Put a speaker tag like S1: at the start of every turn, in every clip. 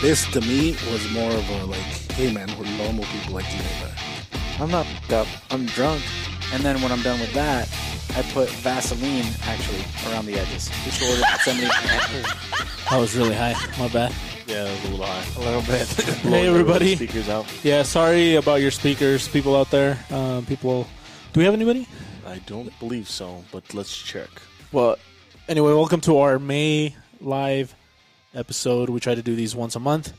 S1: This to me was more of a like, hey man, we're normal people like you and I.
S2: I'm not fucked up. I'm drunk. And then when I'm done with that, I put Vaseline actually around the edges. Just ordered somebody
S3: I was really high. My bad.
S4: Yeah, it was a little
S2: a
S4: high.
S2: little bit.
S3: Hey everybody.
S4: Speakers out.
S3: Yeah, sorry about your speakers, people out there. Um, people, do we have anybody?
S4: I don't believe so, but let's check.
S3: Well, anyway, welcome to our May live episode. We try to do these once a month.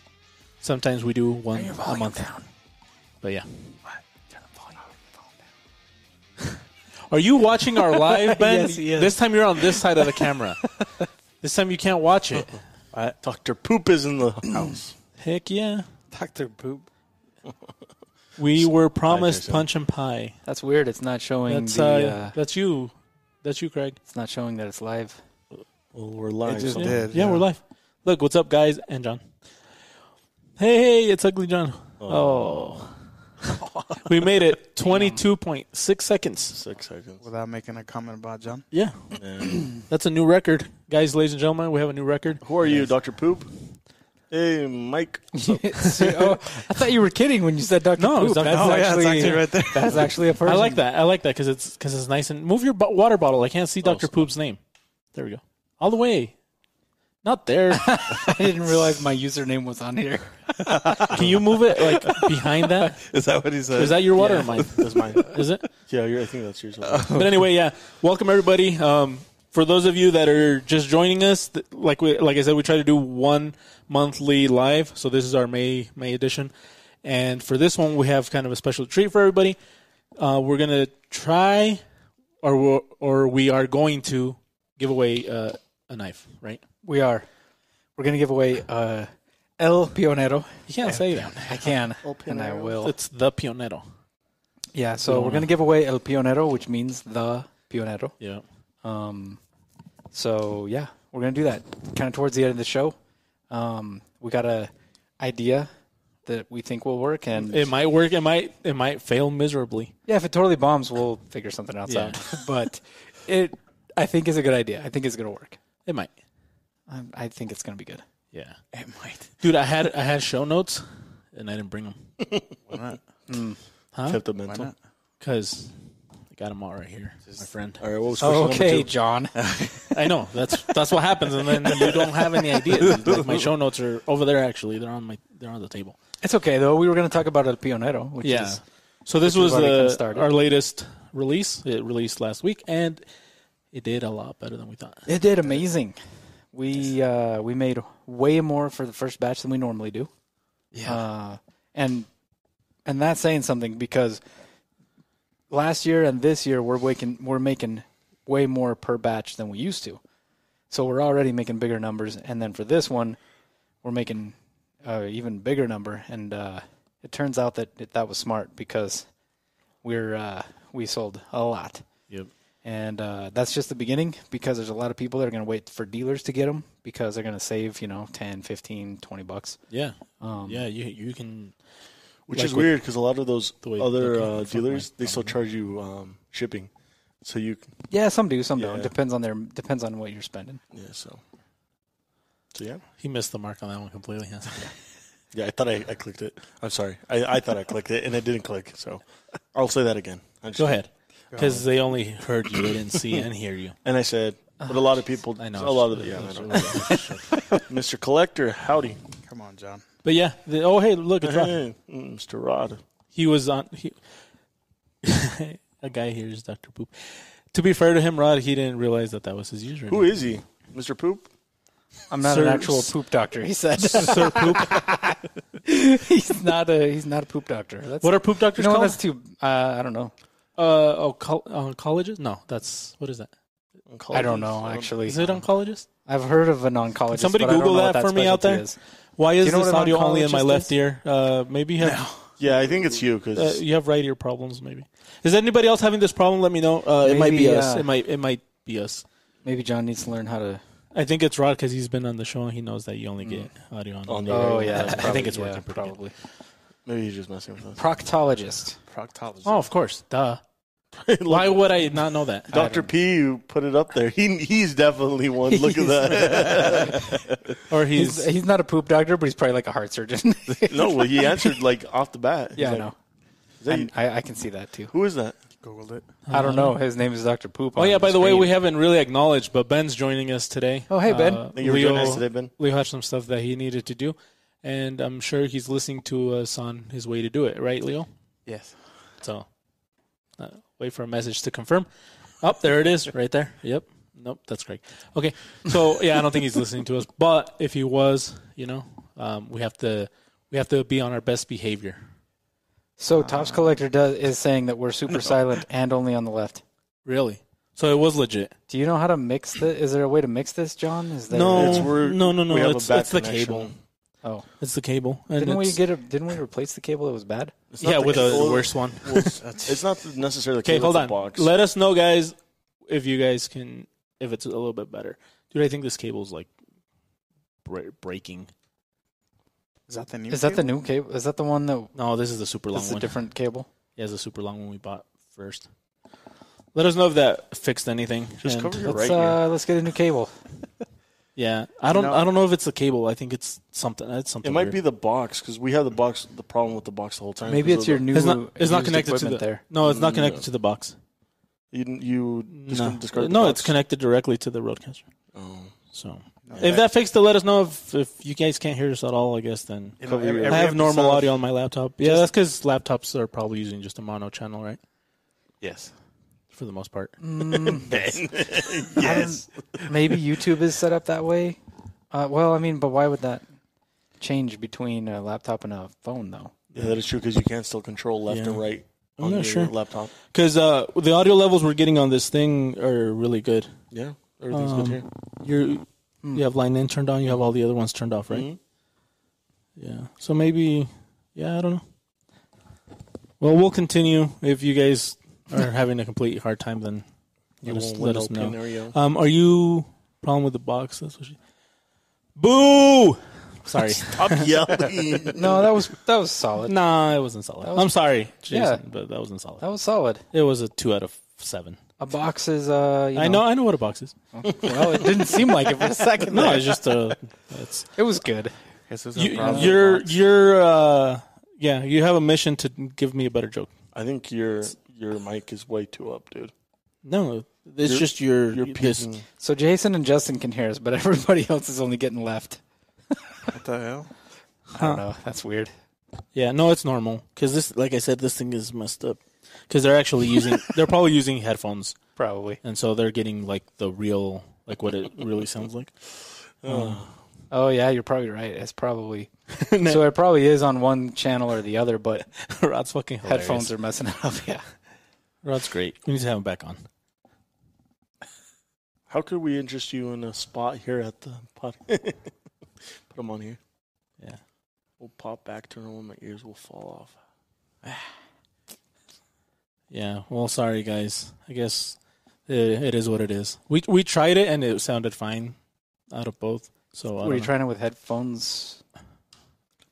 S3: Sometimes we do one a month. But yeah. Are you watching our live, Ben?
S2: Yes, he is.
S3: This time you're on this side of the camera. this time you can't watch it.
S4: Dr. Poop is in the house.
S3: Heck yeah.
S2: Dr. Poop.
S3: We were promised
S4: so.
S3: punch and pie.
S2: That's weird. It's not showing
S3: That's
S2: the.
S3: uh,
S2: Uh,
S3: that's you. That's you, Craig.
S2: it's not showing that it's live.
S4: Well, we're live.
S5: It just
S4: so-
S3: Yeah,
S5: did.
S3: yeah, we're live. Look, what's up, guys? And John. Hey, hey, it's Ugly John. Oh. we made it 22.6 seconds.
S4: Six seconds.
S5: Without making a comment about John.
S3: Yeah. That's a new record. Guys, ladies and gentlemen, we have a new record.
S4: Who are you, Dr. Poop? Hey, Mike.
S2: oh, I thought you were kidding when you said Dr.
S3: No,
S2: Poop.
S3: it's Dr.
S2: That's,
S3: Poop.
S5: Oh,
S2: actually,
S5: yeah, it's actually right there.
S2: that's actually a person.
S3: I like that. I like that because it's, cause it's nice. And move your bo- water bottle. I can't see Dr. Poop's name. There we go. All the way. Not there.
S2: I didn't realize my username was on here.
S3: Can you move it like behind that?
S5: Is that what he said?
S3: Is that your water or mine?
S4: That's mine.
S3: Is it?
S4: Yeah, you're, I think that's yours.
S3: but anyway, yeah. Welcome everybody. Um, for those of you that are just joining us, th- like we, like I said, we try to do one monthly live. So this is our May May edition, and for this one, we have kind of a special treat for everybody. Uh, we're gonna try, or we're, or we are going to give away uh, a knife, right?
S2: We are. We're going to give away uh, El Pionero.
S3: You can't say that.
S2: I can, and I will.
S3: It's the pionero.
S2: Yeah, so we're going to give away El Pionero, which means the Pionero.
S3: Yeah.
S2: Um, so yeah, we're gonna do that kind of towards the end of the show. Um, we got a idea that we think will work, and
S3: It might work. It might. It might fail miserably.
S2: yeah, if it totally bombs, we'll figure something else
S3: Yeah.
S2: out. But it, I think, is a good idea. I think it's gonna work.
S3: It might.
S2: I, I think it's gonna be good.
S3: Yeah.
S2: It might.
S3: Dude, I had I had show notes, and I didn't bring them.
S5: Why not?
S4: Kept the
S5: Why
S4: mental.
S5: not?
S3: Cause I got them all right here, my friend.
S4: All right, what was
S2: Oh,
S4: question
S2: okay,
S4: number two?
S2: John.
S3: I know that's that's what happens, and then you don't have any ideas. Like my show notes are over there. Actually, they're on my they're on the table.
S2: it's okay though. We were gonna talk about El Pionero, which
S3: Yeah.
S2: is
S3: So this was
S2: why we kinda
S3: the,
S2: started.
S3: our latest release. It released last week, and it did a lot better than we thought.
S2: it did amazing. We uh, we made way more for the first batch than we normally do.
S3: Yeah.
S2: Uh, and and that's saying something because last year and this year we're making we're making way more per batch than we used to. So we're already making bigger numbers, and then for this one, we're making uh, even bigger number. And uh, it turns out that it, that was smart because we're uh, we sold a lot.
S3: Yep.
S2: And uh, that's just the beginning because there's a lot of people that are going to wait for dealers to get them because they're going to save, you know, 10, 15, 20 bucks.
S3: Yeah. yeah. You you can.
S4: Which
S3: Like
S4: is
S3: with-
S4: weird because a lot of those
S3: way-
S4: other
S3: okay,
S4: uh,
S3: fuck my
S4: dealers, they still charge you um, shipping. So you,
S2: Yeah, some do, some don't.
S4: Yeah.
S2: Depends on their depends on what you're spending.
S4: yeah, so. So yeah.
S3: He missed the mark on that one completely.
S4: Yeah, I thought I, I clicked it. I'm sorry. I, I thought I clicked it and it didn't click. So I'll say that again. I'm just-
S3: Go ahead. Because they only heard you, they didn't see and hear you.
S4: And I said, but a lot of people,
S3: I know.
S4: a lot of the, yeah, I know. Mr. Collector, howdy.
S5: Come on, John.
S3: But yeah, the, oh hey, look, it's Rob.
S4: Hey, mm, Mr. Rod.
S3: he was on he, a guy here is dr poop to be fair to him rod he didn't realize that that was his username
S4: Who is he? Mr. Poop?
S2: I'm not
S3: Sir-
S2: an actual poop doctor. He said
S3: sir poop
S2: he's not a he's not a poop doctor. That's,
S3: what are poop
S2: you
S3: doctors
S2: know what,
S3: called
S2: that's too. Uh, I don't know.
S3: uh oh col- oncologist no that's what is that
S2: I don't know actually.
S3: is it oncologist
S2: I've heard of an oncologist.
S3: somebody
S2: but I don't
S3: google
S2: know
S3: that,
S2: what
S3: for me out
S2: specialty
S3: there
S2: is.
S3: why is
S2: you know
S3: this
S2: what an
S3: audio only in my
S2: oncologist
S3: left
S2: is?
S3: ear uh maybe you have
S4: Yeah, I think it's you
S3: uh,
S4: because
S3: you have right ear problems maybe is anybody else having this problem let me know uh it might be
S2: Maybe,
S3: us
S2: uh,
S3: it might it might be us
S2: Maybe John needs to learn how to.
S3: I think it's Rod because he's been on the show and he knows that you only
S2: Mm.
S3: get audio on.
S4: On the-
S2: Oh
S4: Oh,
S2: yeah,
S4: yeah,
S3: I think it's working pretty good.
S2: probably.
S4: maybe he's just messing with us.
S2: Proctologist.
S5: Proctologist.
S3: Oh, of course, duh. Why would I not know that?
S4: Dr. P who put it up there. He he's definitely one. Look at that.
S3: Or
S2: He's
S3: he's
S2: he's not a poop doctor, but he's probably like a heart surgeon.
S4: no, well he answered like off the bat. He's
S2: yeah, I
S4: like,
S2: know.
S4: "Is that you?
S2: And I, I can see that too.
S4: Who is that?
S5: Googled it.
S2: I don't know. His name is Doctor Poop.
S3: Uh-huh. Oh yeah, by the way, we haven't really acknowledged, but Ben's joining us today.
S2: Oh, hey, Ben.
S3: Uh,
S4: Thank you for joining us today, Ben.
S3: Leo had some stuff that he needed to do, and I'm sure he's listening to us on his way to do it, right, Leo?
S5: Yes.
S3: So, uh, wait for a message to confirm. Up there it is, right there. Yep. Nope, that's Greg. Okay, so yeah, I don't think he's listening to us, but if he was, you know, um, we have to we have to be on our best behavior.
S2: so
S3: Uh-huh.
S2: Tops Collector does is saying that we're super silent and only on the left.
S3: Really. So it was legit.
S2: Do you know how to mix this? Is there a way to mix this, John? Is there
S3: No,
S4: It's where
S3: no, no, no.
S4: we have a
S3: It's,
S4: bad
S3: it's the
S4: connection.
S3: cable.
S2: Oh,
S3: It's the cable. And
S2: didn't we
S3: it's-
S2: get? A, didn't we replace the cable that was bad?
S4: It's not
S3: yeah
S4: the
S3: with a
S4: cable.
S3: worse one?
S4: It's not necessarily the
S3: Okay,
S4: cable,
S3: hold
S4: it's the
S3: on.
S4: Box.
S3: Let us know, guys, if you guys can, if it's a little bit better. Dude, I think this cable's like bre- breaking.
S5: Is that the new?
S2: Is that the new cable? Is that the one that?
S3: No, this is the super long
S2: That's a
S3: one.
S2: different cable.
S3: yeah, it's a super long one we bought first. Let us know if that fixed anything.
S4: Just
S3: and-
S4: cover your
S2: Let's
S4: right ear.
S2: uh, let's get a new cable.
S3: Yeah, I don't.
S5: know-
S3: I don't know if it's a cable. I think it's something. It's something.
S4: It might
S3: weird.
S4: be the box because we have the box. The problem with the box the whole time.
S2: Maybe
S4: 'cause
S2: it's
S4: of
S2: your new.
S3: It's not. It's not
S2: used
S3: connected to the.
S2: equipment there.
S3: No, it's not connected
S4: Mm, No.
S3: to the box.
S4: the, you. You just
S3: No,
S4: discard the
S3: no,
S4: box?
S3: it's connected directly to the roadcaster.
S4: Oh.
S3: So,
S4: Yeah.
S3: if that fixed it, let us know. If if you guys can't hear us at all, I guess then
S5: You know,
S4: cover
S5: every-
S4: your-
S5: every
S3: I have normal
S5: episode-
S3: audio on my laptop. Yeah, that's because laptops are probably using just a mono channel, right?
S5: Yes.
S3: For the most part.
S2: Yes. Maybe YouTube is set up that way. Uh, well, I mean, but why would that change between a laptop and a phone, though?
S4: Yeah, that is true because you can't still control left
S3: Yeah.
S4: and right
S3: I'm
S4: on
S3: not
S4: your
S3: sure.
S4: laptop.
S3: Because uh, the audio levels we're getting on this thing are really good.
S4: Yeah, everything's good
S3: Um,
S4: here.
S3: You're,
S2: Hmm.
S3: You have line in turned on, you have all the other ones turned off, right?
S4: Mhm.
S3: Yeah. So maybe, yeah, I don't know. Well, we'll continue. If you guys are having a complete hard time, then
S4: You
S3: let us,
S4: won't
S3: let
S4: win
S3: us know.
S4: Pinero.
S3: Um, are you problem with the box? That's what she. Boo! Sorry.
S4: Stop yelling.
S2: No, that was that was solid.
S3: nah, it wasn't solid.
S2: That was-
S3: I'm sorry, Jason,
S2: Yeah.
S3: but that wasn't solid.
S2: That was solid.
S3: It was a two out of seven.
S2: A box is uh. You
S3: I know, I know what a box is.
S2: Well, it didn't seem like it for a second.
S3: No,
S2: there.
S3: it's just a. It's
S2: it was good.
S5: Yes, there's no
S3: you,
S5: problem.
S3: you're you're uh yeah. You have a mission to give me a better joke.
S4: I think your your mic is way too up, dude.
S3: No, it's
S4: You're-
S3: just your
S4: You're
S3: your this,
S4: peaking.
S2: So Jason and Justin can hear us, but everybody else is only getting left.
S5: What the hell?
S2: I don't know. That's weird.
S3: Yeah, no, it's normal because this, like I said, this thing is messed up because they're actually using they're probably using headphones
S2: Probably.
S3: and so they're getting like the real like what it really sounds like.
S2: Oh yeah, you're probably right. It's probably so. It probably is on one channel or the other, but
S3: Rod's fucking hilarious.
S2: headphones are messing it up. Yeah.
S3: Rod's great. We need to have him back on.
S4: How could we interest you in a spot here at the pod? Put them on here.
S3: Yeah.
S4: We'll pop back, turn on, my ears will fall off.
S3: Yeah. Well, sorry guys. I guess uh, it is what it is. We we tried it and it sounded fine out of both.
S2: Were
S3: So I
S2: you
S3: don't know.
S2: trying it with headphones?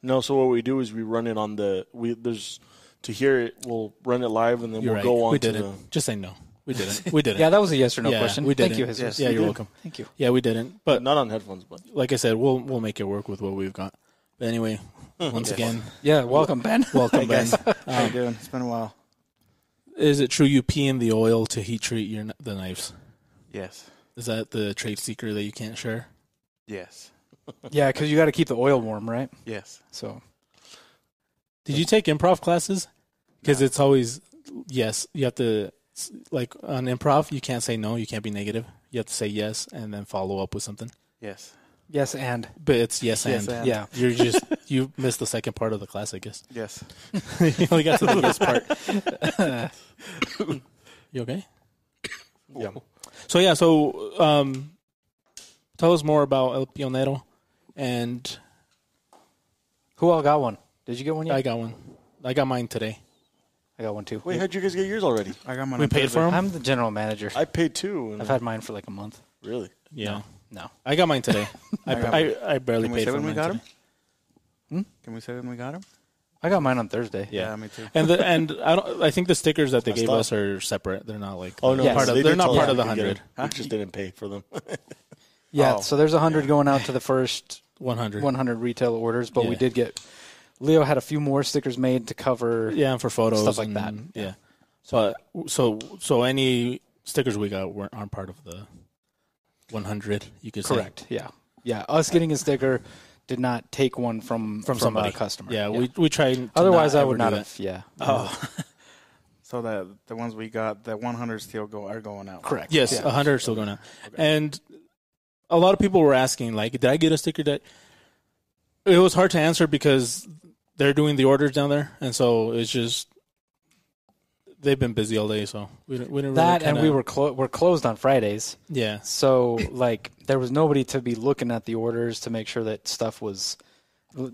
S4: No, so what we do is we run it on the we there's to hear it. We'll run it live and then
S3: You're
S4: we'll
S3: right.
S4: go on
S3: we
S4: to
S3: did
S4: the.
S3: it. Just say no. We didn't. We didn't.
S2: Yeah, that was a yes or no
S3: Yeah,
S2: question.
S3: we
S2: Thank
S3: didn't.
S2: you, Jesus.
S5: Yes.
S3: yeah,
S5: we
S3: you're
S5: did.
S3: welcome.
S2: Thank you.
S3: Yeah, we didn't. But
S4: Not on headphones, but
S3: like I said, we'll we'll make it work with what we've got. But anyway, once again,
S2: Yeah, welcome, Ben.
S3: welcome Ben. Um,
S5: How you doing? It's been a while.
S3: Is it true you pee in the oil to heat treat your kn- the knives?
S5: Yes.
S3: Is that the trade secret that you can't share?
S5: Yes.
S2: yeah, because you got to keep the oil warm, right?
S5: Yes.
S2: So
S3: Did you take improv classes? Because it's always yes. You have to s- like on improv, you can't say no. You can't be negative. You have to say yes and then follow up with something.
S5: Yes.
S2: yes, and
S3: But it's yes,
S5: Yes,
S3: and.
S5: and.
S2: yeah,
S3: You're just you missed the second part of the class, I guess.
S5: Yes.
S3: you only got to the yes part. you okay?
S4: yeah.
S3: So yeah, so um, tell us more about El Pionero, and
S2: who all got one? Did you get one yet?
S3: I got one. I got mine today.
S2: I got one too.
S4: Wait, how'd you guys get yours already?
S5: I got mine.
S3: We
S5: on
S3: paid for
S5: Thursday.
S3: them.
S2: I'm the general manager.
S4: I paid two. And
S2: I've had mine for like a month.
S4: really.
S3: yeah,
S2: No,
S3: I got mine today. I,
S5: I got
S3: I, I barely
S5: Can we
S3: paid
S5: say
S3: for
S5: when we
S3: mine
S5: got
S3: today.
S5: Can we say when we got them?
S2: I got mine on Thursday.
S3: Yeah.
S5: Yeah, me too.
S3: And the, and I don't. I think the stickers that they
S4: That's
S3: gave
S4: tough.
S3: us are separate. They're not like.
S4: Oh no,
S2: Yes.
S3: part of,
S4: they
S3: they're
S4: did
S3: not
S4: tell
S3: part
S4: us
S3: of the
S4: we could
S3: hundred.
S4: get 'em. We just didn't pay for them.
S2: Yeah.
S5: Oh.
S2: So there's 100 going out to the first
S3: One hundred.
S2: 100 retail orders, but we
S3: Yeah.
S2: did get. Leo had a few more stickers made to cover.
S3: Yeah, and for photos,
S2: Stuff like
S3: and-
S2: that.
S3: Yeah. So uh, so so any stickers we got weren't aren't part of the one hundred. You could say.
S2: Correct. Yeah. Yeah. Us getting a sticker did not take one from
S3: from, somebody
S2: a customer.
S3: Yeah, we we try. to
S2: Otherwise, I
S3: ever
S2: would
S3: do
S2: not
S3: that.
S2: have. Yeah.
S5: Oh. so that the ones we got, the 100 still go are going out.
S2: Correct.
S3: Yes,
S2: Yeah.
S3: a hundred are still going out. And a lot of people were asking, like, did I get a sticker that? It was hard to answer because they're doing the orders down there, and so it's just they've been busy all day, so we didn't, we didn't
S2: that
S3: really
S2: and
S3: kinda-
S2: we were clo- we're closed on Fridays.
S3: yeah
S2: So like there was nobody to be looking at the orders to make sure that stuff was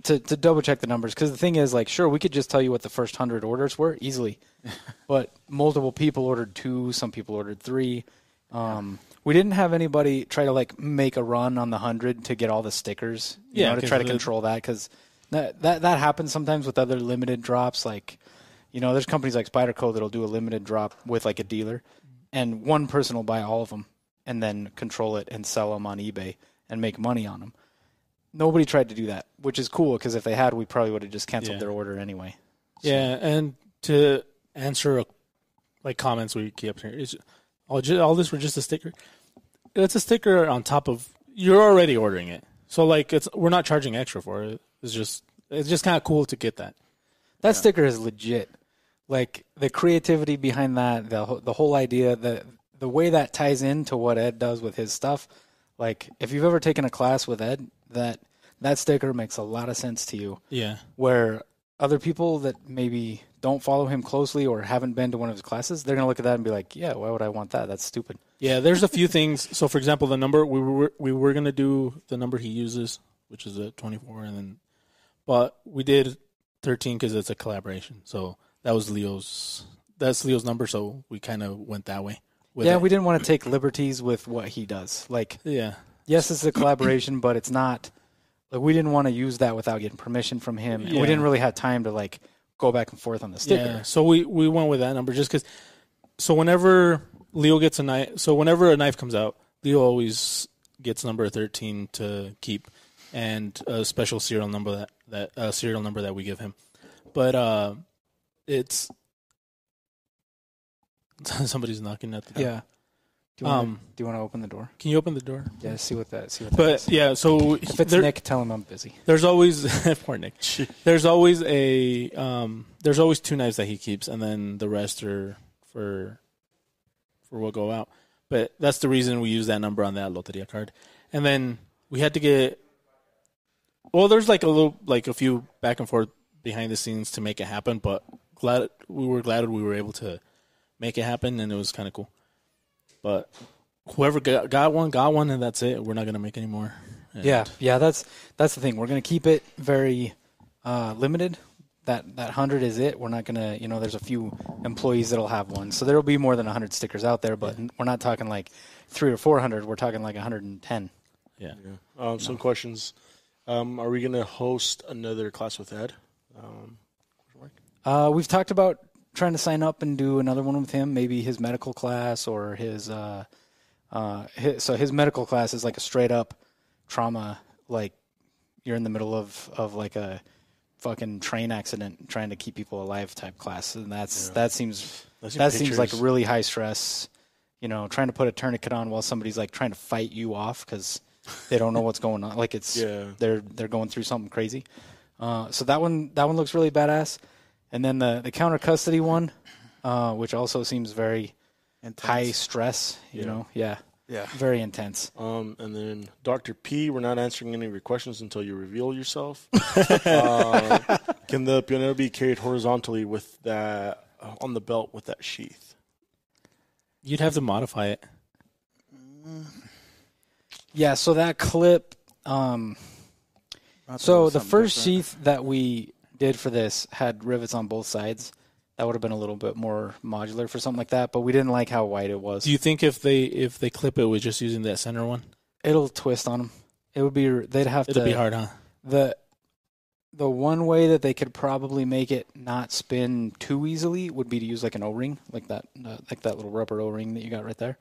S2: to to double check the numbers because the thing is like sure we could just tell you what the first 100 orders were easily. but multiple people ordered two, some people ordered three. Um we didn't have anybody try to like make a run on the 100 to get all the stickers, you
S3: Yeah,
S2: know, to
S3: 'cause
S2: try to
S3: the-
S2: control that cuz that, that that happens sometimes with other limited drops like you know, there's companies like Spyderco that'll do a limited drop with like a dealer, and one person will buy all of them and then control it and sell them on eBay and make money on them. Nobody tried to do that, which is cool because if they had, we probably would have just canceled
S3: Yeah.
S2: their order anyway.
S3: yeah. And to answer a, like comments we keep here, it's, all ju- all this were just a sticker. It's a sticker on top of you're already ordering it, so like it's we're not charging extra for it. It's just it's just kind of cool to get that.
S2: That sticker is legit. Like the creativity behind that, the wh- the whole idea, the the way that ties into what Ed does with his stuff. Like if you've ever taken a class with Ed, that that sticker makes a lot of sense to you.
S3: Yeah.
S2: where other people that maybe don't follow him closely or haven't been to one of his classes, they're gonna look at that and be like, "Yeah, why would I want that? That's stupid."
S3: Yeah, there's a few things. So, for example, the number we were we were gonna do the number he uses, which is a 24, and then, but we did 13 because it's a collaboration. So that was Leo's. That's Leo's number. So we kind of went that way. With
S2: yeah,
S3: it.
S2: we didn't want to take liberties with what he does. Like,
S3: yeah,
S2: yes, it's a collaboration, but it's not. Like, we didn't want to use that without getting permission from him, and we
S3: Yeah.
S2: didn't really have time to like go back and forth on the sticker.
S3: yeah. So we we went with that number just because. So whenever Leo gets a knife, so whenever a knife comes out, Leo always gets number 13 to keep, and a special serial number that that uh, serial number that we give him. But uh, it's somebody's knocking at the door.
S2: Yeah. Do you want
S3: Um,
S2: to, do you want to open the door?
S3: can you open the door?
S2: Yeah, see what that. See what. that
S3: But
S2: is.
S3: yeah, so
S2: if it's
S3: there-
S2: Nick, tell him I'm busy.
S3: there's always poor Nick. There's always a um, there's always two knives that he keeps, and then the rest are for for what go out. But that's the reason we use that number on that loteria card. And then we had to get well. There's like a little like a few back and forth behind the scenes to make it happen, but glad we were glad we were able to make it happen, and it was kind of cool. But whoever got, got one got one, and that's it. We're not gonna make any more. Uh, And-
S2: Yeah, yeah, that's that's the thing. We're gonna keep it very uh, limited. That that hundred is it. We're not gonna, you know, there's a few employees that'll have one, so there'll be more than hundred stickers out there. But we're not talking like three or four hundred. We're talking like hundred and ten.
S3: yeah.
S4: um, some questions. Um, are we going to host another class with Ed? Um,
S2: Uh, we've talked about trying to sign up and do another one with him, maybe his medical class or his. Uh, uh, his, so his medical class is like a straight up trauma, like you're in the middle of of like a fucking train accident, trying to keep people alive type class, and that's that seems
S4: I see
S2: that seems like
S4: pictures.
S2: really high stress. You know, trying to put a tourniquet on while somebody's like trying to fight you off because they don't know what's going on. Like it's
S4: Yeah.
S2: they're they're going through something crazy. Uh, so that one that one looks really badass. And then the the counter custody one, uh, which also seems very
S5: And
S2: high stress. You know, yeah,
S5: Yeah.
S2: very intense.
S4: Um, and then Dr. P, we're not answering any of your questions until you reveal yourself. uh, can the piano be carried horizontally with that uh, on the belt with that sheath?
S3: You'd have to modify it.
S2: Mm. Yeah, so that clip. Um, so the first sheath that we did for this had rivets on both sides. That would have been a little bit more modular for something like that, but we didn't like how wide it was.
S3: Do you think if they if they clip it with just using that center one,
S2: It'll twist on them. It would be they'd have
S3: it'll
S2: to
S3: be hard, huh?
S2: the the one way that they could probably make it not spin too easily would be to use like an O-ring, like that, uh, like that little rubber O-ring that you got right there.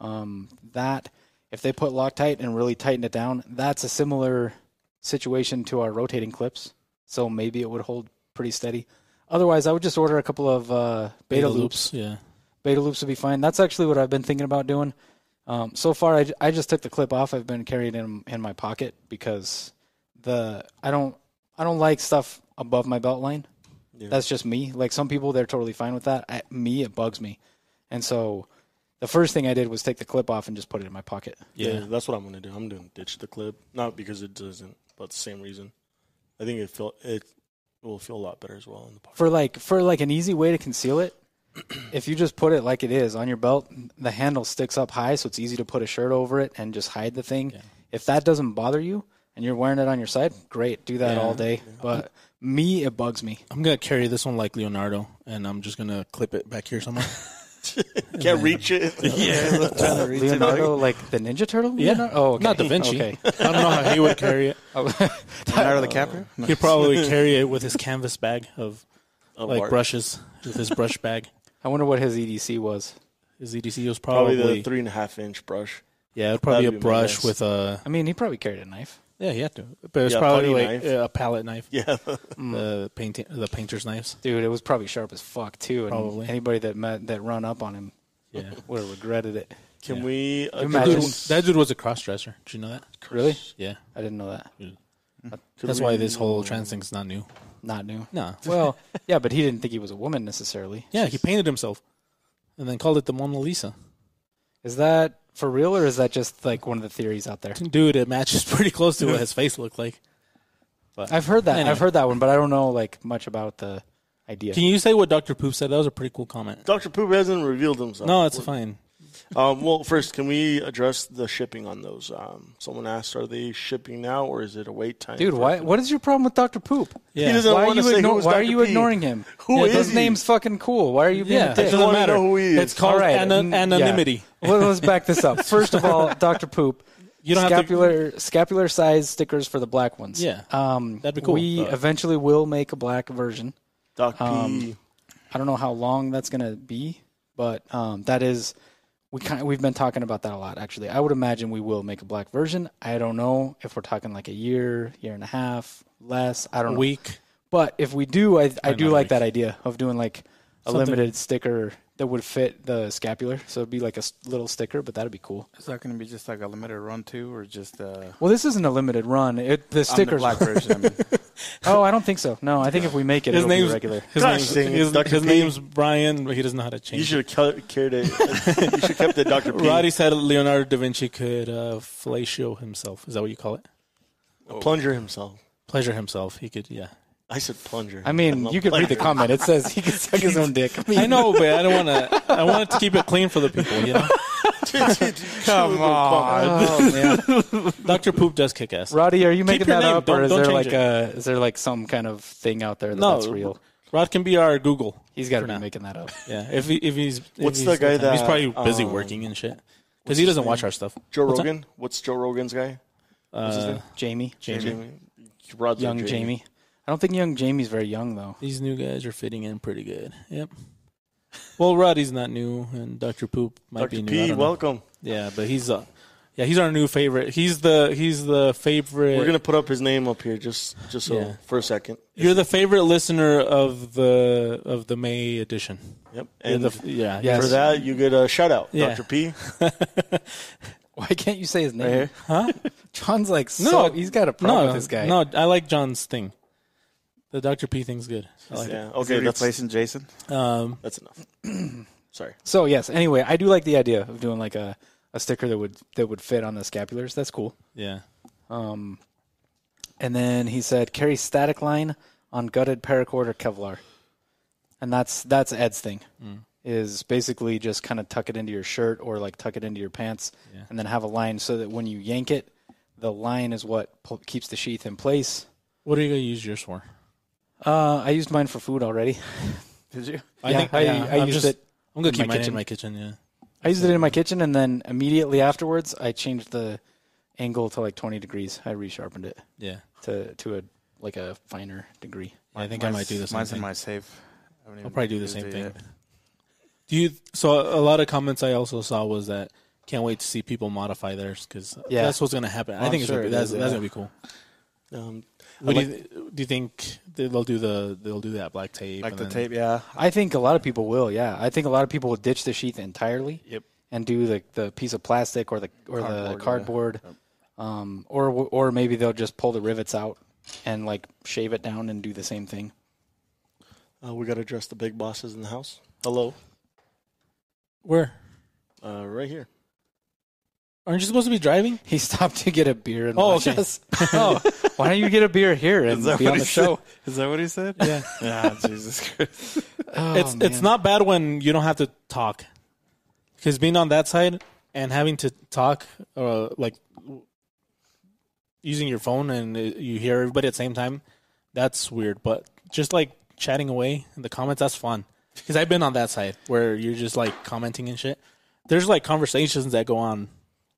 S2: Um, that if they put Loctite and really tighten it down, that's a similar situation to our rotating clips. So maybe it would hold pretty steady. Otherwise, I would just order a couple of uh, beta, loops.
S3: Yeah.
S2: Beta loops would be fine. That's actually what I've been thinking about doing. Um, so far, I, j- I just took the clip off. I've been carrying it in, in my pocket because the I don't I don't like stuff above my belt line. That's just me. Like some people, they're totally fine with that. I, me, it bugs me. And so, the first thing I did was take the clip off and just put it in my pocket.
S4: Yeah. that's what I'm gonna do. I'm gonna ditch the clip, not because it doesn't, but the same reason. I think it feel it will feel a lot better as well in the pocket.
S2: for like for like an easy way to conceal it if you just put it like it is on your belt the handle sticks up high so it's easy to put a shirt over it and just hide the thing if that doesn't bother you and you're wearing it on your side great do that all day but me it bugs me
S3: I'm gonna carry this one like Leonardo, and I'm just gonna clip it back here somewhere.
S4: Can't reach it.
S3: yeah,
S2: leonardo like the ninja turtle
S3: yeah.
S2: Leonardo? oh okay.
S3: not Da Vinci. Oh.
S2: okay
S3: I don't know how he would carry it.
S5: Leonardo DiCaprio? No.
S3: He'd probably carry it with his canvas bag of
S4: Of
S3: like
S4: art.
S3: brushes, with his brush bag.
S2: i wonder what his edc was
S3: His E EDC was
S4: Probably
S3: probably,
S4: the three and a half inch brush.
S3: yeah, it'd probably
S4: That'd
S3: a
S4: be my
S3: brush
S4: guess.
S3: with a
S2: i mean he probably carried a knife
S3: yeah, he had to, but it's
S4: Yeah,
S3: probably
S4: putty
S3: like
S4: knife. Mm.
S3: uh, a palette knife,
S4: Yeah,
S3: the painting, the painter's knives.
S2: dude it was probably sharp as fuck too and
S3: Probably.
S2: anybody that met that run up on him
S3: Yeah,
S2: would have regretted it
S4: Can we
S3: that
S2: Imagine-
S3: dude,
S4: address,
S3: that dude was a cross dresser. Did you know that?
S2: really
S3: Yeah,
S2: i didn't know that
S4: could
S3: that's
S4: we-
S3: why this whole trans thing's not new.
S2: not new
S3: No,
S2: Well, yeah, but he didn't think he was a woman necessarily.
S3: yeah, he painted himself, and then called it the Mona Lisa.
S2: Is that for real or is that just like one of the theories out there?
S3: Dude, it matches pretty close to what his face looked like.
S2: I've heard that.
S3: Anyway.
S2: I've heard that one, but I don't know like much about the idea.
S3: Can you say what Doctor Poop said? That was a pretty cool comment.
S4: Dr. Poop hasn't revealed himself.
S3: No, it's fine.
S4: Um, well, first, can we address the shipping on those? Um, someone asked, are they shipping now or is it a wait time?
S2: Dude,
S4: for-
S2: why, what is your problem with Dr. Poop?
S3: Yeah.
S4: He doesn't
S2: Why are
S4: want
S2: you,
S4: to say
S2: igno-
S4: who's
S2: why are
S4: Dr.
S2: you
S4: P.
S2: ignoring him?
S4: Who
S2: His
S4: is he?
S2: name's fucking cool. Why are you being
S3: Yeah,
S2: a
S3: it
S2: dick?
S4: I
S3: doesn't
S4: wanna
S3: matter.
S4: know who he is.
S3: It's called
S2: All right.
S3: ano-
S2: Mm,
S3: anonymity.
S2: Well, let's back this up. First of all, Dr. Poop.
S3: You don't have to-
S2: scapular scapular size stickers for the black ones.
S3: Yeah.
S2: um,
S3: That'd be cool.
S2: We
S3: Uh,
S2: eventually will make a black version.
S4: Doc
S3: um,
S4: P.
S2: I don't know how long that's going to be, but um, that is we kind of, we've been talking about that a lot actually. I would imagine we will make a black version. I don't know if we're talking like a year, year and a half, less. I don't know.
S3: Week.
S2: But if we do, I I do
S3: not a
S2: like
S3: week.
S2: that idea of doing like a
S3: Something.
S2: limited sticker that would fit the scapular. So it'd be like a s- little sticker, but that'd be cool.
S5: Is that going to be just like a limited run too, or just uh,
S2: Well, this isn't a limited run. It the
S5: on the
S2: stickers.
S5: black version? I mean,
S2: oh, I don't think so. No, I think if we make it,
S3: His
S2: it'll be
S3: name's
S2: regular.
S3: His,
S4: Gosh,
S3: name's,
S4: dang it,
S3: his,
S4: Dr.
S3: his
S4: P.
S3: name's Brian, but he doesn't know how to
S4: You
S3: change. it.
S4: should have carried it. you should kept the Dr. P.
S3: Roddy said Leonardo da Vinci could uh, fellatio himself. Is that what you call it?
S4: Oh. Plunger himself.
S3: Pleasure himself. He could, yeah.
S4: I said plunger.
S2: I mean,
S4: love
S2: you could read the
S4: plunger.
S2: comment. It says he can suck his own dick.
S3: I know, but I don't want to. I want to keep it clean for the people. You know,
S4: Come on.
S2: Oh man.
S3: Doctor Poop does kick ass.
S2: Roddy, are you making
S3: your
S2: that
S3: name.
S2: up,
S3: Don't-
S2: or is
S3: don't
S2: there
S3: change
S2: like
S3: it.
S2: a is there like some kind of thing out there that
S3: No,
S2: that's real?
S3: Rod can be our Google.
S2: He's got to
S3: for
S2: be
S3: now.
S2: making that up.
S3: Yeah, if he, if he's if
S4: What's
S3: he's
S4: the guy
S3: got time.
S4: that,
S3: he's probably busy
S4: um,
S3: working and shit because he doesn't watch our stuff.
S4: Joe
S3: What's that?
S4: Rogan? What's Joe Rogan's guy? What's his
S3: Uh,
S4: name?
S2: Jamie,
S3: Jamie.
S4: You brought that
S2: young Jamie. I don't think young Jamie's very young though.
S3: These new guys are fitting in pretty good. Yep. Well, Roddy's not new, and Doctor Poop might
S4: Dr.
S3: be new. I
S4: P,
S3: don't know.
S4: welcome.
S3: Yeah, but he's uh, yeah, he's our new favorite. He's the he's the favorite.
S4: We're gonna put up his name up here just just so
S3: Yeah.
S4: for a second.
S3: You're the favorite listener of the of the May edition.
S4: Yep.
S3: You're
S4: And
S3: the f- yeah,
S2: Yes.
S4: for that, you get a shout out,
S3: Yeah.
S4: Dr. P.
S2: Why can't you say his name?
S4: here.
S3: Huh?
S2: John's like
S3: No,
S2: so, he's got a problem
S3: No,
S2: with this guy.
S3: No, I like John's thing. The Dr. P thing's good. I like
S4: Yeah.
S5: okay,
S4: Okay. That's,
S5: replacing Jason.
S3: it. Um,
S4: that's enough. Sorry.
S2: So yes, anyway, I do like the idea of doing like a, a sticker that would that would fit on the scapulars. That's cool.
S3: yeah.
S2: Um, and then he said carry static line on gutted paracord or Kevlar, and that's that's Ed's thing. Is basically just kind of tuck it into your shirt or like tuck it into your pants,
S3: Yeah.
S2: and then have a line so that when you yank it, the line is what pu- keeps the sheath in place.
S3: What are you gonna use yours for?
S2: Uh, I used mine for food already.
S5: Did you?
S2: Yeah, I- I
S3: I'm
S2: used
S3: just-
S2: it
S3: I'm gonna
S2: in
S3: keep
S2: my
S3: mine in
S2: kitchen.
S3: my kitchen. Yeah.
S2: I used it in my kitchen, and then immediately afterwards, I changed the angle to like 20 degrees. I resharpened it
S3: Yeah.
S2: to to a like a finer degree. I think I
S5: Mine's-
S2: might do the same
S5: Mine's
S2: thing.
S5: in my safe. I haven't
S3: I'll
S5: even
S3: probably do the
S5: used
S3: same
S5: it
S3: thing.
S5: yet.
S3: Do you? So a lot of comments I also saw was that can't wait to see people modify theirs because
S2: Yeah.
S3: that's what's gonna happen. I
S4: I'm
S3: think it's
S4: sure
S3: gonna
S4: it
S3: be, that's,
S4: is,
S3: that's
S4: yeah.
S3: gonna be cool.
S4: Um,
S3: What do, you, do you think they'll do the they'll do that black tape?
S5: Like
S3: and
S5: the
S3: then-
S5: tape, yeah.
S2: I think a lot of people will. Yeah, I think a lot of people will ditch the sheath entirely.
S5: Yep.
S2: And do the the piece of plastic or the or
S5: Cardboard,
S2: the
S5: yeah.
S2: cardboard, um, or or maybe they'll just pull the rivets out and like shave it down and do the same thing.
S4: uh, we got to address the big bosses in the house. Hello,
S3: Where
S4: uh, right here.
S3: aren't you supposed to be driving?
S2: He stopped to get a beer and
S3: Oh,
S2: watch
S3: okay.
S2: us. oh, why don't you get a beer here and be on the show?
S5: Is that what he said?
S3: Yeah,
S5: ah, Jesus Christ.
S2: Oh,
S3: it's it's
S2: man.
S3: not bad when you don't have to talk because being on that side and having to talk uh, like w- using your phone and uh, you hear everybody at the same time that's weird but just like chatting away in the comments that's fun because i've been on that side where you're just like commenting and shit there's like conversations that go on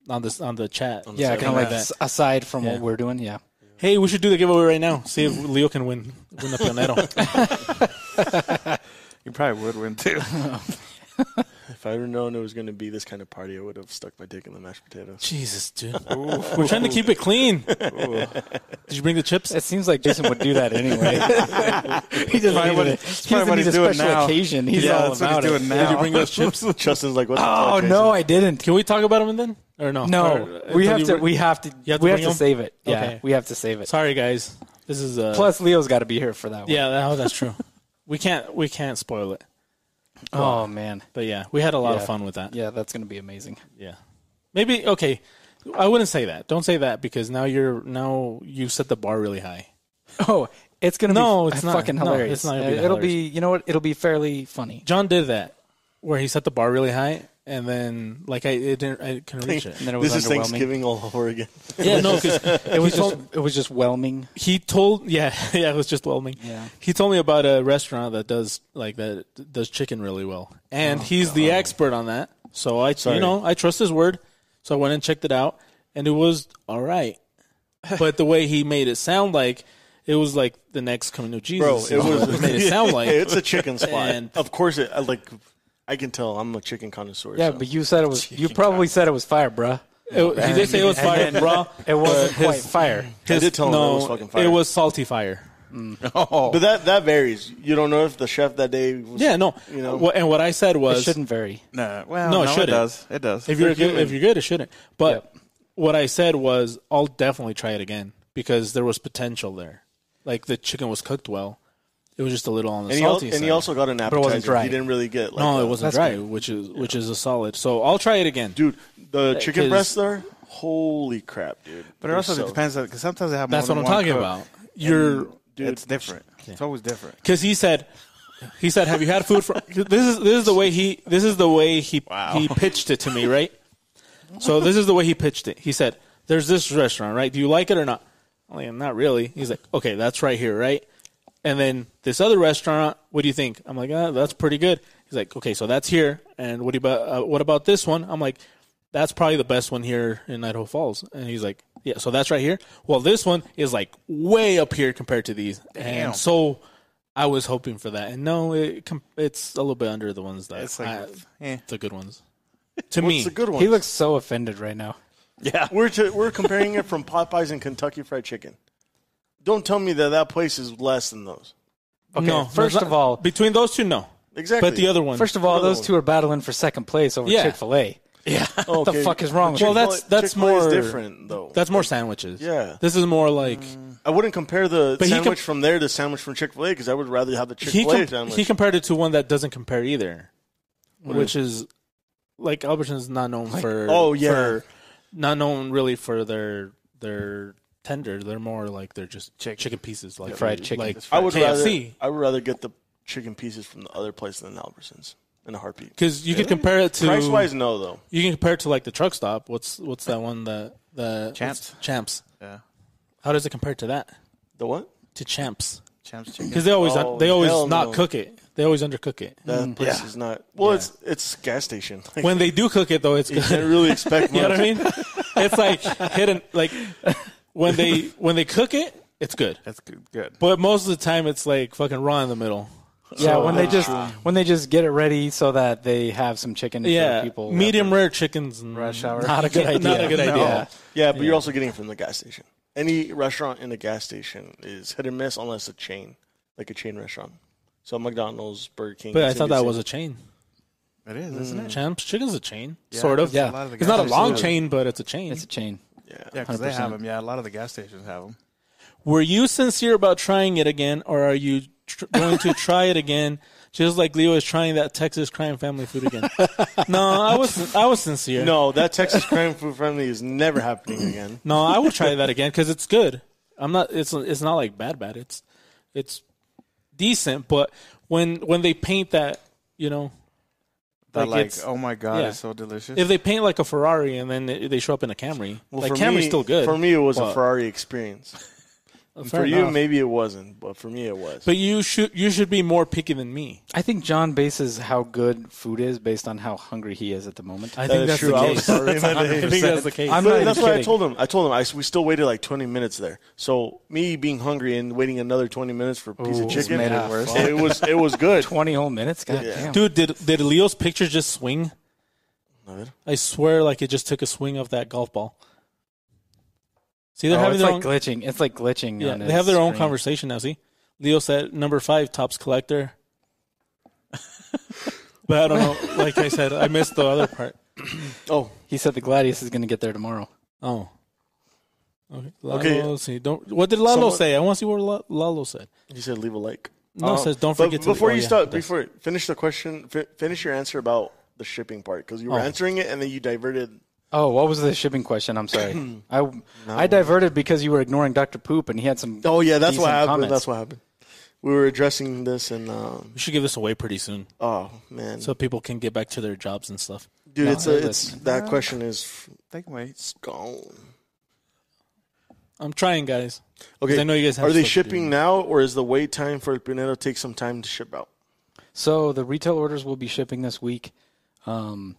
S3: on this on the chat
S2: Yeah, kind of like
S3: that.
S2: s- aside from
S3: Yeah.
S2: what we're doing. Yeah.
S3: hey we should do the giveaway right now see if leo can win win the pionero
S5: You probably would win too.
S4: If I'd have known it was going to be this kind of party, I would have stuck my dick in the mashed potatoes.
S3: jesus dude we're trying to keep it clean did you bring the chips
S2: It seems like Jason would do that anyway. he doesn't
S5: Probably
S2: need
S5: what-
S2: a,
S5: it's
S2: he
S5: probably
S2: doesn't need a
S5: what he's doing
S2: special
S5: now.
S2: occasion. He's
S5: yeah,
S2: all
S5: that's
S2: about
S5: what he's
S2: it.
S5: doing
S3: Did you
S5: now.
S3: bring those chips?
S4: Justin's like, what the
S2: Oh
S4: fuck? Jason?
S2: no, I didn't.
S3: Can we talk about them then, or no?
S2: No,
S3: Or-
S2: we
S3: I thought
S2: have
S3: you
S2: to.
S3: were-
S2: We have to.
S3: You have to
S2: we have
S3: bring
S2: to
S3: him?
S2: save it. Yeah,
S3: Okay.
S2: we have to save it.
S3: Sorry, guys. This is uh,
S2: Plus, Leo's got to be here for that one.
S3: Yeah, that- oh, that's true. we can't. We can't spoil it.
S2: Oh man.
S3: But yeah, we had a lot of
S2: Yeah.
S3: fun with that.
S2: Yeah, that's gonna be amazing.
S3: Yeah. Maybe okay. I wouldn't say that. Don't say that because now you're now you set the bar really high.
S2: Oh, it's gonna
S3: No,
S2: be
S3: it's
S2: uh,
S3: not.
S2: fucking
S3: No,
S2: hilarious.
S3: it's not gonna
S2: Uh,
S3: be
S2: it'll be.
S3: hilarious.
S2: You know what? It'll be fairly funny.
S3: John did that where he set the bar really high and then like I it didn't I couldn't reach it.
S2: And then it was
S4: This is
S2: underwhelming.
S4: Thanksgiving all over again.
S3: yeah, no, because
S2: It was just. It was just whelming.
S3: he told yeah yeah it was just whelming.
S2: Yeah.
S3: He told me about a restaurant that does like that does chicken really well, and
S4: Oh,
S3: he's the expert on that. So I you know I trust his word. So I went and checked it out, and it was all right. but the way he made it sound like it was like the next coming of Jesus.
S4: Bro,
S3: is
S4: it
S3: what
S4: was-
S3: made it sound
S4: Hey,
S3: like.
S4: it's a chicken spot.
S3: And-
S4: of course, it, I, like I can tell I'm a chicken connoisseur.
S2: Yeah,
S4: so.
S2: but you said it was. You probably said it was fire, bruh.
S3: It- he did say it was fire, bro.
S2: It wasn't
S3: his-
S2: quite fire.
S4: I did tell him
S3: no,
S4: it was fucking fire.
S3: It was salty fire.
S4: but that that varies. You don't know if the chef that day. Was,
S3: Yeah, no.
S4: You know?
S3: What- and what I said
S2: It
S3: was
S2: shouldn't vary.
S5: No, well,
S3: No,
S5: no,
S3: it
S5: it,
S3: shouldn't.
S5: does. It does.
S3: If you're good,
S4: human.
S3: if you're good, it shouldn't. But
S2: Yep.
S3: what I said was, I'll definitely try it again because there was potential there. Like the chicken was cooked well. It was just a little on the
S4: And he, al-
S3: salty side.
S4: and he also got an appetizer.
S2: it wasn't dry.
S4: He didn't really get. Like,
S3: no, it
S4: a-
S3: wasn't dry, which is which is a solid. So I'll try it again.
S4: dude. The
S3: is-
S4: chicken breast there. Holy crap, dude!
S5: but it
S4: They're
S5: also
S4: so-
S5: depends because sometimes they have
S3: That's
S5: more
S3: what
S5: than
S3: I'm
S5: one
S3: talking
S5: cook.
S3: about. You're
S4: Dude.
S5: It's different. It's always different.
S3: because he said he said have you had food from this is this is the way he this is the way he he pitched it to me right so this is the way he pitched it he said there's this restaurant right do you like it or not I'm like not really he's like okay that's right here right and then this other restaurant what do you think I'm like ah, that's pretty good he's like okay so that's here and what about uh, what about this one I'm like that's probably the best one here in Idaho Falls and he's like yeah so that's right here well this one is like way up here compared to these
S5: Damn.
S3: and so I was hoping for that, and no, it com- it's a little bit under the ones that
S5: It's like,
S3: I-
S5: eh.
S3: the good ones. To me,
S4: What's the good one?
S2: He looks so offended right now.
S5: Yeah.
S4: We're to, we're comparing it from Popeyes and Kentucky Fried Chicken. Don't tell me that that place is less than those.
S2: Okay,
S3: no.
S2: first
S3: no,
S2: of all-
S3: between those two, no.
S4: Exactly.
S3: But the other one,
S2: First of all,
S4: Another
S2: those
S4: one.
S2: two are battling for second place over
S3: Oh. Yeah.
S2: Chick Fil A.
S4: okay.
S2: The fuck is wrong with
S3: Well,
S2: you?
S3: that's that's
S4: Chick-fil-A is
S3: more
S4: different though.
S3: That's more sandwiches.
S4: Yeah. Mm.
S3: this is more like
S4: I wouldn't compare the
S3: But he
S4: sandwich
S3: comp-
S4: from there to sandwich from Chick Fil A because I would rather have the Chick
S3: he
S4: Fil A
S3: com-
S4: sandwich.
S3: he compared it to one that doesn't compare either, which is like Albertson's not known for.
S4: oh, yeah.
S3: for- not known really for their their tender. They're more like they're just chicken, pieces, like
S2: fried chicken.
S3: Like
S4: I would
S3: KFC.
S4: rather I would rather get the chicken pieces from the other place than Albertsons in a heartbeat.
S3: Because you could compare it to
S4: Price wise, no though.
S3: You can compare it to like the truck stop. What's what's that one? The the
S5: Champs.
S3: what's- Champs.
S5: Yeah.
S3: How does it compare to that?
S4: The what?
S3: To Champs.
S5: Champs
S3: Because
S5: chicken.
S3: they always
S4: Oh,
S3: they always
S4: hell
S3: not
S4: no.
S3: cook it. They always undercook it.
S4: That place
S5: Yeah.
S4: is not. Mm, Well, it's it's gas station. Like,
S3: When they do cook it though, it's
S4: you
S3: good.
S4: can't really expect much.
S3: you know what I mean? It's like hidden. Like when they when they cook it, It's good.
S5: That's good. good.
S3: But most of the time, it's like fucking raw in the middle.
S2: Yeah, when they just when they just get it ready so that they have some chicken
S3: Yeah,
S2: for people.
S3: medium rare chickens. And
S5: Rush hour.
S2: Not a good idea.
S3: Not a good idea.
S2: No.
S4: Yeah, but you're also getting it from the gas station. Any restaurant in a gas station is hit or miss unless a chain, like a chain restaurant. So McDonald's, Burger King.
S3: But I thought that
S4: CBC.
S3: was a chain.
S5: It is, isn't it?
S3: Champs Chicken's a chain, sort of.
S2: Yeah.
S5: lot of the
S3: It's not a
S5: gas
S3: long
S5: stations-
S3: chain, but it's a chain.
S2: It's a chain.
S4: yeah.
S5: Yeah, because they
S2: 100%.
S5: have them. Yeah, a lot of the gas stations have them.
S3: Were you sincere about trying it again, or are you tr- going to try it again, just like Leo is trying that Texas crime family food again? no, I was I was sincere.
S4: No, that Texas crime food friendly is never happening again.
S3: no, I would try that again because it's good. I'm not. It's it's not like bad bad. It's it's decent, but when when they paint that, you know,
S5: They're
S3: Like,
S5: like,
S3: it's-
S5: oh my god,
S3: yeah.
S5: it's so delicious.
S3: if they paint like a Ferrari and then they they show up in a Camry, like
S4: for
S3: Camry's
S4: me,
S3: still good.
S4: For me, it was a
S3: But-
S4: Ferrari experience.
S3: Fair
S4: for you,
S3: enough.
S4: maybe it wasn't, but for me, it was.
S3: But you should you should be more picky than me.
S2: I think John bases how good food is based on how hungry he is at the moment.
S3: I
S4: That is true. I was sorry, man.
S3: I think that's the case.
S2: I'm
S4: But
S2: not even
S4: that's what I
S2: kidding.
S4: told him. I told him I, we still waited like 20 minutes there. So me being hungry and waiting another 20 minutes for a piece of chicken,
S5: made it worse.
S4: it was it was good.
S2: 20 whole minutes? God
S4: Yeah.
S2: damn.
S3: Dude, did did Leo's picture just swing? I swear, like it just took a swing of that golf ball. See, they're
S2: Oh,
S3: having
S2: it's
S3: their
S2: like
S3: own.
S2: glitching. It's like glitching.
S3: yeah,
S2: on
S3: they
S2: his
S3: have their own
S2: screen.
S3: conversation now. See, Leo said number five tops collector. but I don't know. Like I said, I missed the other part.
S4: Oh,
S2: He said the Gladius is going to get there tomorrow.
S3: Oh. Okay. Lalo,
S4: Okay.
S3: See, don't. What did Lalo
S4: Someone-
S3: say? I want to see what La- Lalo said.
S4: he said leave a like.
S3: No, it
S4: Uh,
S3: says don't
S4: but
S3: forget to
S4: before
S3: oh,
S4: you
S3: yeah,
S4: start.
S3: it does.
S4: Before finish the question, fi- finish your answer about the shipping part because you were
S3: Oh.
S4: answering it and then you diverted.
S2: Oh, what was the shipping question? I'm sorry. I I diverted because you were ignoring Dr. Poop and he had some.
S4: Oh yeah, that's
S2: decent
S4: what happened.
S2: comments.
S4: That's what happened. We were addressing this and um,
S3: we should give this away pretty soon
S4: oh man,
S3: so people can get back to their jobs and stuff.
S4: dude, it's a,
S2: they're
S4: it's that question is
S5: they can wait.
S4: it's gone.
S3: I'm trying, guys. 'Cause
S4: Okay,
S3: I know you guys have
S4: are they
S3: stuff to do.
S4: shipping now or is the wait time for el Pinedo take some time to ship out?
S2: So the retail orders will be shipping this week. Um,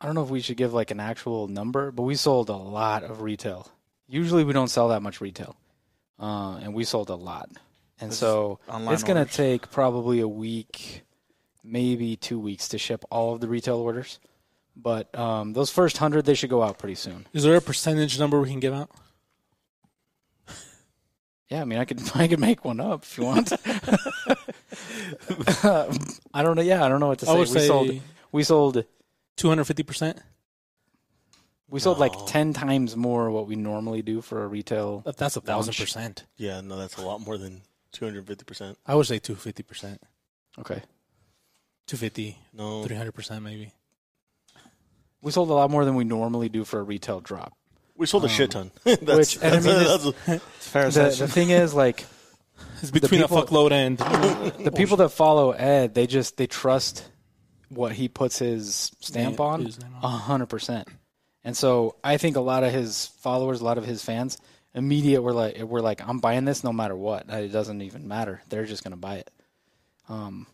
S2: I don't know if we should give like an actual number, but we sold a lot of retail. Usually we don't sell that much retail, uh, and we sold a lot. And
S5: This
S2: so
S5: is online
S2: it's going to
S5: orders.
S2: take probably a week, maybe two weeks to ship all of the retail orders. But um, those first hundred, they should go out pretty soon.
S3: Is there a percentage number we can give out?
S2: Yeah, I mean, I could I could make one up if you want. I don't know. Yeah, I don't know what to say.
S3: I would
S2: we
S3: say
S2: sold. We sold.
S3: 250%,
S2: We sold like 10 times more what we normally do for a retail.
S3: That- that's a thousand
S2: Launch.
S3: percent.
S4: Yeah, no, that's a lot more than two hundred fifty percent.
S3: I would say 250%,
S2: Okay.
S3: 250,
S4: No,
S3: 300% maybe.
S2: We sold a lot more than we normally do for a retail drop.
S4: we sold a shit ton. that's,
S2: Um, which- and I mean, this-
S4: a-
S5: It's fair
S2: The, the
S5: assessment.
S2: thing is, like,
S3: It's between
S2: people-
S3: a fuckload and
S2: the people that follow Ed, they just, they trust what he puts his stamp
S3: Yeah,
S2: on
S3: his name on.
S2: a 100%. And so I think a lot of his followers, a lot of his fans, immediate were like, we're like, I'm buying this no matter what. It doesn't even matter. They're just going to buy it. Um,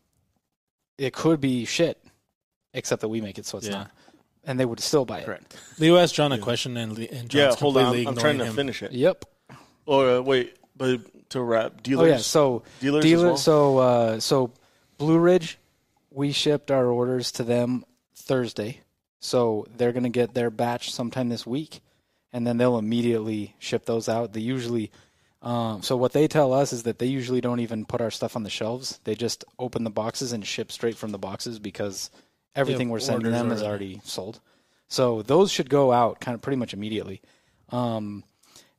S2: it could be shit, except that we make it so it's
S3: Yeah.
S2: not. And they would still buy it.
S5: Correct.
S3: Leo asked John a question and, Le- and
S4: yeah,
S3: John's
S4: hold on,
S3: completely
S4: I'm, I'm
S3: ignoring
S4: trying to
S3: him.
S4: finish it.
S2: Yep.
S4: Or uh, wait, but to wrap,
S2: Oh
S4: dealers.
S2: yeah, so
S4: dealers
S2: dealers.
S4: as well?
S2: So uh, so Blue Ridge, we shipped our orders to them Thursday, so they're gonna get their batch sometime this week, and then they'll immediately ship those out. They usually, um, so what they tell us is that they usually don't even put our stuff on the shelves. They just open the boxes and ship straight from the boxes because everything we're sending
S3: orders
S2: them is
S3: already.
S2: already sold. So those should go out kind of pretty much immediately. Um,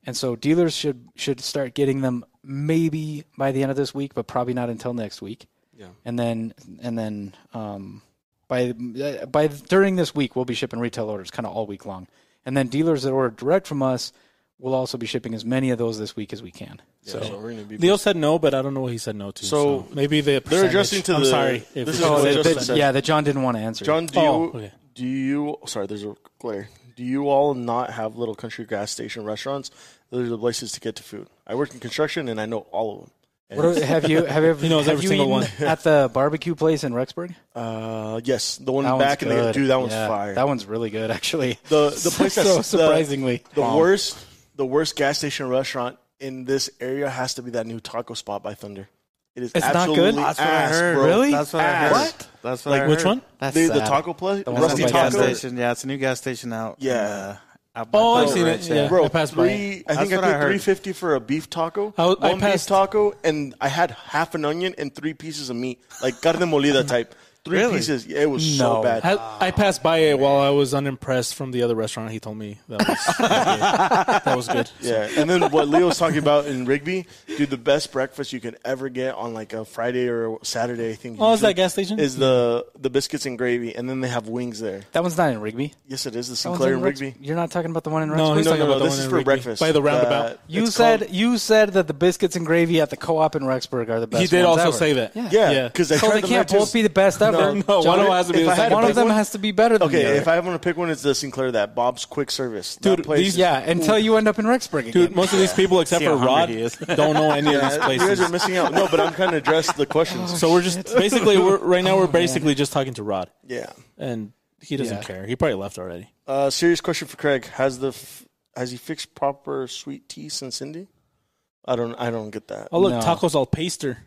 S2: and so dealers should should start getting them maybe by the end of this week, but probably not until next week.
S4: Yeah.
S2: And then and then um, by uh, by during this week we'll be shipping retail orders kind of all week long. And then dealers that order direct from us will also be shipping as many of those this week as we can.
S4: So, we're gonna be.
S3: Leo said no, but I don't know what he said no to. So,
S4: So,
S3: maybe the
S4: they're
S3: percentage.
S4: adjusting to
S3: I'm
S4: the-
S3: sorry. if
S4: this
S3: it's
S4: is
S2: Oh,
S4: what
S3: a
S4: they-
S2: that,
S4: just
S2: that-
S4: said.
S2: yeah, that John didn't want to answer.
S4: John, do
S3: Oh,
S4: you
S3: okay.
S4: do you? Sorry, there's a glare. Do you all not have little country gas station restaurants? Those are the places to get to food. I work in construction and I know all of them. And,
S2: What are- have you have you,
S3: He knows
S2: have
S3: every
S2: you
S3: single
S2: eaten at the barbecue place in Rexburg?
S4: uh, yes, the one
S2: That
S4: back in
S2: one's
S4: the
S2: good.
S4: dude, that one's
S2: Yeah,
S4: fire.
S2: That one's really good, actually.
S4: the the place
S2: so
S4: that's the-
S2: surprisingly
S4: the worst the worst gas station restaurant in this area has to be that new taco spot by Thunder. It is
S2: It's not good?
S4: absolutely
S2: That's
S5: what I
S4: ass,
S5: heard.
S4: bro.
S2: Really?
S5: That's what I
S4: Ass.
S5: heard.
S4: What?
S5: That's what
S4: Like,
S5: I
S3: Which
S5: heard.
S3: one?
S2: That's
S4: The, the
S2: sad.
S4: taco place,
S2: one that's
S4: Rusty
S2: by gas
S4: Taco.
S5: station. Yeah, it's a new gas station out. in,
S4: Yeah.
S5: uh, out by
S3: Oh, I've
S5: Boulder
S3: seen it.
S5: Ridge,
S3: Yeah,
S4: Bro,
S3: I passed by. it.
S4: three. I think
S5: That's
S4: I
S5: what I
S4: paid
S5: heard.
S4: three fifty for a beef taco,
S3: I- I
S4: one
S3: passed-
S4: beef taco, and I had half an onion and three pieces of meat, like carne molida type. Three
S5: Really?
S4: pieces. Yeah, it was
S2: No.
S4: so bad.
S3: I, I passed by it while I was unimpressed from the other restaurant. He told me that was that was good.
S4: Yeah, and then what Leo's talking about in Rigby, dude, the best breakfast you can ever get on like a Friday or Saturday. I think.
S3: Oh, is
S4: usually,
S3: that gas station?
S4: Is the the biscuits and gravy, and then they have wings there.
S2: That one's not in Rigby.
S4: Yes, it is the
S2: That one's
S4: Sinclair
S2: in
S4: and
S2: Rex-
S4: Rigby.
S2: You're not talking about the one in Rex.
S3: No, he's
S4: no,
S3: talking
S4: no,
S3: about the
S4: no, this
S3: one
S4: is
S3: in
S4: for
S3: Rigby.
S4: breakfast.
S3: by the roundabout.
S4: Uh,
S2: You
S4: it's
S2: said
S4: called-
S2: you said that the biscuits and gravy at the co-op in Rexburg are the best.
S3: he did
S2: ones
S3: also
S2: ever.
S3: say that.
S2: Yeah.
S4: yeah,
S3: Yeah.
S4: because
S2: So Oh, they can't both be the best ever.
S3: No, no, one
S2: John.
S3: of them has to be
S4: If
S3: the
S4: I had
S3: second
S4: to
S2: One of
S4: pick
S2: them
S4: one-
S2: has to be better than the
S4: Okay,
S2: other.
S4: if I want to pick one, it's the Sinclair that Bob's Quick Service. That
S3: Dude,
S4: place
S3: these-
S4: is-
S2: yeah, until you end up in Rexburg again.
S3: Dude, most of these people except
S5: See
S3: for
S5: how hungry
S3: Rod
S5: he is.
S3: don't know any of these
S4: Yeah, you guys
S3: places.
S4: are missing out. No, but I'm kind of addressed the questions.
S3: So we're just basically we're right now we're basically just talking to Rod,
S4: yeah.
S3: and he doesn't
S2: Yeah.
S3: care. He probably left already.
S4: Uh, serious question for Craig: Has the f- has he fixed proper sweet tea since Indy? I don't. I don't get that.
S3: Oh look,
S2: No.
S3: tacos al pastor.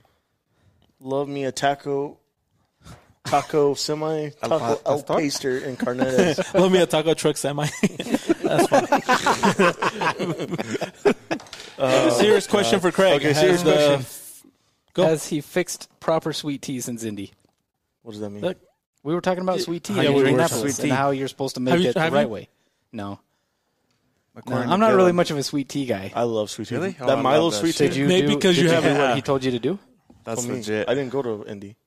S4: Love me a taco, taco semi, taco
S5: pa-
S4: al
S5: pastor?
S4: paster and carnetas.
S3: Love me a taco truck semi. Uh, serious question for Craig.
S4: Okay, serious
S3: Has, uh,
S4: question.
S3: Go.
S2: Has he fixed proper sweet tea since Indy?
S4: What does that mean?
S3: Look,
S2: We were talking about sweet tea
S3: Yeah,
S2: and
S3: we were
S2: Indianapolis
S3: sweet
S2: and
S3: tea.
S2: how you're supposed to make
S3: Have you-
S2: it the
S3: have
S2: right
S3: you-
S2: way. No, No,
S5: according
S2: I'm
S5: to
S2: not really
S5: Dylan.
S2: much of a sweet tea guy.
S4: I love sweet tea.
S5: Really? Oh, I
S4: that
S5: love
S4: Milo
S5: that
S4: sweet tea.
S5: shit.
S2: Did you
S3: Maybe
S2: do,
S3: because
S2: did
S3: you uh,
S2: do
S3: haven't-
S2: what he told you to do?
S5: That's
S4: For me,
S5: legit.
S4: I didn't go to Indy.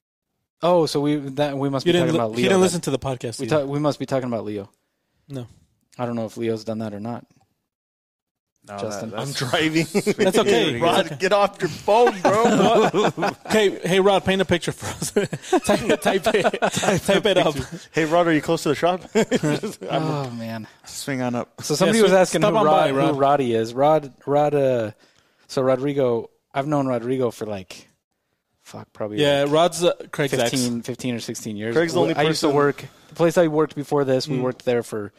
S2: Oh, so we that we must
S3: you
S2: be
S3: didn't.
S2: talking
S3: Li-
S2: about Leo.
S3: he didn't
S2: then.
S3: listen to the podcast.
S2: We
S3: either.
S2: ta- we must be talking about Leo.
S3: No.
S2: I don't know if Leo's done that or not.
S5: No,
S2: Justin.
S5: that's-
S4: I'm driving.
S3: That's okay.
S5: Yeah.
S4: Rod, get off your phone, bro.
S3: Okay, hey Rod, paint a picture for us. type, type it, type it up.
S4: hey, Rod, are you close to the shop?
S2: Oh man.
S5: Swing on up.
S2: So somebody
S3: so
S2: was asking who
S3: stop on by,
S2: Rod,
S3: Rod.
S2: who Roddy is. Rod Rod. Uh, so Rodrigo, I've known Rodrigo for like, fuck, probably
S3: Yeah,
S2: like
S3: Rod's uh, Craig's ex.
S2: 15, 15 or sixteen years.
S4: Craig's the only
S2: I used to
S4: person- Hmm.
S2: work the place I worked before this. We worked there for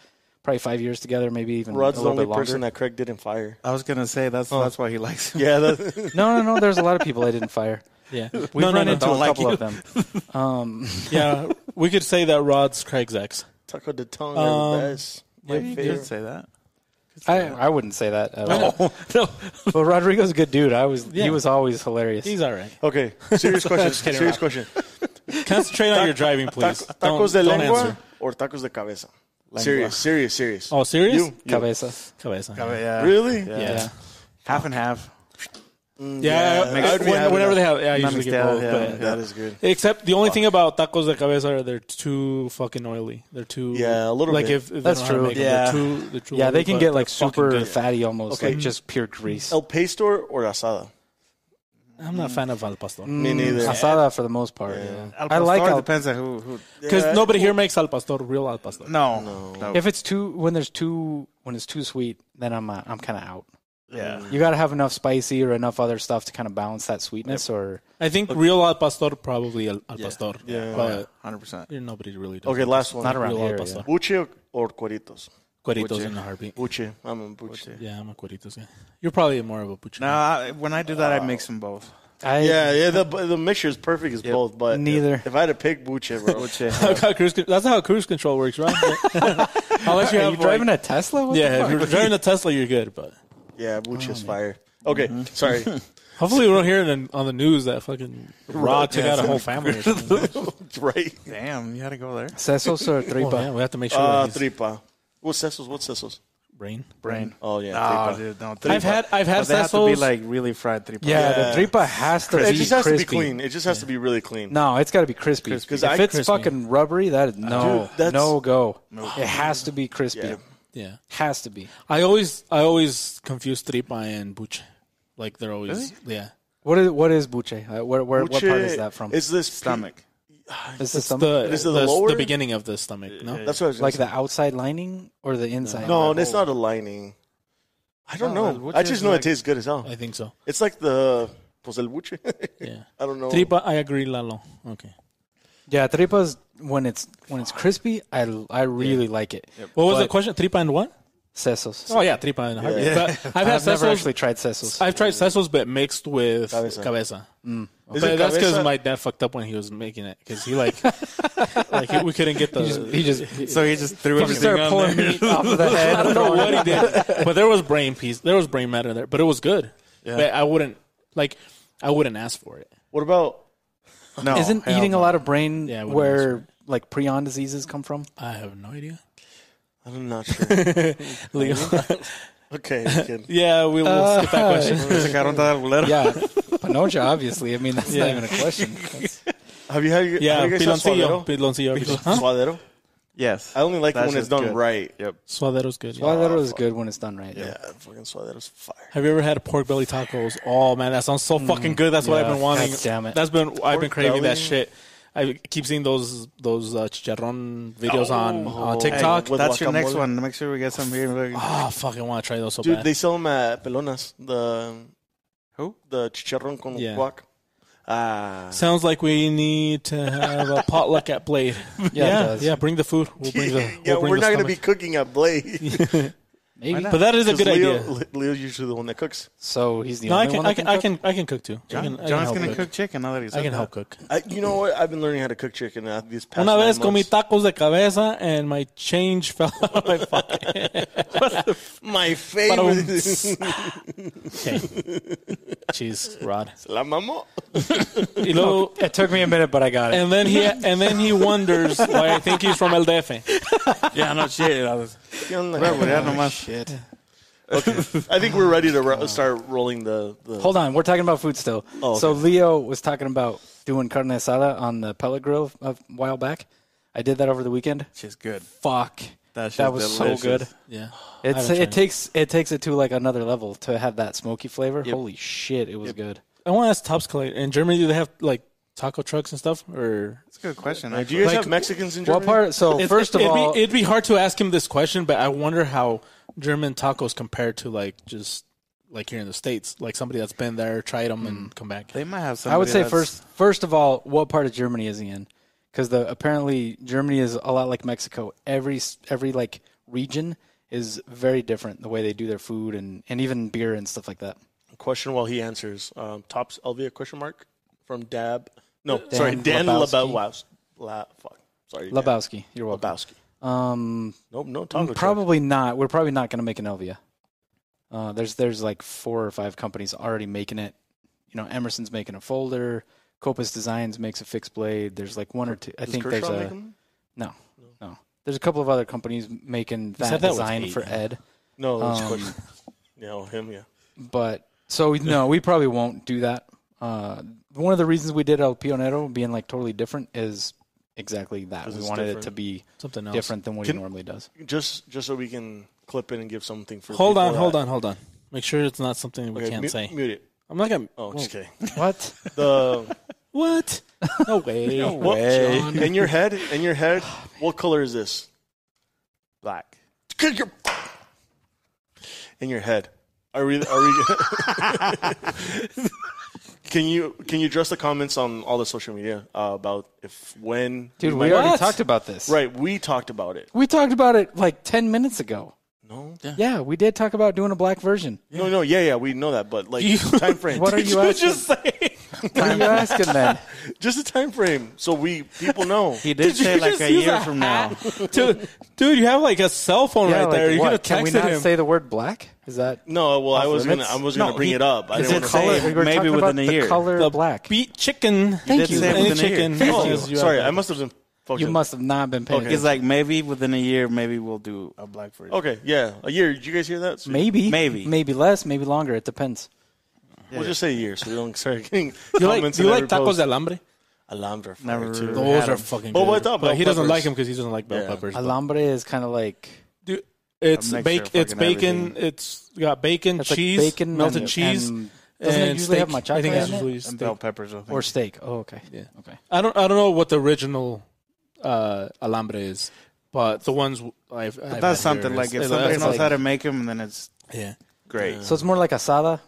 S2: probably five years together, maybe even
S4: Rod's
S2: a
S4: the
S2: little
S4: only
S2: bit longer.
S4: person that Craig didn't fire.
S5: I was gonna say that's that's why he likes him.
S4: Yeah, that,
S2: no, no, no. There's a lot of people I didn't fire.
S3: Yeah,
S2: We've run into a
S5: don't like
S2: couple
S5: you.
S2: of them. Um,
S3: yeah, we could say that Rod's Craig's ex.
S4: taco de tongue are
S3: Um,
S4: the best. My
S5: You did
S4: favorite.
S5: say that.
S2: I I wouldn't say that at all.
S3: No, no,
S2: But Rodrigo's a good dude. I was
S3: Yeah.
S2: he was always hilarious.
S3: he's all right.
S4: Okay, serious question.
S3: Just kidding,
S4: serious
S3: Rod.
S4: question.
S3: Concentrate on your driving, please.
S4: Taco-
S3: Don't-
S4: tacos de
S3: don't
S4: lengua
S3: answer.
S4: or tacos de cabeza? Serious, serious, serious.
S3: Oh, serious?
S4: You, you.
S2: Cabeza.
S3: Cabeza.
S5: Oh, yeah.
S4: Really?
S3: Yeah.
S2: Yeah.
S5: Half and half.
S3: Yeah,
S4: Yeah,
S3: I-
S4: I'd
S3: I-
S4: be
S3: when-
S4: having
S3: whenever
S4: that.
S3: they have, yeah, I
S5: Not
S3: usually get
S5: mixed out,
S3: both.
S5: yeah.
S3: but-
S4: That is good.
S3: Except the only thing about tacos de cabeza are they're too fucking oily. They're too
S4: Yeah, a little
S3: like
S4: bit.
S3: if they
S2: That's
S3: don't know how
S2: true.
S3: to make them. They're
S5: Yeah.
S3: too, they're too
S2: Yeah, they
S3: oily,
S2: can
S3: but
S2: get like
S3: they're fucking
S2: super
S3: good.
S2: fatty almost,
S4: Okay.
S2: like just pure grease.
S4: El pastor or asada?
S3: I'm not a fan of al pastor
S4: Me neither.
S2: I saw that Mm, for the most part. yeah. I like
S5: it
S2: al-
S5: depends on who. who
S3: because
S4: Yeah.
S3: nobody here makes al pastor real al pastor.
S5: no, no,
S2: if it's too when there's too when it's too sweet, then I'm uh, I'm kind of out.
S5: yeah.
S2: You got to have enough spicy or enough other stuff to kind of balance that sweetness. Or
S3: I think real al pastor probably al, al pastor.
S4: Yeah.
S3: but
S5: Hundred percent.
S3: you know, nobody really does.
S4: Okay, last one.
S2: Not around
S3: real al
S2: here,
S3: pastor.
S4: Buche or cueritos?
S3: Cueritos in a heartbeat.
S4: Buche. I'm a buche.
S3: Yeah, I'm a cueritos guy. You're probably more of a puchino.
S5: No, I, when I do that, I mix them both.
S2: I
S4: Yeah, yeah. The the mixture is perfect as both, but
S2: Neither.
S4: If, if I had to pick buche, bro,
S3: That's how cruise con- that's how cruise control works, right? Unless you
S2: Are
S3: have
S2: you driving
S3: like,
S2: a Tesla? What the
S3: yeah, if
S2: fuck?
S3: you're driving a Tesla, you're good. But
S4: yeah, buche
S3: Oh,
S4: is fire. Okay,
S3: Mm-hmm.
S4: sorry.
S3: hopefully, we don't hear it in, on the news that fucking Rod took out a whole family. Or something.
S4: right.
S5: Damn, you had to go there.
S2: Sesos or
S3: Oh,
S2: tripa?
S3: man, we have to make sure. that
S4: Uh,
S3: he's
S4: tripa. What's Cecil's? What's Cecil's?
S3: brain.
S5: Brain.
S4: Oh yeah,
S5: No,
S4: tripa.
S5: dude, no. Tripa.
S3: I've had I've had
S5: But they have to be
S3: Cecil's.
S5: like really fried tripa.
S2: yeah,
S4: Yeah.
S2: the tripa has to
S4: It
S2: be
S4: just has
S2: crispy.
S4: to be clean. It just has to be really clean.
S2: No, it's got to be crispy.
S4: 'Cause
S2: If
S4: I-
S2: it's
S3: crispy.
S2: fucking rubbery, that is no,
S4: Dude, that's-
S2: no go. It has to be crispy.
S4: Yeah.
S3: yeah,
S2: Has to be.
S3: I always I always confuse tripa and buche. Like they're always yeah.
S2: What is what is buche? Uh, where, where, what part is that from?
S4: It's this pe-
S5: stomach.
S2: is this some,
S3: The,
S4: Is it the
S3: the,
S4: lower?
S3: the beginning of the stomach. No,
S4: That's what I was
S2: like
S4: gonna
S2: the outside lining or the inside?
S4: say. No, and it's not a lining. I don't
S5: No,
S4: know.
S5: buche
S4: I just
S5: is
S4: know
S5: like-
S4: Oh. it tastes good as hell.
S3: I think so.
S4: It's like the pues el buche.
S3: Yeah,
S4: I don't know.
S3: tripa. I agree, Lalo. Okay.
S2: Yeah, tripa's when it's when it's crispy. I I really like it.
S3: What was the
S2: But-
S3: question? Tripa and what?
S2: Sesos.
S3: Oh yeah, tripa and heartbeat.
S4: Yeah.
S3: But I've had
S2: I've never
S3: sesos-
S2: actually tried sesos.
S3: I've tried sesos, but mixed with
S4: Cabeza. Mm.
S3: cabeza.
S4: Is
S3: But
S4: it
S3: that's because
S4: cabeza?
S3: my dad fucked up when he was making it because he like, like he- we couldn't get the.
S2: he just, he just
S5: So he just threw
S2: He just
S5: everything
S2: started
S5: on
S2: pulling
S5: there.
S2: meat off of the head.
S3: I don't know what he did, but there was brain piece. There was brain matter there, but it was good. But I wouldn't like. I wouldn't ask for it.
S4: What about
S5: No,
S2: Isn't
S5: hell
S2: eating
S5: no.
S2: a lot of brain
S3: Oh, Yeah, I wouldn't
S2: where like prion diseases come from?
S3: I have no idea.
S4: I'm not sure.
S3: Leo.
S4: okay, we can-
S3: yeah, we, will skip that question.
S5: Sacaron toda la bolera.
S2: Yeah, Panocha, obviously. I mean, that's not
S3: Yeah.
S2: even a question. That's-
S4: have you had? have
S3: Yeah,
S4: you guys had
S3: piloncillo.
S4: suadero?
S3: Piloncillo. Huh?
S4: Suadero?
S5: Yes.
S4: I only like it
S5: That's
S4: when it's
S5: just
S4: done
S5: good.
S4: right.
S5: Yep.
S3: Suadero's good.
S2: Well, that was
S4: fuck.
S2: good when it's done right.
S4: Yeah, fucking suadero's fire.
S3: Have you ever had pork belly tacos? Oh man, that sounds so fucking good. That's what I've
S2: yeah.
S3: been wanting.
S2: God damn it.
S3: That's been I've been craving
S4: belly?
S3: that shit. I keep seeing those those uh, chicharron videos on on TikTok.
S4: With
S5: That's your
S4: guacamole.
S5: next one. Make sure we get some here.
S3: Ah, fuck! I want to try those so
S4: Dude,
S3: bad.
S4: they sell them at Pelonas. The
S5: Who?
S4: The chicharrón con
S3: Yeah.
S4: guac. Ah,
S3: Sounds like we need to have a potluck at Blade. Yeah,
S2: Yeah, it
S3: yeah,
S2: does.
S3: bring the food. We'll bring the.
S4: yeah,
S3: we'll bring
S4: we're
S3: the
S4: not gonna be
S3: stomach.
S4: cooking at Blade.
S2: Maybe.
S3: But that is a good
S4: Leo,
S3: idea.
S4: Le- Leo's usually the one that cooks.
S2: So he's the
S3: No, I
S2: only
S3: can,
S2: one.
S3: I
S2: that
S3: can,
S2: cook?
S3: I can, I can cook too. I can, I
S5: John,
S3: can
S5: John's
S3: help
S5: gonna
S3: cook.
S5: cook chicken. Now that he's
S3: I can help cook.
S4: I, you know what? I've been learning how to cook chicken uh, these past.
S3: Una
S4: nine
S3: vez comí
S4: months.
S3: tacos de cabeza and my change fell out of my pocket.
S4: my
S3: Ba-dum.
S4: favorite.
S3: Cheese, Rod.
S4: La mamá.
S3: Y luego,
S2: It took me a minute, but I got it.
S3: and then he and then he wonders why I think he's from El DF.
S5: Yeah, no shit. I was-
S4: I
S2: Shit.
S4: think we're ready to ro- start rolling the. the
S2: Hold on, we're talking about food still.
S4: Oh,
S2: So
S4: okay.
S2: Leo was talking about doing carne asada on the pellet grill a while back. I did that over the weekend.
S5: She's good.
S2: Fuck,
S5: That, shit's
S2: that was
S5: delicious.
S2: so good.
S3: Yeah.
S2: It's
S3: haven't tried
S2: it
S3: it.
S2: takes it takes it to like another level to have that smoky flavor. Holy shit, it was good.
S3: I want to ask Tops Collector. In Germany, do they have like taco trucks and stuff? Or
S5: That's a good question.
S4: Uh, do
S5: actually.
S4: you guys
S2: Like,
S4: have Mexicans in Germany?
S2: What part? So
S3: It-
S2: first of
S3: it'd
S2: all,
S3: be, it'd be hard to ask him this question, but I wonder how German tacos compare to like just like here in the states, like somebody that's been there, tried them, and come back.
S5: They might have some.
S2: I would say first first of all, what part of Germany is he in? Because the apparently Germany is a lot like Mexico. Every s- every like region is very different the way they do their food and and even beer and stuff like that.
S4: Question while he answers. Um, tops Elvia question mark from Dab. No, sorry, Dan
S2: Lebowski.
S4: Lebowski. La, fuck. Sorry, Dan.
S2: Lebowski, you're welcome.
S4: Lebowski.
S2: Um,
S4: Nope, no taco. truck.
S2: probably not. We're probably not going to make an Elvia. Uh, there's there's like four or five companies already making it. You know, Emerson's making a folder. Copus Designs makes a fixed blade. There's like one or two. I
S4: Does
S2: think
S4: Kershaw
S2: there's
S4: make
S2: a
S4: 'em?
S2: no, no. There's a couple of other companies making
S3: said
S2: that,
S3: that was
S2: design
S3: eight.
S2: for Ed.
S4: No, that's
S2: Um,
S4: question. No, him. Yeah.
S2: But so no, we probably won't do that. Uh, one of the reasons we did El Pionero being like totally different is exactly that.
S4: 'Cause
S2: We
S4: it's
S2: wanted
S4: different.
S2: it to be
S3: Something else.
S2: different than what
S4: Can-
S2: he normally does.
S4: Just just so we can clip it and give something for.
S3: Hold
S4: people
S3: on,
S4: that-
S3: hold on, hold on. Make sure it's not something we
S4: Okay,
S3: can't
S4: mute,
S3: say.
S4: Mute it.
S3: I'm not gonna.
S4: Oh, just kidding.
S2: What?
S4: The
S3: What? No way.
S4: what, in your head, in your head, what color is this?
S5: black.
S4: Kick your- In your head, are we? Are we? can you can you address the comments on all the social media uh, about if when
S2: Dude,
S4: might-
S2: we already
S3: What?
S2: talked about this.
S4: right? We talked about it.
S2: We talked about it like 10 minutes ago.
S4: No,
S2: Yeah, we did talk about doing a black version.
S4: no, no. Yeah, yeah, we know that, but like
S3: You-
S4: time frame.
S2: What are you asking?
S3: Just say.
S2: What are you asking then?
S4: Just a time frame, so we people know.
S5: He did, say like a year from now.
S3: dude, dude, you have like a cell phone
S2: Yeah,
S3: right
S2: like,
S3: there. You're
S2: what?
S3: gonna
S2: Can we
S3: text it
S2: not
S3: him.
S2: say the word black? Is that
S4: No, well, I was
S2: limits?
S4: gonna, I was gonna
S5: No,
S4: bring
S5: he-
S4: it up. I
S5: it's
S4: didn't want to
S5: a color-
S4: say.
S5: we were Maybe talking within about a the year.
S2: color
S5: color
S2: black.
S3: Beat chicken.
S2: Thank you.
S5: Say it
S3: Any
S5: within a year.
S3: chicken.
S5: Thank
S4: Oh,
S3: Yes, you
S4: sorry,
S3: have-
S4: I must have been. fucked
S2: You
S4: up.
S2: must have not been paying
S4: Okay.
S5: He's
S2: attention.
S5: like maybe within a year, maybe we'll do a black version.
S4: Okay, yeah, a year. Did you guys hear that? So
S2: Maybe.
S5: Maybe.
S2: Maybe less, maybe longer. It depends.
S4: We'll just say a year, so we don't start getting
S3: You like,
S4: comments.
S3: you
S4: in
S3: like
S4: every
S3: tacos
S4: post.
S3: de alambre?
S4: Alambre fire,
S5: Never-
S4: too.
S5: Those
S3: Those
S5: had
S3: are
S5: are 'em.
S3: fucking
S4: Well,
S3: good.
S4: good. what about
S3: but he
S4: bell
S3: doesn't
S4: peppers?
S3: like them because he doesn't like bell
S4: Yeah.
S3: peppers. but-
S2: Alambre is kind of like
S3: Dude, it's
S5: A mixture
S3: bake.
S5: of
S3: It's
S5: fucking
S3: bacon.
S5: everything.
S3: It's got bacon,
S2: that's like
S3: cheese,
S2: bacon,
S3: melted
S2: and-
S3: cheese,
S2: and doesn't it
S3: and
S2: usually have
S3: steak.
S2: much
S3: I think
S2: chocolate
S3: that's
S2: in it?
S3: usually
S5: And
S3: steak.
S5: bell peppers, I think.
S2: or steak. Oh, okay.
S3: Yeah.
S2: Okay.
S3: I don't. I don't know what the original uh, alambre is, but the ones I've. I've had
S5: That's
S3: here
S5: something
S3: is-
S5: like if
S3: it's
S5: somebody knows
S3: like-
S5: how to make them, then it's
S3: Yeah,
S5: great.
S2: So it's more like asada.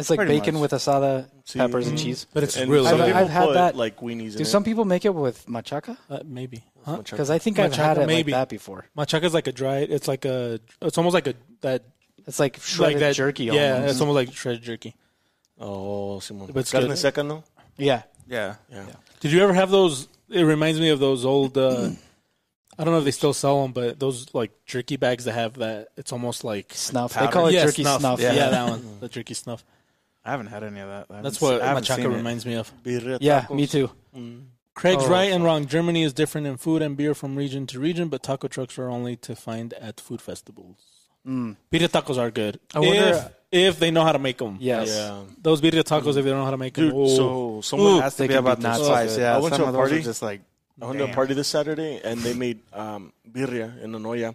S2: It's like
S5: Pretty
S2: bacon
S5: much.
S2: with asada,
S4: See,
S5: Mm-hmm.
S2: peppers, and
S4: mhm.
S2: cheese.
S3: but it's
S4: And
S3: really
S4: some
S2: I've-
S3: good.
S4: people
S2: I've had
S4: put,
S2: that-
S4: like weenies in
S2: Do
S4: it.
S2: some people make it with machaca?
S3: Uh, maybe
S4: Machaca.
S2: Because I think I've
S3: Machaca,
S2: had it
S3: maybe.
S2: like that before.
S3: Machaca's like a dry. It's like a. It's almost like a that
S2: It's like
S3: like
S2: shredded
S3: that
S2: jerky.
S3: Yeah,
S2: almost.
S3: it's almost like shredded jerky.
S4: Oh, Simon.
S3: But it's
S4: Carne
S3: good.
S4: seca, no?
S2: yeah.
S5: Yeah.
S4: Yeah.
S3: Did you ever have those? It reminds me of those old. Uh, I don't know if they still sell them, but those like jerky bags that have that. It's almost like
S2: Snuff. They
S5: Powder.
S2: call it
S3: Yeah,
S2: jerky snuff.
S3: Yeah.
S2: Yeah.
S3: that one, the jerky snuff.
S5: I haven't had any of that. I haven't
S3: That's
S5: se-
S3: what
S5: I haven't
S3: machaca
S5: seen it.
S3: reminds me of.
S4: Birria
S2: Yeah,
S4: tacos.
S2: me too.
S3: Craig's
S2: Oh,
S3: right and wrong. Germany is different in food and beer from region to region, but taco trucks are only to find at food festivals.
S2: Mm.
S3: Birria tacos are good.
S2: I wonder-
S3: if, if they know how to make them.
S2: Yes.
S4: Yeah.
S3: Those birria tacos, if they don't know how to make Oh. them.
S4: Dude, so someone Oh,
S5: It has to
S2: They
S5: be
S2: can be
S5: about the
S2: nuts.
S5: spice. Yeah,
S4: I went
S5: some
S4: to a
S5: of those are
S4: party.
S5: just like
S4: I went to a
S5: Damn.
S4: party this Saturday and they made um, birria in Anoya.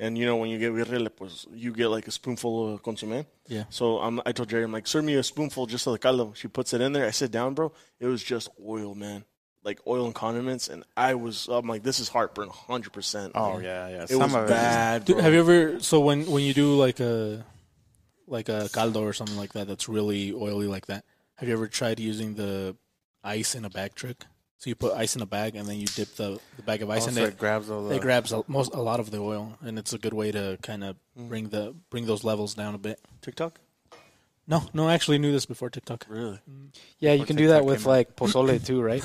S4: And you know, when you get birria, like, pues, you get like a spoonful of consomme.
S3: Yeah.
S4: So I'm, I told Jerry, I'm like, serve me a spoonful just of the caldo. She puts it in there. I sit down, bro. It was just oil, man. Like oil and condiments. And I was, I'm like, this is heartburn 100%.
S5: oh
S4: Like,
S5: yeah, yeah.
S4: It
S5: Some
S4: was
S5: of
S4: bad.
S3: Dude,
S4: bro.
S3: have you ever? So when when you do like a like a caldo or something like that, that's really oily like that. Have you ever tried using the ice in a bag trick? So you put ice in a bag and then you dip the, the bag of
S5: it.
S3: ice in
S5: Also,
S3: it.
S5: Oh, it grabs all the.
S3: It grabs a, most a lot of the oil, and it's a good way to kind of
S5: Mm.
S3: bring the bring those levels down a bit.
S4: TikTok?
S3: No, no, I actually knew this before TikTok.
S4: Really?
S2: Yeah, you can do
S5: TikTok
S2: that with
S5: came out.
S2: like pozole too, right?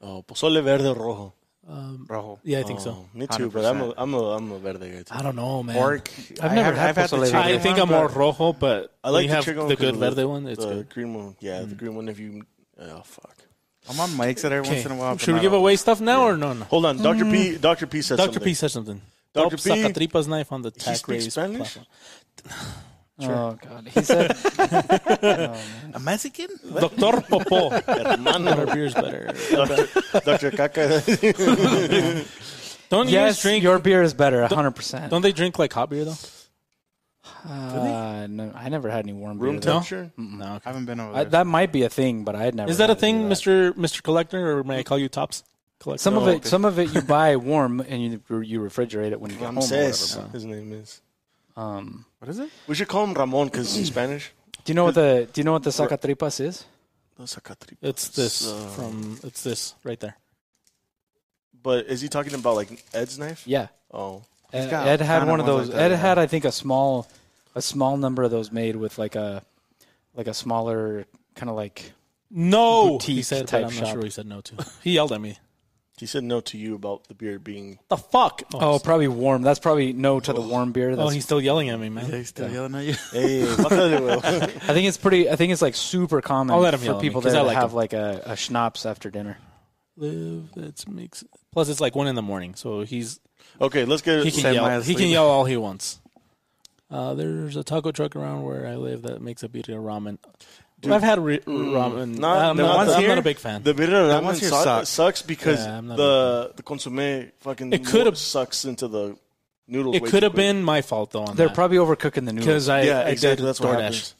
S4: Oh, pozole verde rojo.
S3: Um,
S5: Rojo.
S3: yeah, I think so.
S4: Oh, Me too, but I'm a,
S5: 100%.
S4: I'm a, I'm a verde guy too.
S3: I don't know, man.
S5: Pork.
S2: I've
S5: I
S2: never
S5: have-
S2: had
S5: I've had the
S2: pozole.
S5: chicken
S3: I think I'm
S5: one,
S3: more
S5: but
S3: rojo, but
S4: I like
S3: when you
S4: the
S3: have
S4: chicken
S3: the
S4: one 'cause
S3: good
S4: of the-
S3: verde one. It's
S4: the
S3: good. Mm.
S4: green one. Yeah, the green one if you. Oh, fuck.
S5: I'm on mics at every once in a while. but
S3: Should we
S5: not
S3: give
S5: always.
S3: away stuff now or no? No.
S4: Hold on. Dr. P Dr. P said
S3: Doctor
S4: something.
S3: P said something.
S4: Dr.
S3: Top
S4: P-
S3: Sacatripa's knife on the
S4: He
S3: tack
S4: speaks
S3: race
S4: Spanish?
S3: platform.
S2: Oh god. He said
S5: a Mexican?
S3: Doctor Popo.
S4: Hermano.
S3: Our beer's better.
S4: Dr. Dr. Caca.
S3: Don't you guys
S2: Yes,
S3: drink?
S2: your beer is better, hundred percent.
S3: Don't they drink like hot beer though?
S2: Uh, no, I never had any warm beer.
S4: Room
S2: though.
S4: temperature?
S3: No.
S5: I haven't been over
S2: I,
S5: there.
S2: that might be a thing, but I had never.
S3: Is that a
S2: had any
S3: thing,
S2: of
S3: Mister Oh, Mister Collector, or may I call you Tops Collector?
S2: Some of
S3: No.
S2: it, some of it, you buy warm and you you refrigerate it when you get home. Or
S4: Ramses.
S2: whatever.
S4: His name is.
S2: but, Um,
S5: what is it?
S4: We should call him Ramon because he's Spanish.
S2: do you know what the do you know what the sacatripas is?
S4: No, Sacatripas.
S3: It's this
S4: Uh,
S3: from. It's this right there.
S4: But is he talking about like Ed's knife?
S2: Yeah,
S4: Oh.
S5: He's
S2: Ed,
S5: got
S2: Ed had
S5: kinda
S2: one of
S5: ones
S2: those.
S5: like that,
S2: Ed
S5: yeah.
S2: had, I think, a small a small number of those made with like a like a smaller kind of like
S3: No, he
S2: Boutique
S3: said. But
S2: type
S3: I'm not
S2: shop.
S3: sure he said no to. He yelled at me.
S4: He said no to you about the beer being.
S3: The fuck?
S2: oh, probably warm. That's probably no to the warm beer.
S3: oh,
S2: That's,
S3: he's still yelling at me, man.
S5: They still yelling at you?
S4: Hey, bájale, güey.
S2: I think it's pretty. I think it's like super common
S3: I'll let him yell
S2: for
S3: at me,
S2: people
S3: 'cause
S2: that
S3: I like
S2: have
S3: him.
S2: like a, a schnapps after dinner.
S3: Live. That's makes. Plus, it's like one in the morning, so he's
S4: okay, let's get
S3: he can
S5: Send
S3: yell.
S5: Miles
S3: He can
S5: Lee.
S3: yell all he wants. Uh, there's a taco truck around where I live that makes a birria ramen. I've had re- ramen.
S4: No,
S3: I'm,
S4: Mm, the
S3: not,
S4: ones
S3: I'm
S5: here-
S3: not a big fan.
S4: The bitter
S5: That
S4: ramen
S5: one's here
S4: su-
S5: sucks.
S4: sucks because
S3: Yeah, I'm not
S4: the the consomme fucking
S3: It could've-
S4: sucks into the noodles.
S3: it
S4: way
S3: could
S4: too
S3: have
S4: quick.
S3: been my fault though. On
S2: They're
S3: that.
S2: probably overcooking the noodles.
S3: because I
S4: yeah,
S3: I did
S4: exactly. That's what
S3: DoorDash.
S4: happens.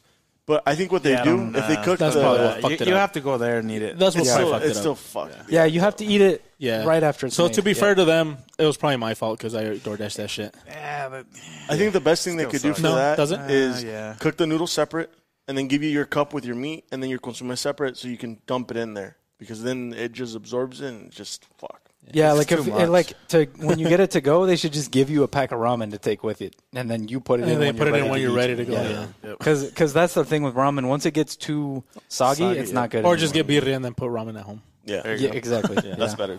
S4: But I think what they
S5: Yeah, I
S4: do
S5: don't
S4: if they
S5: know.
S4: cook
S3: That's
S4: the
S3: probably what
S5: Uh,
S3: fucked
S5: you
S3: it
S5: you
S3: up.
S5: have to go there and eat it.
S3: That's what
S4: it's
S3: probably
S4: still
S3: fucked it
S4: it's
S3: up.
S4: still fucked.
S2: Yeah, you have to eat it
S3: Yeah.
S2: right after it's
S3: So
S2: made.
S3: to be
S2: Yeah.
S3: fair to them, it was probably my fault because I DoorDash that shit.
S5: Yeah, but
S4: I think the best thing they
S5: Still
S4: could do
S5: sucks.
S4: for
S3: No,
S4: that is
S3: doesn't?
S2: Uh,
S5: Ah, yeah.
S4: cook the noodles separate and then give you your cup with your meat and then your consomme separate so you can dump it in there because then it just absorbs it and it's just fuck.
S2: yeah,
S5: It's
S2: like
S5: too
S2: if
S5: much.
S2: it, like to when you get it to go, they should just give you a pack of ramen to take with it, and then you put it in.
S3: And they
S2: when you're
S3: put it in
S2: ready
S3: when
S2: to
S3: you're
S2: eat.
S3: ready to go.
S4: Yeah.
S3: yeah.
S2: Because that's the thing with ramen. Once it gets too soggy,
S5: Soggy,
S2: it's
S5: yeah.
S2: not good.
S3: Or just
S2: anymore.
S3: get birria and then put ramen at home.
S4: Yeah,
S5: There you
S2: yeah, exactly. yeah.
S4: that's better.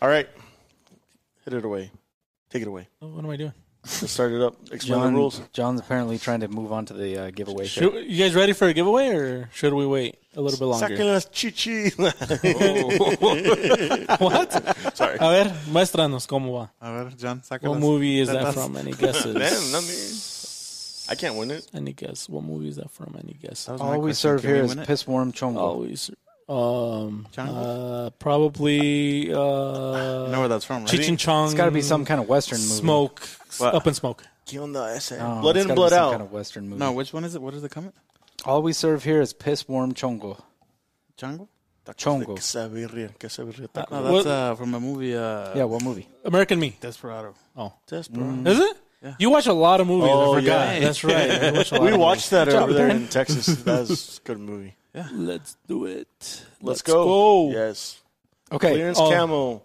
S4: All right, hit it away. Take it away.
S3: Oh, What am I doing?
S4: Let's start it up. Explain
S2: John,
S4: the rules.
S2: John's apparently trying to move on to the uh, giveaway. here.
S3: Should, you guys ready for a giveaway or should we wait a little bit longer?
S4: Saquen las chichi.
S3: what?
S4: Sorry.
S3: A ver, muéstranos cómo va.
S5: A ver, John, saca
S3: What
S5: las-
S3: movie is that
S5: las-
S3: from? Any guesses?
S4: Man, let me. I can't win it.
S3: Any guess? What movie is that from? Any guess?
S5: That was Oh my
S2: All we
S5: question.
S2: serve
S5: Can
S2: here
S5: we
S2: is
S5: win it?
S2: piss warm chongo.
S3: Always. Um,
S5: Jungle?
S3: uh, probably uh,
S5: You know where that's from, right?
S3: Cheech and Chong.
S2: It's got to be some kind of Western movie.
S3: smoke. S-
S5: What?
S3: Up in smoke.
S4: ¿Qué onda ese?
S2: No,
S4: blood
S2: Oh, it's
S4: in,
S2: gotta be
S4: blood
S2: some
S4: out.
S2: Kind of Western movie.
S5: No, which one is it? What is the comment?
S2: all we serve here is piss warm chongo.
S5: Jungle?
S2: Chongo.
S4: Quesabirria. Quesabirria taco.
S5: No,
S3: Uh,
S5: that's
S3: what-
S5: uh, from a movie. Uh,
S2: Yeah, what movie?
S3: American Me.
S5: Desperado.
S3: Oh,
S4: That's bro.
S3: is it?
S5: Yeah.
S3: You watch a lot of movies.
S4: Oh,
S3: I forgot.
S5: yeah.
S3: That's right. You watch a lot
S4: We
S3: of
S4: watched that
S2: job,
S4: over there
S2: Ben.
S4: in Texas. That's a good movie.
S3: movies. Let's do it.
S4: Let's, go.
S3: go.
S4: Yes.
S2: Okay.
S4: Clearance
S3: oh.
S4: Camo.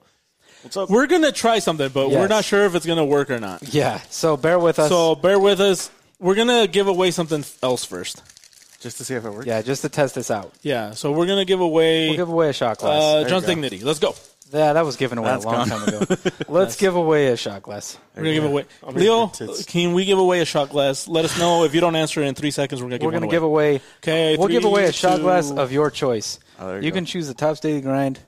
S4: What's up?
S3: We're gonna try something, but we're
S2: Yes.
S3: not sure if it's gonna work or not.
S2: Yeah. So bear with us.
S3: So bear with us. We're gonna give away something else first.
S5: just to see if it works.
S2: yeah, just to test this out.
S3: Yeah. So we're gonna give away
S2: We'll give away a shot glass.
S3: uh, John's
S5: go.
S3: dignity. Let's go.
S2: yeah, that was given away a
S5: that's
S2: long time ago. Let's give away a shot glass.
S3: We're gonna give away.
S4: I'm ready
S3: Leo,
S4: for tits.
S3: can we give away a shot glass? Let us know if you don't answer in three seconds. We're gonna give.
S2: We're
S3: one
S2: gonna
S3: away.
S2: give away.
S3: Okay,
S2: we'll give
S3: three,
S2: away a shot
S3: two-
S2: glass of your choice.
S5: Oh, there you
S2: you
S5: go.
S2: can choose the Topps Daily Grind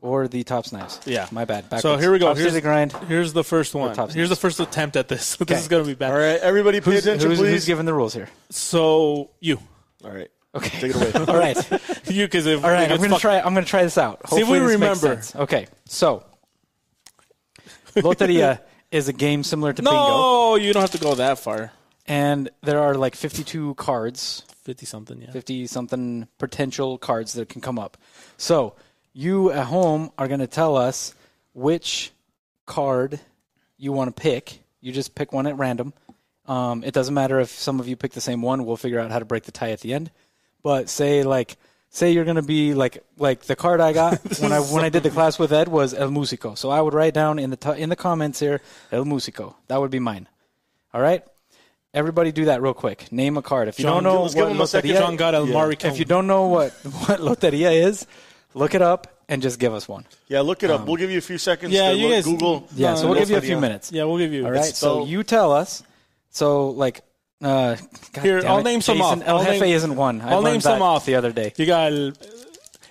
S2: or the Topps Knives.
S3: Yeah.
S2: my bad.
S3: So
S2: backwards.
S3: here we go.
S2: Topps
S3: Here's
S2: Daily Grind.
S3: Here's the first one.
S2: tops.
S3: Here's the first attempt at this.
S2: Okay.
S3: This is gonna be bad.
S4: All right, everybody, pay
S2: Who's,
S4: attention,
S2: who's,
S4: please.
S2: who's giving the rules here?
S3: So you,
S4: All right,
S2: Okay.
S4: take it away.
S2: All right.
S3: you, because if
S2: All right. I'm
S3: if it's
S2: gonna
S3: fuck-
S2: try. I'm gonna try this out.
S3: See if we
S2: Hopefully this makes
S3: remember.
S2: sense. Okay. So, Loteria is a game similar to Bingo,
S3: No, you don't have to go that far.
S2: and there are like 52 cards.
S3: Fifty something. Yeah.
S2: 50 something potential cards that can come up. So, you at home are going to tell us which card you want to pick. You just pick one at random. Um, it doesn't matter if some of you pick the same one. We'll figure out how to break the tie at the end. But say like say you're going to be like like the card I got when I when I did the class with Ed was El Musico. So I would write down in the t- in the comments here El Musico. That would be mine. All right? Everybody do that real quick. Name a card. If you
S3: John,
S2: don't know
S4: let's
S2: what
S4: give him a second.
S2: Loteria-
S3: John got a Mari
S2: if you don't know what what loteria is, look it up and just give us one.
S4: Yeah, look it up. we'll give you a few seconds.
S3: yeah,
S4: to
S3: you
S4: look-
S3: guys-
S4: Google.
S2: Yeah,
S3: No,
S2: so we'll
S3: no,
S2: give you a
S4: loteria.
S2: few minutes.
S3: Yeah, we'll give you.
S2: All right.
S4: It's
S2: So
S4: spelled-
S2: you tell us. So like uh God
S3: Here,
S2: damn
S3: I'll
S2: it,
S3: name some
S2: Jason,
S3: off.
S2: El
S3: I'll
S2: Jefe
S3: name-
S2: isn't one. I
S3: I'll
S2: learned
S3: name some
S2: that
S3: off.
S2: the other day.
S3: You got.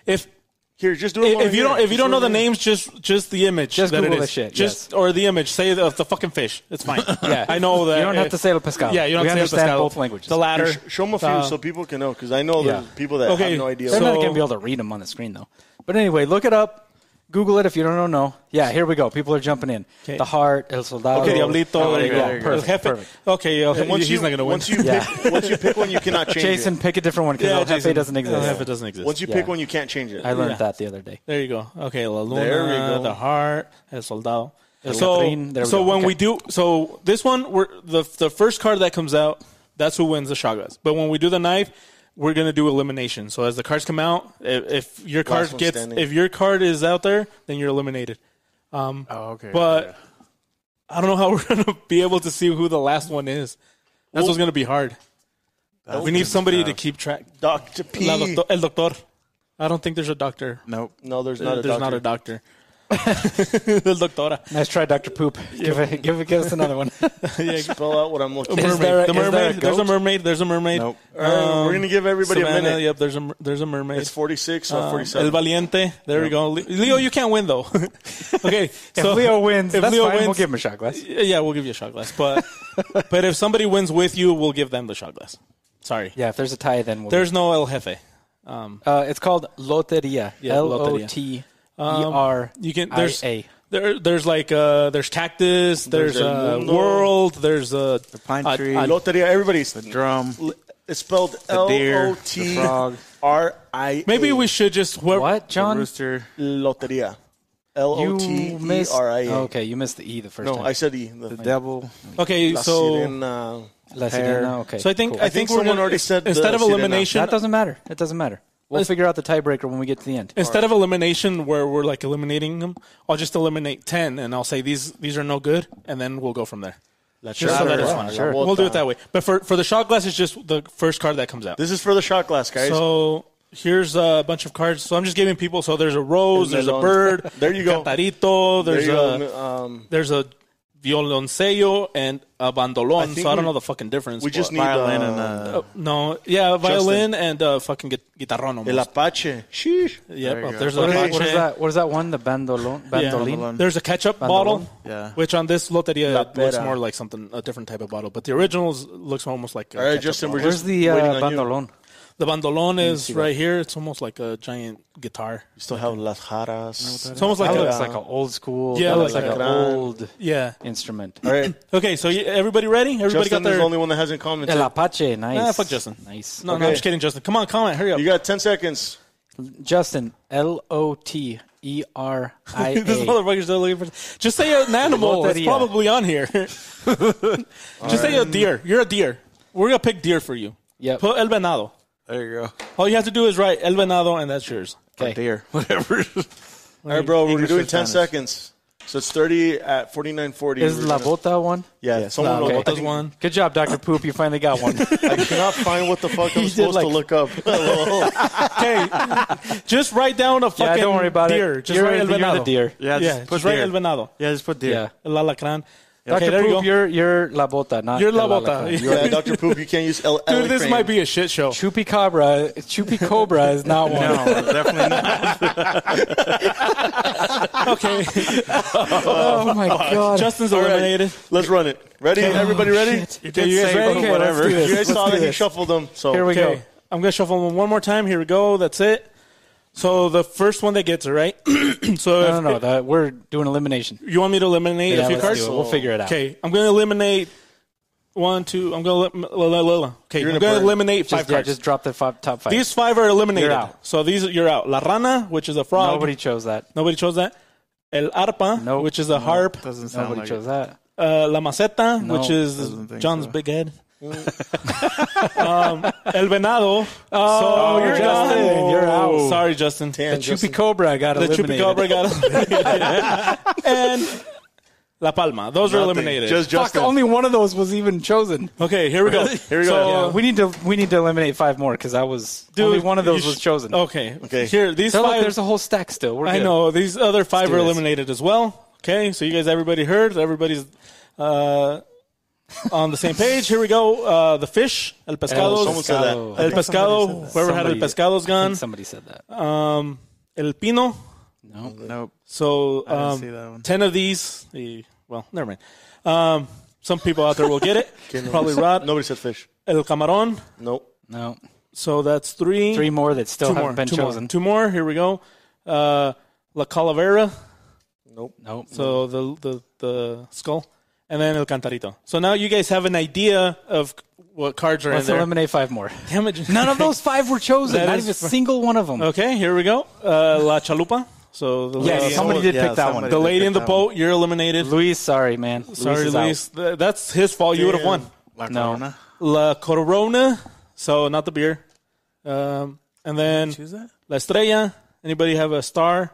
S3: If
S4: Here, just do it.
S3: if
S4: over
S3: you
S4: here.
S3: don't if you
S4: Just
S3: don't know the
S4: over here.
S3: names, just just the image.
S2: Just
S3: that
S2: Google
S3: it
S2: the
S3: is.
S2: shit,
S3: Just or the image. Say the, the fucking fish. It's fine.
S2: Yeah.
S3: I know that.
S2: You don't have
S3: if-
S2: to say El Pescado.
S3: Yeah, you don't
S2: We
S3: have to say El
S2: understand
S3: Pescado.
S2: both languages.
S3: The ladder.
S4: Here, sh- show them a few
S3: Uh,
S4: so people can know because I know
S2: yeah.
S4: there's people that
S3: Okay,
S4: have no idea.
S3: so-
S2: They're not gonna be able to read them on the screen though. But anyway, look it up. Google it if you don't know. No. Yeah, here we go. People are jumping in.
S3: Okay.
S2: The heart, El Soldado.
S3: Okay, Diablito.
S5: Oh,
S3: there
S5: there
S3: you
S5: you
S3: go.
S5: go, there you
S2: go.
S3: El Jefe.
S2: Perfect.
S3: Okay, El Jefe,
S4: And once
S3: he's
S4: you,
S3: not going to win.
S4: Once you, pick, once you pick one, you cannot change
S2: Jason,
S4: it.
S2: pick a different one because
S3: yeah,
S2: El Jefe
S3: Jason.
S2: doesn't exist.
S3: El Jefe doesn't exist.
S4: Once you
S2: Yeah.
S4: pick one, you can't change it.
S2: I learned
S3: Yeah.
S2: that the other day.
S3: there you go. Okay, La Luna,
S4: There we go.
S3: the heart, El Soldado.
S2: El
S3: so
S2: Catrín, there we
S3: so
S2: go.
S3: when
S2: Okay.
S3: we do, so this one, we're, the the first card that comes out, that's who wins the shotguns. But when we do the knife, we're gonna do elimination. So as the cards come out, if, if your card
S4: one
S3: gets,
S4: standing.
S3: if your card is out there, then you're eliminated. Um,
S5: Oh, okay.
S3: but I don't know how we're gonna be able to see who the last one is. That's what's gonna be hard.
S5: That's
S3: we need
S5: good
S3: somebody to
S5: stuff.
S3: keep track.
S4: Doctor
S3: La
S4: P.
S3: doctor, el doctor. I don't think there's a doctor.
S5: nope.
S4: No, there's
S3: There's
S4: not a
S3: not a
S4: doctor.
S3: doctor. el doctora.
S2: Nice try, Doctor Poop. Give it, give it, give us another one.
S4: Spell out what I'm looking
S2: Is
S4: for.
S2: there a-
S3: the
S2: is there a
S3: mermaid. there's a
S2: goat?
S3: mermaid. There's a mermaid.
S5: Nope.
S4: All right, We're
S3: Um,
S4: gonna give everybody a
S3: Savannah,
S4: minute.
S3: Yep. There's a mer- there's a mermaid.
S4: It's 46, not
S3: Um,
S4: 47.
S3: El Valiente. There we go. Le- Leo, you can't win though. okay.
S2: If
S3: so
S2: Leo wins,
S3: if
S2: that's
S3: Leo
S2: fine.
S3: wins,
S2: we'll give him a shot glass.
S3: yeah, we'll give you a shot glass. But but if somebody wins with you, we'll give them the shot glass. Sorry.
S2: Yeah, if there's a tie, then we'll
S3: There's no El Jefe. Um,
S2: Uh, it's called Loteria.
S3: Yeah,
S2: L O
S3: Loteria.
S2: T E
S3: Um,
S2: R.
S3: you can
S2: I
S3: there's
S2: A.
S3: there there's like uh there's cactus, there's,
S4: There's El
S3: a
S4: Mundo.
S3: world, there's a
S5: The pine
S3: a-
S5: tree,
S3: a-
S4: Loteria. Everybody's
S5: the drum,
S4: L- It's spelled
S5: the
S4: L
S5: deer,
S4: O
S5: the
S4: T
S5: frog,
S4: R I.
S3: maybe we should just whoever-
S2: What,
S5: the
S2: John?
S5: rooster.
S4: Loteria. L
S2: You
S4: O T E
S2: missed.
S4: R I A.
S2: Okay, you missed the E the first
S4: No,
S2: time.
S4: I said E.
S5: The
S4: The
S5: devil.
S3: Okay,
S4: La
S3: so
S4: Sirena.
S2: La
S5: Pear.
S2: Sirena, okay.
S3: So I think
S2: cool.
S3: I,
S4: I
S3: think,
S4: think
S3: we're
S4: someone
S3: gonna,
S4: already said the
S3: instead of
S4: Sirena.
S3: elimination.
S2: that doesn't matter. It doesn't matter. We'll
S3: Let's-
S2: figure out the tiebreaker when we get to the end.
S3: Instead of elimination, where we're like eliminating them, I'll just eliminate ten, and I'll say these these are no good, and then we'll go from there.
S4: La
S3: Just so that it's
S4: Chara,
S3: fun.
S4: La
S3: We'll do it
S4: Bota.
S3: that way. But for for the shot glass, it's just the first card that comes out.
S4: This is for the shot glass, guys.
S3: So here's a bunch of cards. So I'm just giving people. So there's a rose,
S4: And
S3: there's a
S4: melon.
S3: bird.
S4: There you go.
S3: Cantarito.
S4: there
S3: There's
S4: you
S3: a
S4: go. Um,
S3: there's a violoncello and a bandolon.
S4: I think
S3: so I don't
S4: we-
S3: know the fucking difference.
S4: we
S3: but-
S4: just need
S5: Violin
S4: uh,
S5: and uh,
S3: Oh, no, yeah, violin and uh, fucking guit- guitarrón. almost.
S4: El Apache. Sheesh.
S3: Yep, Oh,
S5: There you go.
S3: there's
S2: what,
S3: a
S2: is,
S4: Okay.
S2: what is that? What is that one? The bandolon? Bandolin?
S5: Bandolin.
S3: There's a ketchup
S2: Bandolon?
S3: bottle,
S5: Yeah.
S3: which on this loteria
S4: La
S3: looks
S4: Pera.
S3: more like something a different type of bottle, but the originals looks almost like. A
S4: All right,
S3: ketchup
S4: Justin, we're
S3: bottle.
S2: Where's
S4: just
S2: the uh,
S4: waiting on you.
S2: bandolon?
S3: the bandolon is
S2: see that.
S3: right here. It's almost like a giant guitar.
S4: You still have Las Jaras.
S3: It's almost like
S2: that
S3: a,
S2: looks like an old school.
S3: Yeah,
S2: that looks
S3: like
S2: like
S3: a
S2: an
S4: gran-
S2: old
S3: yeah.
S2: instrument.
S4: All right.
S3: Okay, so you, everybody ready? Everybody
S4: Justin
S3: got
S4: is
S3: their.
S4: the only one that hasn't commented.
S2: El Apache, nice.
S3: Nah, fuck Justin.
S2: Nice.
S3: no, no, I'm
S4: Okay.
S3: just kidding, Justin. Come on, comment. Hurry up.
S4: You got 10 seconds.
S2: Justin, L O T E R I
S3: this
S2: A.
S3: motherfucker's still looking for. Just say an animal. It's
S2: Loteria.
S3: probably on here. just say a deer. You're a deer. We're gonna pick deer for you.
S2: Yep.
S3: Put el venado.
S5: there you go.
S3: All you have to do is write el venado, and that's yours.
S5: Or
S2: Okay.
S5: deer, whatever.
S4: All right, bro.
S2: English
S4: we're
S2: or
S4: doing ten
S2: Spanish?
S4: seconds. So it's thirty at forty nine forty.
S2: Is La Bota one?
S4: Yeah, someone
S2: La
S4: will-
S2: Bota.
S3: Bota's one.
S2: Good job, Doctor Poop. You finally got one.
S4: I cannot find what the fuck I'm
S2: did
S4: supposed
S2: like-
S4: to look up.
S3: Okay, just write down a fucking
S2: yeah, don't worry about
S3: deer.
S2: it.
S3: Just
S2: you're,
S3: write El
S2: you're
S3: Venado.
S2: the deer.
S5: Yeah,
S3: yeah,
S5: just
S3: just,
S5: put
S3: write El
S5: deer.
S3: Venado.
S5: Yeah, just put deer.
S2: Yeah.
S3: El Alacran.
S2: Doctor
S3: Okay, there you
S2: Poop,
S3: go.
S2: you're you're La Bota, not
S3: You're La
S2: El
S3: Bota.
S2: Alacran.
S4: yeah, Doctor Poop, you can't use L.
S3: Dude, this might be a shit show.
S2: Chupacabra, Chupacobra is not one.
S5: No, definitely not.
S3: Okay,
S2: Oh my god.
S3: Justin's eliminated.
S4: Let's run it. Ready? Everybody ready?
S5: You
S3: Okay, you guys ready? Okay, let's do
S4: You
S3: this.
S4: guys saw
S3: Let's do
S4: that he
S3: this.
S4: shuffled them. So
S2: Here we
S3: Okay,
S2: go.
S3: I'm gonna shuffle them one more time. Here we go. That's it. So the first one that gets it right. so
S2: No,
S3: if-
S2: no, no. That, we're doing elimination.
S3: you want me to eliminate
S2: Yeah,
S3: a few
S2: let's
S3: cards?
S2: do it. We'll figure it out.
S3: Okay, I'm gonna eliminate one, two. I'm gonna elim- la- la- la- la. okay.
S4: You're
S3: I'm
S4: gonna
S3: gonna
S4: burn.
S3: eliminate five
S2: Just, yeah,
S3: cards.
S2: just drop the five, top five.
S3: These five are eliminated.
S2: You're out.
S3: So these you're out. La rana, which is a frog.
S2: Nobody chose that.
S3: Nobody chose that. El arpa,
S2: Nope.
S3: which is a harp.
S5: Doesn't sound
S2: Nobody
S5: like
S2: chose
S5: it.
S2: that.
S3: Uh, la maceta,
S2: No,
S3: which is
S5: doesn't think
S3: John's
S5: so.
S3: big head. um, el venado. Oh,
S2: you're Justin. You're out.
S3: Sorry, Justin.
S4: Damn, Justin.
S2: Chupacobra got
S3: The
S2: eliminated.
S3: chupacabra got and La Palma. Those are
S4: Nothing.
S3: eliminated.
S4: Just
S2: Fuck,
S4: Justin.
S2: only one of those was even chosen.
S3: okay, here we go. Here
S4: we go.
S2: Yeah, we need to we need to eliminate five more because that was only one of those was chosen.
S3: Okay.
S4: Okay.
S3: Here, these
S2: So look,
S3: five.
S2: there's a whole stack still. We're
S3: I
S2: good.
S3: know these other five
S2: do
S3: are
S2: this.
S3: eliminated as well. Okay, so you guys, everybody heard, everybody's uh, on the same page. Here we go. Uh, the fish, el
S2: Oh,
S3: pescado,
S4: someone said that.
S2: Pescado.
S3: el
S4: I think
S3: pescado, whoever
S2: Somebody-
S3: had el pescado's
S2: I
S3: gun,
S2: think somebody said that.
S3: um, el pino.
S5: Nope.
S3: So
S5: didn't
S3: um,
S5: see that one.
S3: ten of these. eh, Well, never mind. Um, some people out there will get it. Probably Rod.
S4: Nobody said fish.
S3: El camarón.
S4: Nope.
S2: No,
S3: So that's three.
S2: three more that still
S3: Two
S2: haven't
S3: more.
S2: been
S3: two
S2: chosen.
S3: more. Two more. Here we go. Uh, La calavera.
S4: Nope.
S2: Nope.
S3: So
S2: Mm.
S3: the the the skull, and then el cantarito. So now you guys have an idea of what cards are
S2: Let's
S3: in there.
S2: eliminate five more.
S3: Damn it.
S2: None of those five were chosen.
S3: That
S2: Not
S3: is
S2: even a
S3: fr-
S2: single one of them.
S3: Okay, here we go. Uh, La chalupa. So the
S2: Yes,
S3: lady,
S2: somebody did
S5: yeah,
S2: pick that
S5: somebody
S2: one.
S3: the
S5: did
S3: lady
S5: pick
S3: in the
S5: that one.
S3: boat. You're eliminated.
S2: Luis, sorry, man.
S3: Sorry,
S2: is
S3: Luis.
S2: out.
S3: Th- that's his fault. You would have won.
S5: La
S2: No.
S5: Corona.
S3: La corona. So not the beer. Um, and then
S5: Choose that?
S3: la estrella. Anybody have a star?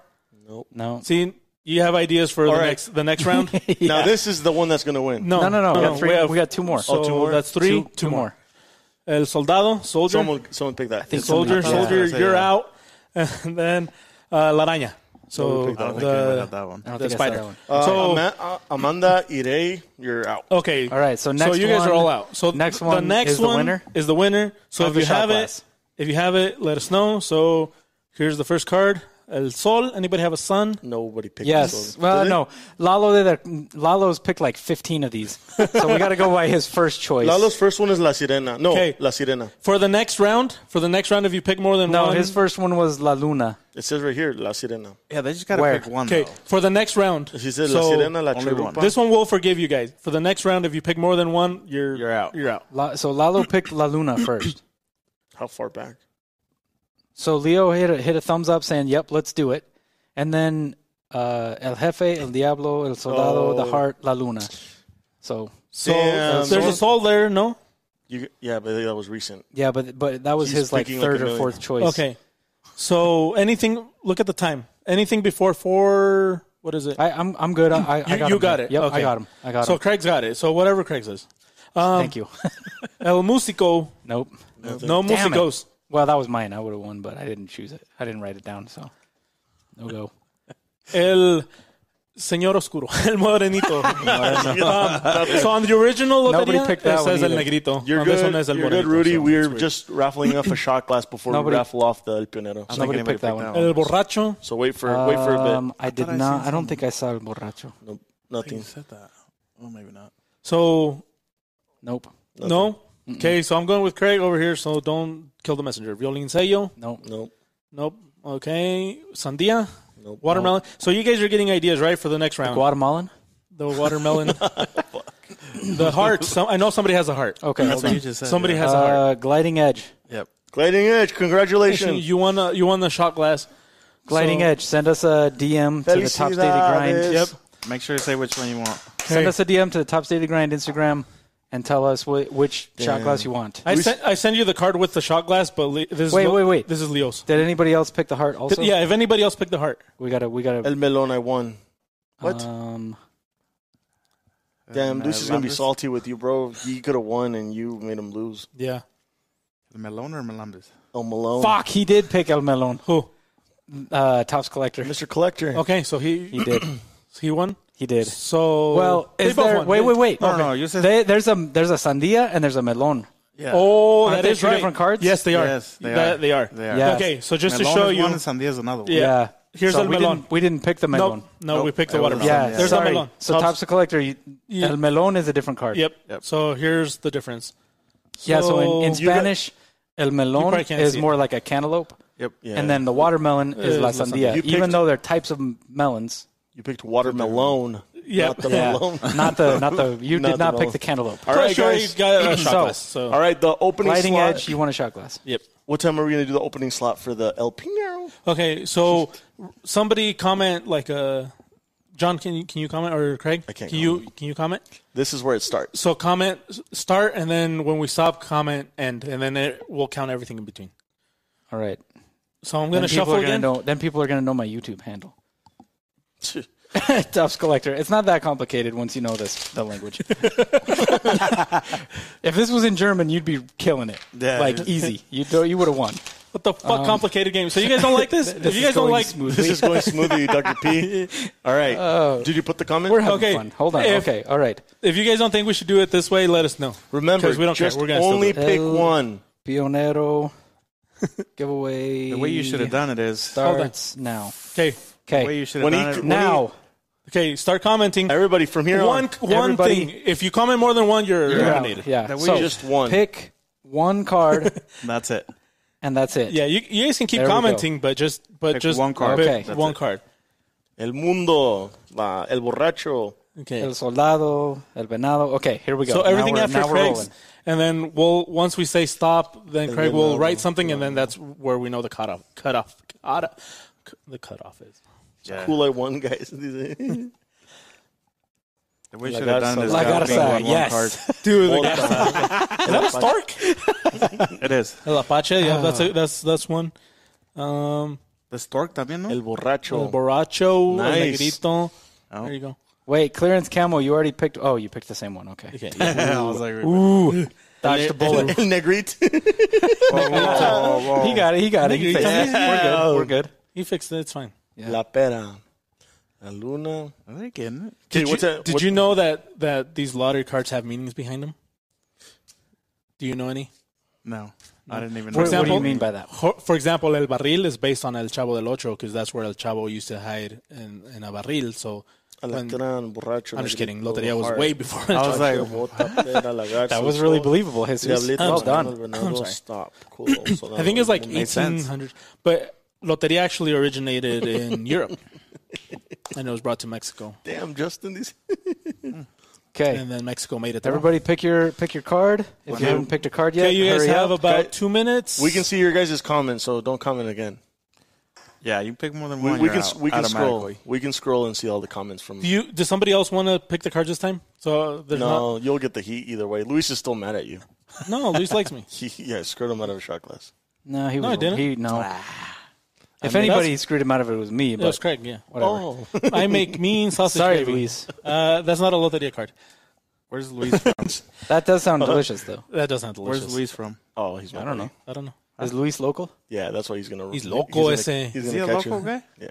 S2: No.
S3: See, you have ideas for the
S4: right.
S3: next the next round.
S4: Now this is the one that's gonna win.
S3: No,
S2: No, no, no. We got, three,
S3: we have- Oh,
S2: we got two more.
S3: So
S4: two more?
S3: that's three.
S2: Two- two more.
S3: El soldado, soldier.
S4: Someone, someone picked that. I
S2: think so.
S3: soldier,
S2: Yeah.
S3: soldier,
S4: Yeah. Uh,
S3: you're
S4: Yeah.
S3: out. And then uh, La Araña. So
S5: I don't think I would have
S3: the,
S5: that one.
S2: I don't
S3: the
S2: think I said that
S3: spider.
S2: one.
S4: Uh,
S3: so
S4: Ama- uh, Amanda, Irei, you're out.
S3: okay.
S2: All right, so next
S3: you guys
S2: one-
S3: are all out. So
S2: next
S3: the
S2: one
S3: next
S2: is the
S3: one
S2: winner?
S3: is the winner. So
S2: Of
S3: if
S2: the
S3: you
S2: shot
S3: have
S2: glass.
S3: it, if you have it, let us know. So here's the first card. El Sol. Anybody have a sun?
S4: Nobody picked
S2: Yes.
S4: this one.
S2: Well,
S4: Did they?
S2: no. Lalo did a, Lalo's picked like 15 of these. So we got to go by his first choice.
S4: Lalo's first one is La Sirena. No,
S3: Okay.
S4: La Sirena.
S3: For the next round, for the next round, if you pick more than
S2: no,
S3: one,
S2: his first one was La Luna.
S4: It says right here, La Sirena.
S5: Yeah, they just got to
S2: Where?
S5: pick one,
S3: okay.
S5: though.
S3: For the next round,
S4: She said La
S3: So
S4: Sirena, La
S5: only one.
S4: Chalupa.
S3: This one will forgive you guys. For the next round, if you pick more than one, you're
S5: You're out.
S3: You're out.
S2: La, so Lalo picked La Luna first.
S4: How far back?
S2: So Leo hit a, hit a thumbs up saying, "Yep, let's do it." And then uh, El Jefe, El Diablo, El Soldado, The
S4: Oh.
S2: Heart, La Luna. So
S3: So
S4: Damn.
S3: there's a soul there, no?
S4: You, yeah, but that was recent.
S2: yeah, but but that was
S4: He's
S2: his like
S4: picking like
S2: third
S4: a
S2: or
S4: million.
S2: fourth choice.
S3: Okay. So anything, look at the time. Anything before four, what is it?
S2: I, I'm I'm good. I, I, I
S3: you
S2: got
S3: you
S2: him.
S3: got it.
S2: Yep, I
S3: Okay.
S2: got him. I got
S3: so um,
S2: him.
S3: Craig's got it. So whatever Craig says.
S2: Thank you.
S3: El Musico,
S2: nope.
S3: no
S2: Damn it.
S3: Musicos.
S2: Well, that was mine. I would have won, but I didn't choose it. I didn't write it down. So no go.
S3: El Señor Oscuro, El Morenito. Um, so on the original
S2: Nobody
S3: Loteria,
S2: picked that
S3: it says
S2: one
S3: El
S2: either.
S3: Negrito.
S4: You're
S3: on
S4: good.
S3: this one is El
S4: you're
S3: Morenito.
S4: good, Rudy.
S3: so
S4: we're
S3: it's weird.
S4: just raffling off a shot glass before
S2: Nobody-
S4: we raffle off the El Pionero.
S5: I
S2: Nobody
S5: don't think anybody
S2: picked that one.
S5: picked
S3: El Borracho.
S4: So wait for wait for a
S2: Um,
S4: bit.
S2: I did
S5: thought I
S2: not.
S5: seen
S2: I don't think I saw El Borracho.
S4: Nope,
S5: I think
S4: nothing.
S5: you said that. Well, maybe not.
S3: So
S2: Nope.
S3: no. Okay, so I'm going with Craig over here. So don't kill the messenger. Violin Sello.
S2: Nope.
S4: Nope.
S3: Nope. Okay. Sandia.
S4: Nope.
S3: Watermelon. So you guys are getting ideas, right, for the next round?
S2: Guatemalan.
S3: The watermelon. the heart. Some, I know somebody has a heart.
S2: Okay.
S5: That's
S2: hold
S5: what
S2: on.
S5: you just said.
S3: Somebody
S5: yeah.
S3: has a heart.
S2: Uh, gliding edge.
S5: Yep.
S4: Gliding Edge, congratulations.
S3: You won. A, you won the shot glass.
S2: Gliding
S3: So-
S2: Edge, send us a DM to the Top Stated Grind.
S4: Felicidades.
S3: Yep.
S5: Make sure you say which one you want.
S2: Send us a DM to the Top Stated Grind Instagram and tell us wh- which shot glass you want.
S3: I sent I send you the card with the shot glass, but Le- this is
S2: Wait,
S3: Le-
S2: wait, wait.
S3: This is Leo's.
S2: Did anybody else pick the heart? Also,
S3: yeah, if anybody else picked the heart,
S2: we gotta we gotta
S4: El Melon, I won. What?
S2: Um,
S4: Damn,
S5: And, uh,
S4: Lucy's gonna be
S5: Lambris?
S4: salty with you, bro. He could have won, and you made him lose.
S3: yeah.
S5: Melon or Melambis?
S4: El Malone,
S2: fuck, he did pick El Melon,
S3: Who?
S2: uh, Topps collector.
S4: Mr. Collector.
S3: Okay, so he
S2: He did.
S3: he won.
S2: He did.
S3: So
S2: Well,
S3: they
S2: is
S3: both
S2: there,
S3: won.
S2: wait,
S3: They-
S2: wait, wait.
S5: No, no, no, you said
S2: They, there's a there's a sandia and there's a melon.
S5: yeah.
S3: Oh,
S2: Aren't
S3: that
S2: they
S3: is
S2: two
S3: right.
S2: different cards?
S3: Yes, they are.
S5: Yes, they
S3: That-
S5: are.
S3: They are.
S5: They are.
S2: Yeah.
S3: Okay, so just
S5: Melon
S3: to show
S5: is
S3: you,
S5: one and Sandia is another one.
S3: Yeah.
S2: Yeah.
S3: Here's
S2: so
S3: El
S2: we
S3: melon.
S2: Didn't, we didn't pick the melon.
S3: Nope. No,
S5: Nope.
S3: we picked the
S5: That
S3: watermelon.
S5: was
S2: Yeah,
S5: Yeah.
S3: There's
S2: sorry.
S3: a melon.
S2: So Topps collector, you,
S3: Yeah.
S2: el melon is a different card.
S3: Yep.
S5: Yep.
S3: So here's the difference.
S2: Yeah. So in, in
S3: So you got-
S2: Spanish, el melon
S3: probably can't
S2: is
S3: see it.
S2: more like a cantaloupe,
S5: Yep.
S4: Yeah.
S2: and then the watermelon is
S3: Is
S2: la
S3: la
S2: sandia.
S3: sandia.
S4: You
S2: Even
S4: picked-
S2: though they're types of melons,
S4: you picked Watermelon.
S3: Yeah.
S4: Not the
S2: Yeah.
S4: Malone.
S2: not the not the. You
S4: Not
S2: did
S4: the
S2: not pick
S4: melon.
S2: the cantaloupe.
S4: All right,
S3: Plus, you already
S4: guys.
S3: got a shot
S2: So-
S3: glass, so.
S4: All right, the opening
S2: Lighting
S4: slot.
S2: edge, you want a shot glass.
S3: Yep.
S4: What time are we gonna do the opening slot for the El Pino?
S3: Okay, so somebody comment like uh, John, can you can you comment or Craig? I
S4: can't
S3: Can you can you comment?
S4: This is where it starts.
S3: So comment s- start, and then when we stop, comment end, and then it will count everything in between.
S2: All right.
S3: So I'm
S2: Then
S3: gonna
S2: people
S3: shuffle
S2: are gonna
S3: again.
S2: know- then people are gonna know my YouTube handle. Tufts Collector. It's not that complicated once you know this the language. if this was in German, you'd be killing it.
S5: Yeah.
S2: Like easy. You do, you would have won.
S3: What the fuck, complicated game? So you guys don't like this?
S2: Um, This
S3: if you
S2: is
S3: guys don't
S2: going
S3: like,
S2: smoothly.
S4: This is going smoothly, Dr. P. All right. Did you put the comment?
S2: We're having
S3: Okay,
S2: fun. Hold on.
S3: if-
S2: okay. All right.
S3: if you guys don't think we should do it this way, let us know.
S4: Remember,
S3: 'Cause we don't care.
S4: just
S3: We're gonna still
S4: only
S2: do it.
S4: pick
S2: El-
S4: one.
S2: Pionero giveaway.
S5: The way you should have done it is
S2: starts now.
S3: Okay,
S5: the way
S2: Okay.
S5: you should have
S4: When he
S5: done it.
S4: c-
S2: Now
S3: okay, start commenting.
S4: Everybody from here
S3: One
S4: on,
S3: one
S2: Everybody-
S3: thing. If you comment more than one, you're,
S2: you're out.
S3: eliminated.
S2: Yeah.
S5: That way
S2: So
S5: you
S4: just one.
S2: pick one card
S5: That's it.
S2: and that's it.
S3: Yeah, you, you guys can keep
S2: There we go.
S3: commenting, but just but
S5: Pick
S3: just
S5: one card.
S3: pick
S2: Okay.
S5: That's
S3: one
S5: it.
S3: card.
S4: El Mundo, la, El Borracho.
S3: Okay.
S2: El soldado, el venado. Okay, here we go.
S3: So
S2: Now
S3: everything
S2: we're-
S3: after
S2: now we're
S3: Craig's,
S2: rolling.
S3: and then we'll once we say stop, then Craig
S4: then
S3: will
S4: I'll-
S3: write something, and then that's where we know the cutoff cutoff cutoff the cutoff is.
S5: Yeah.
S4: Cool, I won, guys.
S5: The way you
S4: La
S5: should have done it is
S4: Garza. La
S5: just
S2: Garza,
S5: being one, one
S2: uh, yes.
S5: card.
S3: Dude,
S4: All time.
S3: Stark.
S5: It is.
S3: El Apache, yeah, that's a, that's that's one. Um,
S5: The stork también, no?
S4: El
S3: El
S4: Borracho.
S3: Borracho,
S4: Nice.
S3: El Negrito.
S5: Oh.
S3: There you go.
S2: Wait, clearance camo. You already picked. Oh, you picked the same one. Okay.
S3: Okay.
S5: I was like,
S2: Dodged the bullet.
S4: El Negrito.
S5: whoa, whoa, whoa.
S2: He got it. He got it. He
S3: Yeah.
S2: fixed it. We're good. We're good.
S3: He fixed it. It's fine.
S4: La Pera. La Luna.
S5: Are they getting it?
S4: Did,
S3: Did, you, did you know that that these lottery cards have meanings behind them? Do you know any?
S5: No, I didn't
S2: What,
S5: even.
S2: what
S5: know.
S2: do
S3: example-
S2: you mean by that?
S3: Ho- For example, El Barril is based on El Chavo del Ocho because that's where El Chavo used to hide in, in a barril. So when-
S4: Alacrán, Borracho.
S3: I'm just kidding.
S4: Negrito,
S3: Loteria was
S4: Heart,
S3: way before.
S5: I was like,
S4: Bota, Pera, Lagarto,
S2: That was really
S4: Sol,
S2: believable. Jesus.
S4: Diablito,
S2: Well done.
S4: Venado, Venado,
S3: sorry.
S4: Stop. Cool. So that
S3: I think it's like
S4: eliminated.
S5: Makes sense.
S3: 1800. But Loteria actually originated in Europe, and it was brought to Mexico,
S4: Damn, Justin. These.
S2: Okay.
S3: and then Mexico made it. there.
S2: Everybody, pick your pick your card. If you haven't picked a card yet,
S3: Okay, you guys
S2: hurry
S3: have
S2: up.
S3: about
S4: Okay.
S3: two minutes.
S4: We can see your guys' comments, so don't comment again.
S5: Yeah, you pick more than
S4: We,
S5: one.
S4: we
S5: you're
S4: can
S5: out
S4: we can scroll.
S5: automatically.
S4: We can scroll and see all the comments from.
S3: Do you? Does somebody else want to pick the cards this time? So there's
S4: no, you'll get the heat either way. Luis is still mad at you.
S3: not. No, Luis likes me.
S4: He, yeah, screwed him out of a shot glass.
S2: No, he was.
S3: I didn't.
S2: He, no. If
S3: mean,
S2: anybody screwed him out of it, it was me.
S3: It was
S2: But
S3: Craig. Yeah.
S2: whatever.
S3: I make mean sausage.
S2: Sorry,
S3: gravy.
S2: Luis.
S3: Uh, that's not a Loteria card.
S5: Where's Luis from?
S2: That does sound delicious, though.
S3: That doesn't delicious.
S5: Where's Luis from?
S4: Oh, he's. Not
S2: I don't know.
S4: ready.
S3: I don't know.
S2: Is Luis local?
S4: Yeah, that's why he's gonna.
S3: He's loco
S4: he's gonna,
S3: ese.
S4: He's
S5: Is
S4: gonna
S5: he a
S4: catch
S5: local
S4: you.
S5: guy?
S4: Yeah.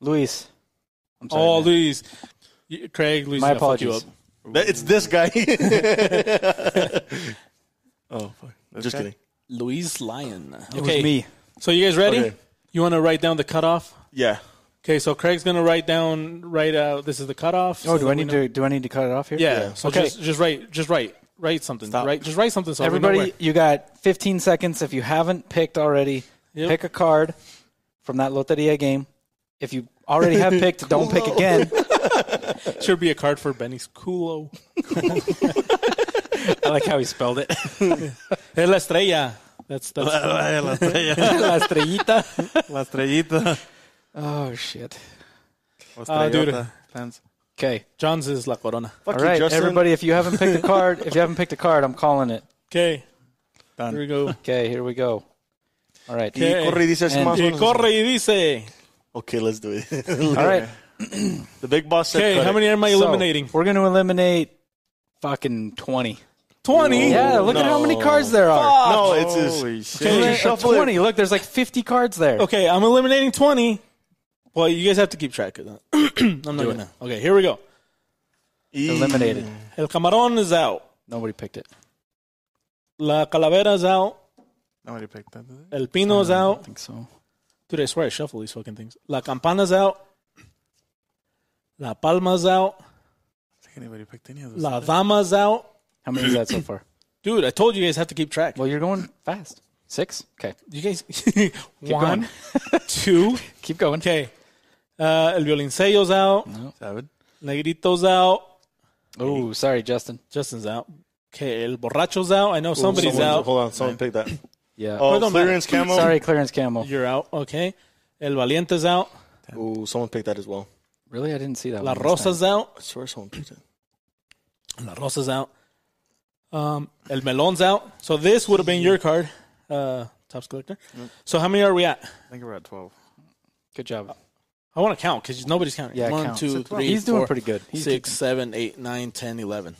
S2: Luis. I'm sorry.
S3: Oh,
S2: man.
S3: Luis. You- Craig, Luis,
S2: My
S3: is gonna fuck you
S2: apologies.
S3: up.
S4: That- it's this guy. oh, fuck. just
S5: guy?
S4: kidding.
S3: Luis Lyon.
S2: It was me.
S3: So you guys ready?
S4: Okay.
S3: You want to write down the cutoff?
S4: Yeah.
S3: Okay, so Craig's gonna write down right out. This is the cutoff.
S2: Oh,
S3: so
S2: do
S3: that
S2: I
S3: we
S2: need
S3: know-
S2: to do I need to cut it off here?
S3: Yeah.
S4: Yeah.
S3: So
S2: Okay.
S3: just just write just write write something.
S5: Stop.
S3: Right. Just write something. So we know
S2: Everybody,
S3: where.
S2: you got 15 seconds. If you haven't picked already,
S3: Yep.
S2: pick a card from that Loteria game. If you already have picked, don't pick again.
S3: should be a card for Benny's culo.
S2: I like how he spelled it.
S3: El Estrella. That's that's
S5: La estrella.
S2: La estrellita.
S5: La estrellita.
S2: Oh shit.
S5: Estrellota.
S3: dude.
S5: Plans.
S2: Okay.
S3: John's is La Corona.
S4: Fuck
S2: All
S4: you,
S2: right,
S4: Justin.
S2: everybody. If you haven't picked a card, if you haven't picked a card, I'm calling it.
S3: Okay,
S5: Done.
S3: here we go.
S2: Okay, here we go. All right.
S4: Y corre y dices
S2: And-
S4: más o
S3: Y
S4: menos-
S3: corre y dice.
S4: Okay, let's do it.
S2: All right.
S4: The big boss said,
S3: Okay,
S4: cut
S3: how
S4: it.
S3: many am I
S2: so
S3: eliminating?
S2: we're going to eliminate fucking 20.
S3: 20.
S2: Yeah, look at how many cards there are.
S3: Oh.
S5: Oh,
S4: No, it's
S5: Holy
S4: his.
S5: shit.
S3: Okay.
S2: Right,
S4: shuffle it.
S2: 20. Look, there's like 50 cards there.
S3: Okay, I'm eliminating 20. Well, you guys have to keep track of that. I'm not going to. Okay, here we go.
S2: Eliminated.
S3: El Camarón is out.
S2: Nobody picked it.
S3: La Calavera is out.
S5: Nobody picked that. Did they?
S3: El Pino is
S2: I
S3: out.
S2: think so.
S3: Dude, I swear I shuffle these fucking things. La Campana's out. La Palma's out.
S5: I think anybody picked any of those.
S3: La Dama's out.
S2: How many is that so far?
S3: Dude, I told you guys have to keep track.
S2: Well, you're going fast. Six? Okay.
S3: You guys.
S2: going.
S3: one, two.
S2: Keep going.
S3: Okay. Uh, El Violincello's out.
S5: Seven.
S3: Negrito's out.
S2: Oh, sorry, Justin.
S3: Justin's out. Okay, El Borracho's out. I know somebody's
S4: Someone-
S3: out.
S4: Hold on, someone picked that.
S2: Yeah.
S4: Oh,
S3: don't
S4: clearance camo.
S2: Sorry, clearance camo.
S3: You're out. Okay. El Valiente's out.
S4: Ooh, someone picked that as well.
S2: Really? I didn't see that
S3: La
S2: one. this time.
S3: Rosa's out.
S4: I swear someone picked it.
S3: La Rosa's out. Um, El Melon's out. So this would have been your card, uh, Tops Collector.
S2: Mm.
S3: So how many are we at?
S5: I think we're at twelve.
S2: Good job.
S3: I want to count because nobody's counting.
S2: Yeah,
S3: One,
S2: count.
S3: two, three,
S2: He's doing
S3: four,
S2: pretty good. He's
S3: six, seven, eight, nine, 10, 11,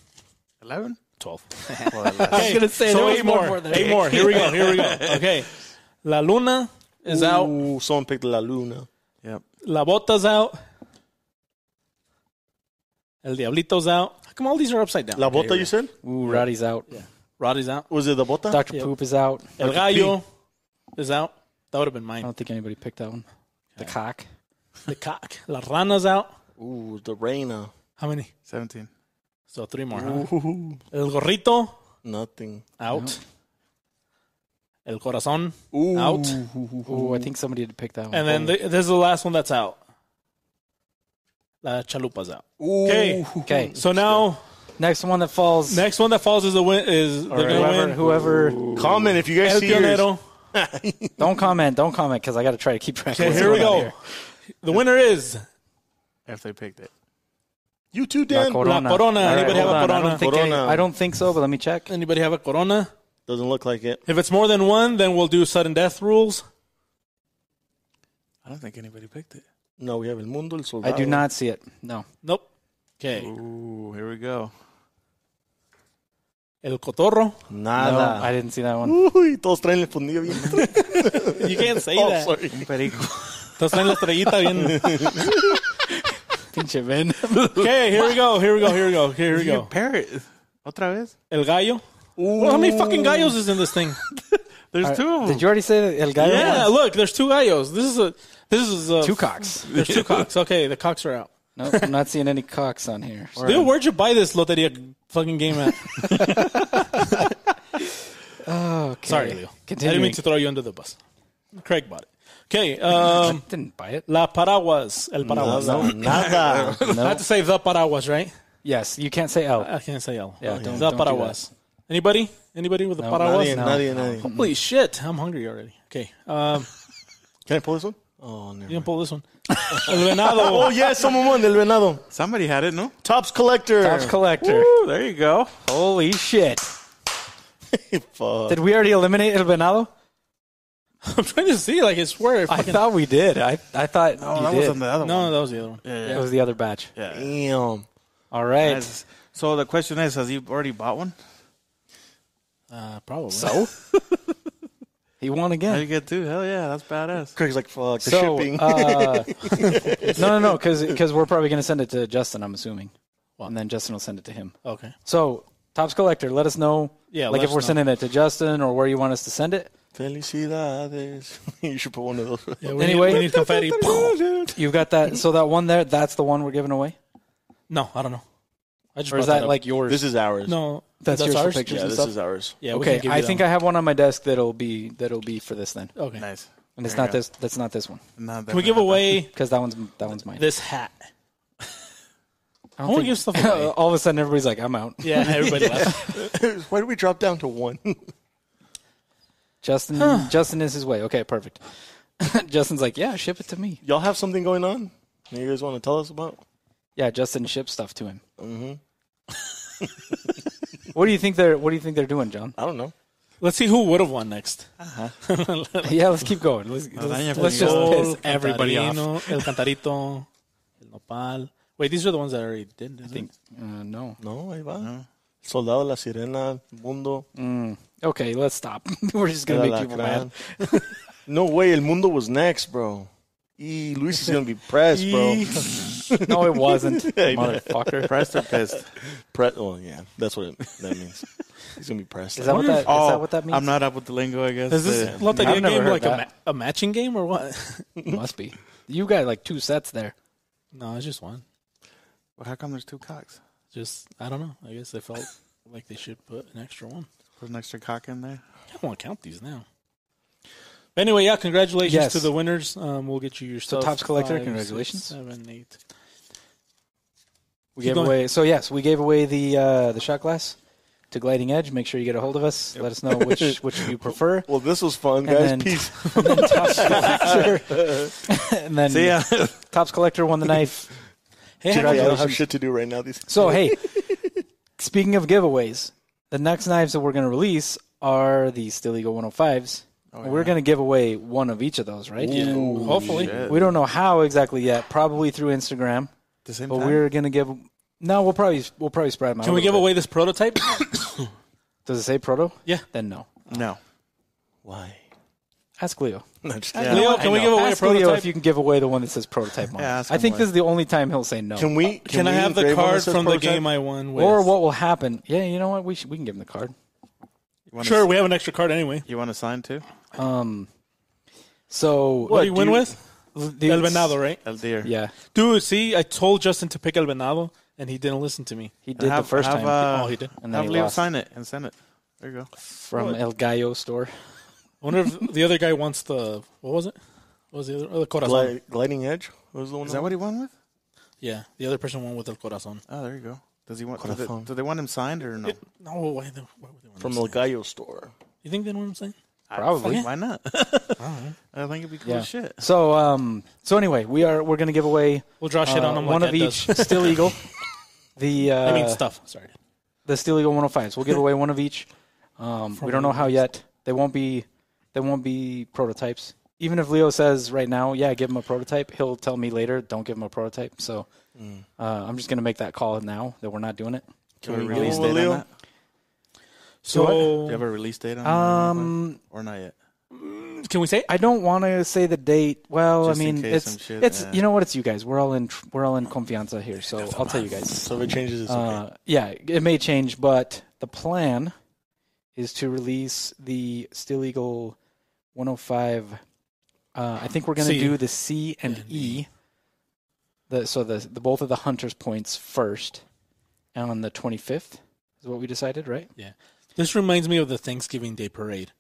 S5: Eleven.
S3: 12.
S5: Well,
S3: I
S2: was gonna say,
S3: so
S2: there was
S3: eight
S2: more
S3: more.
S2: for that.
S3: Eight more. Here we go. Here we go. Okay. La Luna is out.
S4: Ooh, someone picked La Luna.
S5: yep.
S3: La Bota's out. El Diablito's out. How come all these are upside down?
S4: La
S3: Okay,
S4: Bota,
S3: here we go.
S4: you said?
S2: Ooh, Roddy's out.
S3: Roddy's out.
S4: Was it the Bota?
S2: Dr.
S3: Yeah.
S2: Poop is out. I
S3: El Gallo is out. That would have been mine.
S2: don't think anybody picked that one. The cock.
S3: The cock. La Rana's out.
S4: Ooh, the Reina.
S3: How many?
S5: Seventeen.
S3: So three more. Huh? El Gorrito
S4: Nothing.
S3: out. El Corazon
S4: Ooh.
S3: out.
S2: Ooh, I think somebody had picked that one.
S3: And then the, this is the last one that's out. La Chalupa's out. Okay.
S2: okay,
S3: So now
S2: next one that falls.
S3: next one that falls is the win. Is they're gonna
S2: whoever,
S3: win.
S2: whoever,
S4: Comment if you guys
S3: El
S4: see yours.
S3: Pionero.
S2: don't comment, don't comment, because I got to try to keep track.
S3: Okay,
S2: of what's
S3: here we
S2: going on
S3: go. The winner is
S5: If they picked it.
S4: You too,
S2: La
S4: Dan.
S2: Corona.
S3: La Corona.
S2: All right,
S3: Anybody have
S2: hold
S3: a
S2: on. I don't
S3: Corona?
S2: think any-
S4: Corona.
S2: I don't think so, but let me check.
S3: Anybody have a Corona?
S4: Doesn't look like it.
S3: If it's more than one, then we'll do sudden death rules.
S5: I don't think anybody picked it.
S4: No, we have El Mundo, El Soldado.
S2: I do not see it. No.
S3: Nope. Okay.
S5: Ooh, here we go.
S3: El Cotorro.
S2: No,
S4: Nada.
S2: I didn't see that one.
S4: Uy, todos traen el fundido bien.
S3: You can't say
S4: oh,
S3: that.
S4: sorry.
S3: Entonces traen la estrellita bien.
S2: Pinche Ben.
S3: Okay, here we go. Here we go. Here we go. Here we go.
S5: Parrot. Otra vez.
S3: El Gallo. Well, how many fucking gallos is in this thing?
S5: There's two of them.
S2: Did you already say that El Gallo?
S3: Yeah,
S2: won?
S3: look, there's two gallos. This is a this is a
S2: Two cocks.
S3: There's two cocks. Okay, the cocks are out.
S2: No, I'm not seeing any cocks on here.
S3: Dude, where'd you buy this loteria fucking game at?
S2: Okay.
S3: Sorry, Leo. I
S2: Continuing.
S3: didn't mean to throw you under the bus. Craig bought it. Okay, um,
S2: Didn't buy it.
S3: La Paraguas. El Paraguas.
S4: Nada. Nada.
S3: I have to say the Paraguas, right?
S2: Yes, you can't say L.
S3: I can't say El.
S2: Yeah, don't-
S3: the
S2: don't do
S3: Paraguas. Anybody? Anybody with the
S2: No,
S3: Paraguas?
S4: Nadie,
S2: No.
S4: nadie, nadie.
S3: Holy shit, I'm hungry already. Okay, um,
S4: Can I pull this one? Oh, never
S3: you can
S4: mind.
S3: pull this one. El Venado.
S4: Oh, yes, someone won. Del Venado.
S5: Somebody had it, no?
S4: Tops collector.
S2: Tops collector.
S5: Ooh, there you go.
S2: Holy shit.
S4: Fuck.
S2: Did we already eliminate El Venado?
S3: I'm trying to see, like, I swear. I
S2: I
S3: fucking-
S2: thought we did. I, I thought
S5: Oh,
S2: you
S5: that
S2: did.
S5: was on the other
S3: no,
S5: one.
S3: that was the other one.
S5: Yeah,
S2: It was the other batch.
S5: yeah. yeah.
S4: Damn.
S2: All right.
S5: Has- So the question is, has he already bought one?
S3: Uh, probably.
S2: So? he won
S5: How would you
S2: again.
S5: get two? Hell yeah, that's badass.
S4: Craig's like, fuck, the
S2: So,
S4: shipping.
S2: uh, no, no, no, because we're probably going to send it to Justin, I'm assuming. And then Justin will send it to him.
S3: okay.
S2: So, Tops Collector, let us know.
S3: Yeah,
S2: like
S3: let
S2: if
S3: us
S2: we're
S3: know.
S2: sending it to Justin or where you want us to send it.
S4: Felicidades. you should put one of those.
S3: Yeah, we
S2: Anyway.
S3: need, we need confetti.
S2: You've got that. So that one there, that's the one we're giving away,
S3: no, I don't know. I just
S2: or is
S3: brought that,
S2: that
S3: up.
S2: like yours?
S4: This is ours.
S3: no?
S2: That's yours for
S3: ours.
S2: pictures
S4: Yeah,
S2: and
S4: this
S2: stuff?
S4: is ours.
S3: Yeah. we
S2: okay,
S3: can give
S2: I
S3: you that
S2: think
S3: one.
S2: I have one on my desk that'll be that'll be for this then,
S3: Okay.
S5: Nice.
S2: and it's
S5: There you
S2: not
S5: go.
S2: this. That's not this one
S5: No,
S3: Can we give away
S2: because that one's that one's mine.
S3: this hat? I,
S2: don't
S3: want to
S2: think-
S3: give stuff away.
S2: All of a sudden, everybody's like, "I'm out."
S3: yeah, everybody left.
S4: Why did we drop down to one?
S2: Justin, Justin is his way. Okay, perfect. Justin's like, "Yeah, ship it to me."
S4: Y'all have something going on? that You guys want to tell us about?
S2: Yeah, Justin shipped stuff to him.
S4: Mm-hmm.
S2: What do you think they're What do you think they're doing, John?
S4: I don't know.
S3: Let's see who would have won next.
S2: yeah, let's keep going. Let's,
S5: then you
S2: let's,
S5: have to
S2: let's just
S5: go.
S2: piss
S3: everybody
S2: everybody off.
S3: off. El Cantarito, El Nopal. Wait, these are the ones that I already did. I think.
S2: Uh, no.
S4: No, ahí va. Soldado, La Sirena, Mundo.
S2: Okay, let's stop. We're just gonna make people mad.
S4: Alacrán. no way, El Mundo was next, bro. E Luis is gonna be pressed, bro.
S2: No, it wasn't, motherfucker.
S5: Pressed or pissed?
S4: Pre- well, yeah, that's what it, that means. He's gonna be pressed.
S2: Is that what that, is that what that means?
S5: Oh. I'm not up with the lingo, I guess.
S3: Is this
S5: Uh,
S3: Loteria
S2: I've never
S3: game
S2: heard
S3: like a, ma-
S2: that.
S3: a matching game or what?
S2: Must be. You got like two sets there.
S3: no, it's just one.
S5: well, how come there's two cocks?
S3: Just I don't know. I guess they felt like they should put an extra one.
S5: Put an extra cock in there.
S3: I won't count these now. But anyway, yeah, congratulations
S2: Yes.
S3: to the winners. Um, we'll get you your stuff.
S2: Topps Collector,
S3: Five, six,
S2: congratulations.
S3: seven, eight.
S2: We
S3: Keep
S2: gave
S3: going.
S2: away. So yes, we gave away the uh, the shot glass to Gliding Edge. Make sure you get a hold of us. Let us know which which you prefer.
S4: well, this was
S2: And
S4: fun, guys.
S2: then-
S4: Peace.
S2: and then Topps Collector. and then
S5: See ya.
S2: Topps Collector won the knife.
S3: Hey,
S4: Yeah, I
S2: Congratulations.
S4: don't have shit to do right now. These
S2: So hey, speaking of giveaways, the next knives that we're going to release are the Still Eagle 105s.
S3: Oh,
S2: We're going to give away one of each of those, right?
S3: yeah, hopefully.
S5: shit.
S2: We don't know how exactly yet. Probably through Instagram,
S5: the same
S2: but
S5: time.
S2: we're going to give. No, we'll probably we'll probably spread them out.
S3: Can
S2: a
S3: we give
S2: little bit.
S3: away this prototype?
S2: Does it say proto?
S3: Yeah.
S2: Then no.
S5: No.
S4: why?
S2: Ask Leo.
S4: Not just-
S5: Yeah.
S3: You know what? Can we give away a
S2: Ask Leo
S3: prototype?
S2: if you can give away the one that says prototype on it.
S5: Yeah, ask
S2: I
S5: him
S2: think
S5: why.
S2: this is the only time he'll say no.
S4: Can we?
S3: Can, I
S4: we
S3: have the
S4: engrave one that
S3: card
S4: says
S3: from the
S4: prototype?
S3: game I won with?
S2: or what will happen? Yeah, you know what? We should, we can give him the card.
S5: You wanna-
S3: Sure, we have an extra card anyway.
S5: You want to sign too?
S2: Um. So
S3: What, do you win with?
S2: the-
S3: El Venado, right?
S5: El dear.
S2: Yeah,
S3: Dude, see, I told Justin to pick El Venado, and he didn't listen to me.
S2: he did
S5: Have-
S2: the first
S5: have,
S2: time
S5: Uh,
S3: oh, he did.
S2: and then
S5: Have
S2: he
S5: Leo
S2: lost
S5: sign it and send it. There you go.
S2: from El Gallo store.
S5: Oh,
S3: I wonder if the other guy wants the what was it? What was the other oh, the corazon?
S4: Gli- gliding edge? What was the one?
S5: Is that what he won with?
S3: Yeah, the other person won with el corazon.
S5: Oh, there you go. Does he want? Do they,
S4: Corazón.
S5: do they want him signed or no?
S3: No, why, the, why would they want
S4: from
S3: him
S4: the
S3: to
S4: Gallo store?
S3: sign? You think they know what I'm saying?
S2: Probably.
S5: Why not? I think it'd be cool
S2: Yeah.
S5: as shit.
S2: So um. So anyway, we are we're gonna give away
S3: We'll draw shit
S2: uh,
S3: on them.
S2: one
S3: like
S2: of
S3: Ed
S2: each
S3: does.
S2: Still Eagle. The uh,
S3: I mean stuff. Sorry.
S2: the Steel Eagle 105s. We'll give away one of each. Um, we don't know how yet. They won't be they won't be prototypes. Even if Leo says right now, yeah, give him a prototype, he'll tell me later, don't give him a prototype. So
S3: Mm.
S2: uh, I'm just gonna make that call now that we're not doing it.
S5: Can
S4: we
S5: we
S4: go
S5: release
S4: with
S5: date
S4: Leo?
S5: on that? Do you
S3: So
S5: have a release date on that real
S2: Um,
S5: quick? or not yet?
S3: can we say?
S2: I don't want to say the date. Well,
S5: Just
S2: I
S5: in
S2: mean,
S5: case
S2: it's
S5: some shit,
S2: it's
S5: yeah.
S2: you know what? It's you guys. We're all in tr- we're all in confianza here. So I'll tell you guys.
S4: So if it changes, it's okay.
S2: Uh, yeah, it may change, but the plan is to release the Steel Eagle 105. Uh, I think we're going to
S3: C.
S2: do the C and E. The so the, the both of the hunters points first, and on the 25th is what we decided, right?
S3: Yeah. This reminds me of the Thanksgiving Day parade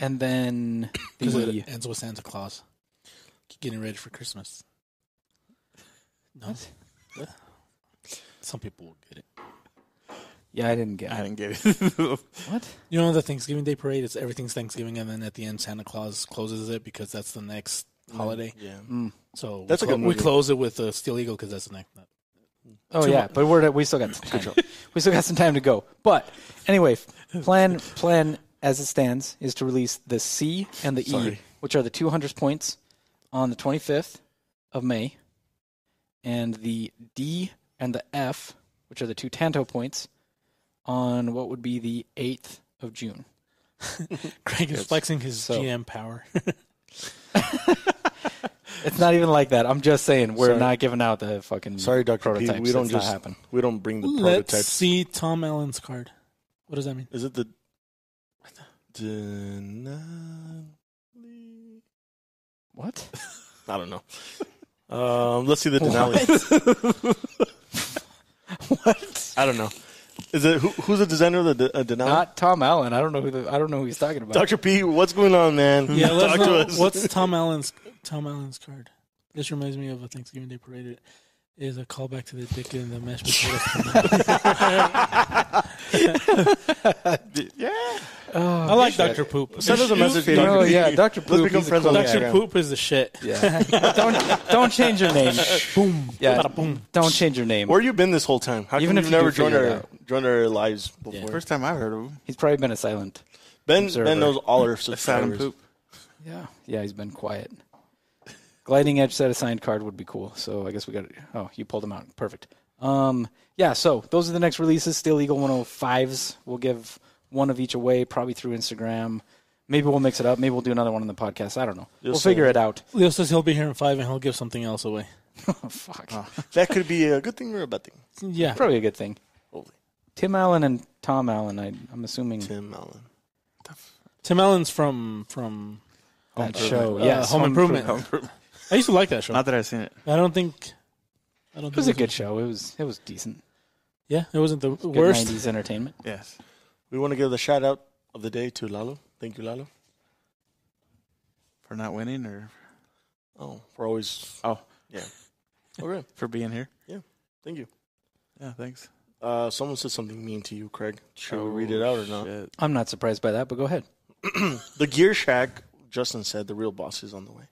S2: And then
S3: because
S2: the E.
S3: it ends with Santa Claus getting ready for Christmas. No. Yeah. Some people will get it.
S2: yeah, I didn't get
S5: I
S2: it.
S5: didn't get it.
S2: what?
S3: You know the Thanksgiving Day parade. It's everything's Thanksgiving, and then at the end, Santa Claus closes it because that's the next holiday.
S4: Yeah.
S3: So
S4: Mm-hmm. That's a
S3: we clo-
S4: good
S3: We
S4: movie.
S3: close it with uh, Steel Eagle because that's the next.
S2: Oh yeah, but we're we still got some time. we still got some time to go. But anyway, plan plan as it stands is to release the C and the E,
S4: Sorry.
S2: which are the two hundred points, on the twenty fifth of May, and the D and the F, which are the two Tanto points, on what would be the eighth of June.
S3: Craig is flexing his
S2: so-
S3: GM power.
S2: It's not even like that. I'm just saying we're
S4: Sorry.
S2: not giving out the fucking
S4: Sorry, Doctor P.
S2: prototypes.
S4: We don't
S2: That's not
S4: just
S2: happen.
S4: we don't bring the
S3: Let's
S4: prototypes.
S3: see Tom Allen's card. What does that mean?
S4: Is it the Denali?
S2: What?
S4: I don't know. Um, let's see the Denali.
S2: what?
S4: I don't know. Is it who, who's the designer of the De- uh, Denali?
S2: Not Tom Allen. I don't know who the, I don't know who he's talking about.
S4: Doctor P. What's going on, man?
S3: Yeah, let's
S4: Mm-hmm. Talk to
S3: know-
S4: us.
S3: what's Tom Allen's Tom Allen's card? This reminds me of a Thanksgiving Day parade. is a callback to the dick in the mashed potatoes.
S5: Yeah.
S3: I like Doctor Poop.
S5: Send us a message, Peter.
S2: Oh yeah, Doctor
S4: Let's
S2: Poop.
S4: become
S2: He's a
S4: friends
S2: cool
S4: on
S2: guy.
S3: Doctor
S4: Instagram.
S3: Poop is the shit.
S2: Yeah. don't don't change your name. boom. Yeah.
S3: boom.
S2: Don't change your name.
S4: Where you been this whole time? How
S2: Even if
S4: come you've
S2: you do
S4: never joined
S2: figure it
S4: our joined our lives before?
S5: First time I've heard of him.
S2: He's probably been a silent.
S4: Ben
S2: Observer.
S4: Ben knows all our
S5: Silent
S4: subscribers.
S5: poop.
S2: Yeah. Yeah, he's been quiet. Gliding edge set a signed card would be cool. So I guess we got it. Oh, you pulled him out. Perfect. Um, yeah, so those are the next releases. Steel Eagle 105s. We'll give one of each away, probably through Instagram. Maybe we'll mix it up. Maybe we'll do another one on the podcast. I don't know. we'll
S4: see.
S2: figure it out.
S3: Leo says he'll be here in five and he'll give something else away.
S2: Oh, fuck.
S4: That could be a good thing or a bad thing.
S3: Yeah.
S2: Probably a good thing.
S4: Holy.
S2: Tim Allen and Tom Allen, I, I'm assuming
S4: Tim Allen.
S3: Tim Allen's from from
S2: that show.
S3: Uh,
S2: yeah,
S3: Home Improvement. I used to like that show.
S5: Not that I've seen it.
S3: I don't think. I don't.
S2: It
S3: think
S2: was a good show. It was it was decent.
S3: Yeah, it wasn't the
S2: Good
S3: worst.
S2: 90s entertainment.
S5: Yes.
S4: We want to give the shout out of the day to Lalo. Thank you, Lalo.
S5: For not winning or
S4: Oh, for always.
S5: Oh.
S4: yeah. Okay,
S5: for being here.
S4: thank you.
S5: Yeah, thanks.
S4: Uh, someone said something mean to you, Craig. Should we read it
S2: Oh,
S4: out or not?
S5: Shit.
S2: I'm not surprised by that, but go ahead.
S4: The Gear Shack. Justin said the real boss is on the way.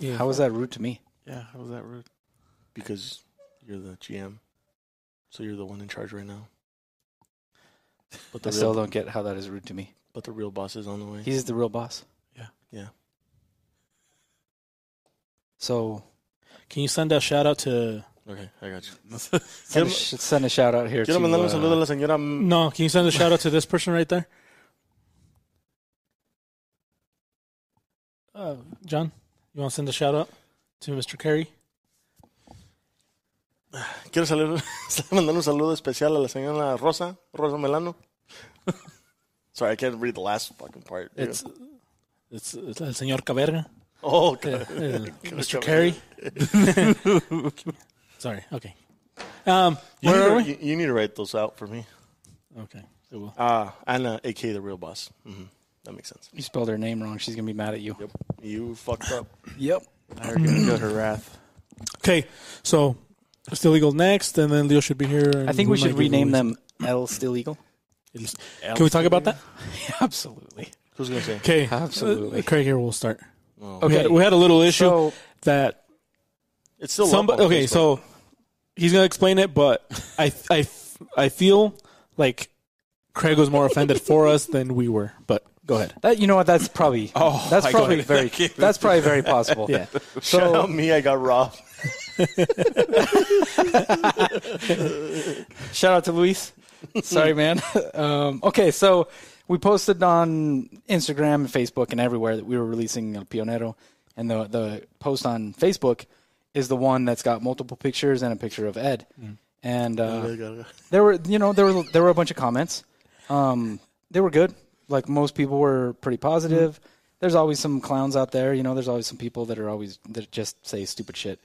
S3: Yeah.
S2: How was that rude to me?
S5: Yeah, how was that rude?
S4: because you're the GM, so you're the one in charge right now. But
S2: I
S4: the
S2: still
S4: real,
S2: don't get how that is rude to me.
S4: but the real boss is on the way.
S2: He's the real boss.
S5: Yeah.
S4: Yeah.
S2: So
S3: Can you send a shout out to?
S4: okay, I got you.
S2: send a,
S4: him-
S2: sh- send a shout out here to.
S4: Quiero mandar un saludo a
S2: Uh,
S4: la señora.
S3: No, can you send a shout out to this person right there? Uh, John, you want to send a shout out to Mr. Carey?
S4: Quiero salir- mandar un saludo especial a la señora Rosa, Rosa Melano. Sorry, I can't read the last fucking part. dude.
S3: It's it's, it's El Señor Caberga.
S4: oh,
S3: Uh,
S4: God.
S3: uh, Mr.
S4: Caberga.
S3: Carey. Sorry. Okay. Um,
S4: You
S3: where
S4: need
S3: are
S4: to-
S3: we?
S4: You, you need to write those out for me.
S3: Okay. I will.
S4: Ah, Anna, aka the real boss. hmm That makes sense.
S2: uh, you spelled her name wrong. She's gonna be mad at you.
S4: Yep, you fucked up.
S2: Yep.
S5: I heard you her wrath.
S3: Okay, so Still Eagle next, and then Leo should be here. and
S2: I think we
S3: might
S2: should
S3: give
S2: rename
S3: away
S2: them L Still Eagle.
S3: some- Can we talk about that?
S2: Absolutely.
S4: Who's gonna say?
S3: Okay, Uh,
S2: Absolutely.
S3: Craig here will start.
S4: No.
S3: We
S2: Okay.
S3: had, we had a little issue
S2: So
S3: that
S4: It's still up
S3: somebody.
S4: on
S3: Okay,
S4: Facebook.
S3: so he's gonna explain it, but I I I feel like Craig was more offended for us than we were. But go ahead.
S2: that you know what? That's probably
S3: Oh,
S2: that's
S3: I got
S2: probably
S3: it.
S2: very that's probably very possible.
S3: Yeah.
S4: Shout
S2: So
S4: out me, I got robbed.
S2: Shout out to Luis. Sorry, man. um, okay, so we posted on Instagram and Facebook and everywhere that we were releasing El Pionero, and the the post on Facebook is the one that's got multiple pictures and a picture of Ed. And uh, there were you know there were there were a bunch of comments. Um, they were good. Like most people were pretty positive.
S3: Mm-hmm.
S2: There's always some clowns out there, you know. There's always some people that are always that just say stupid shit.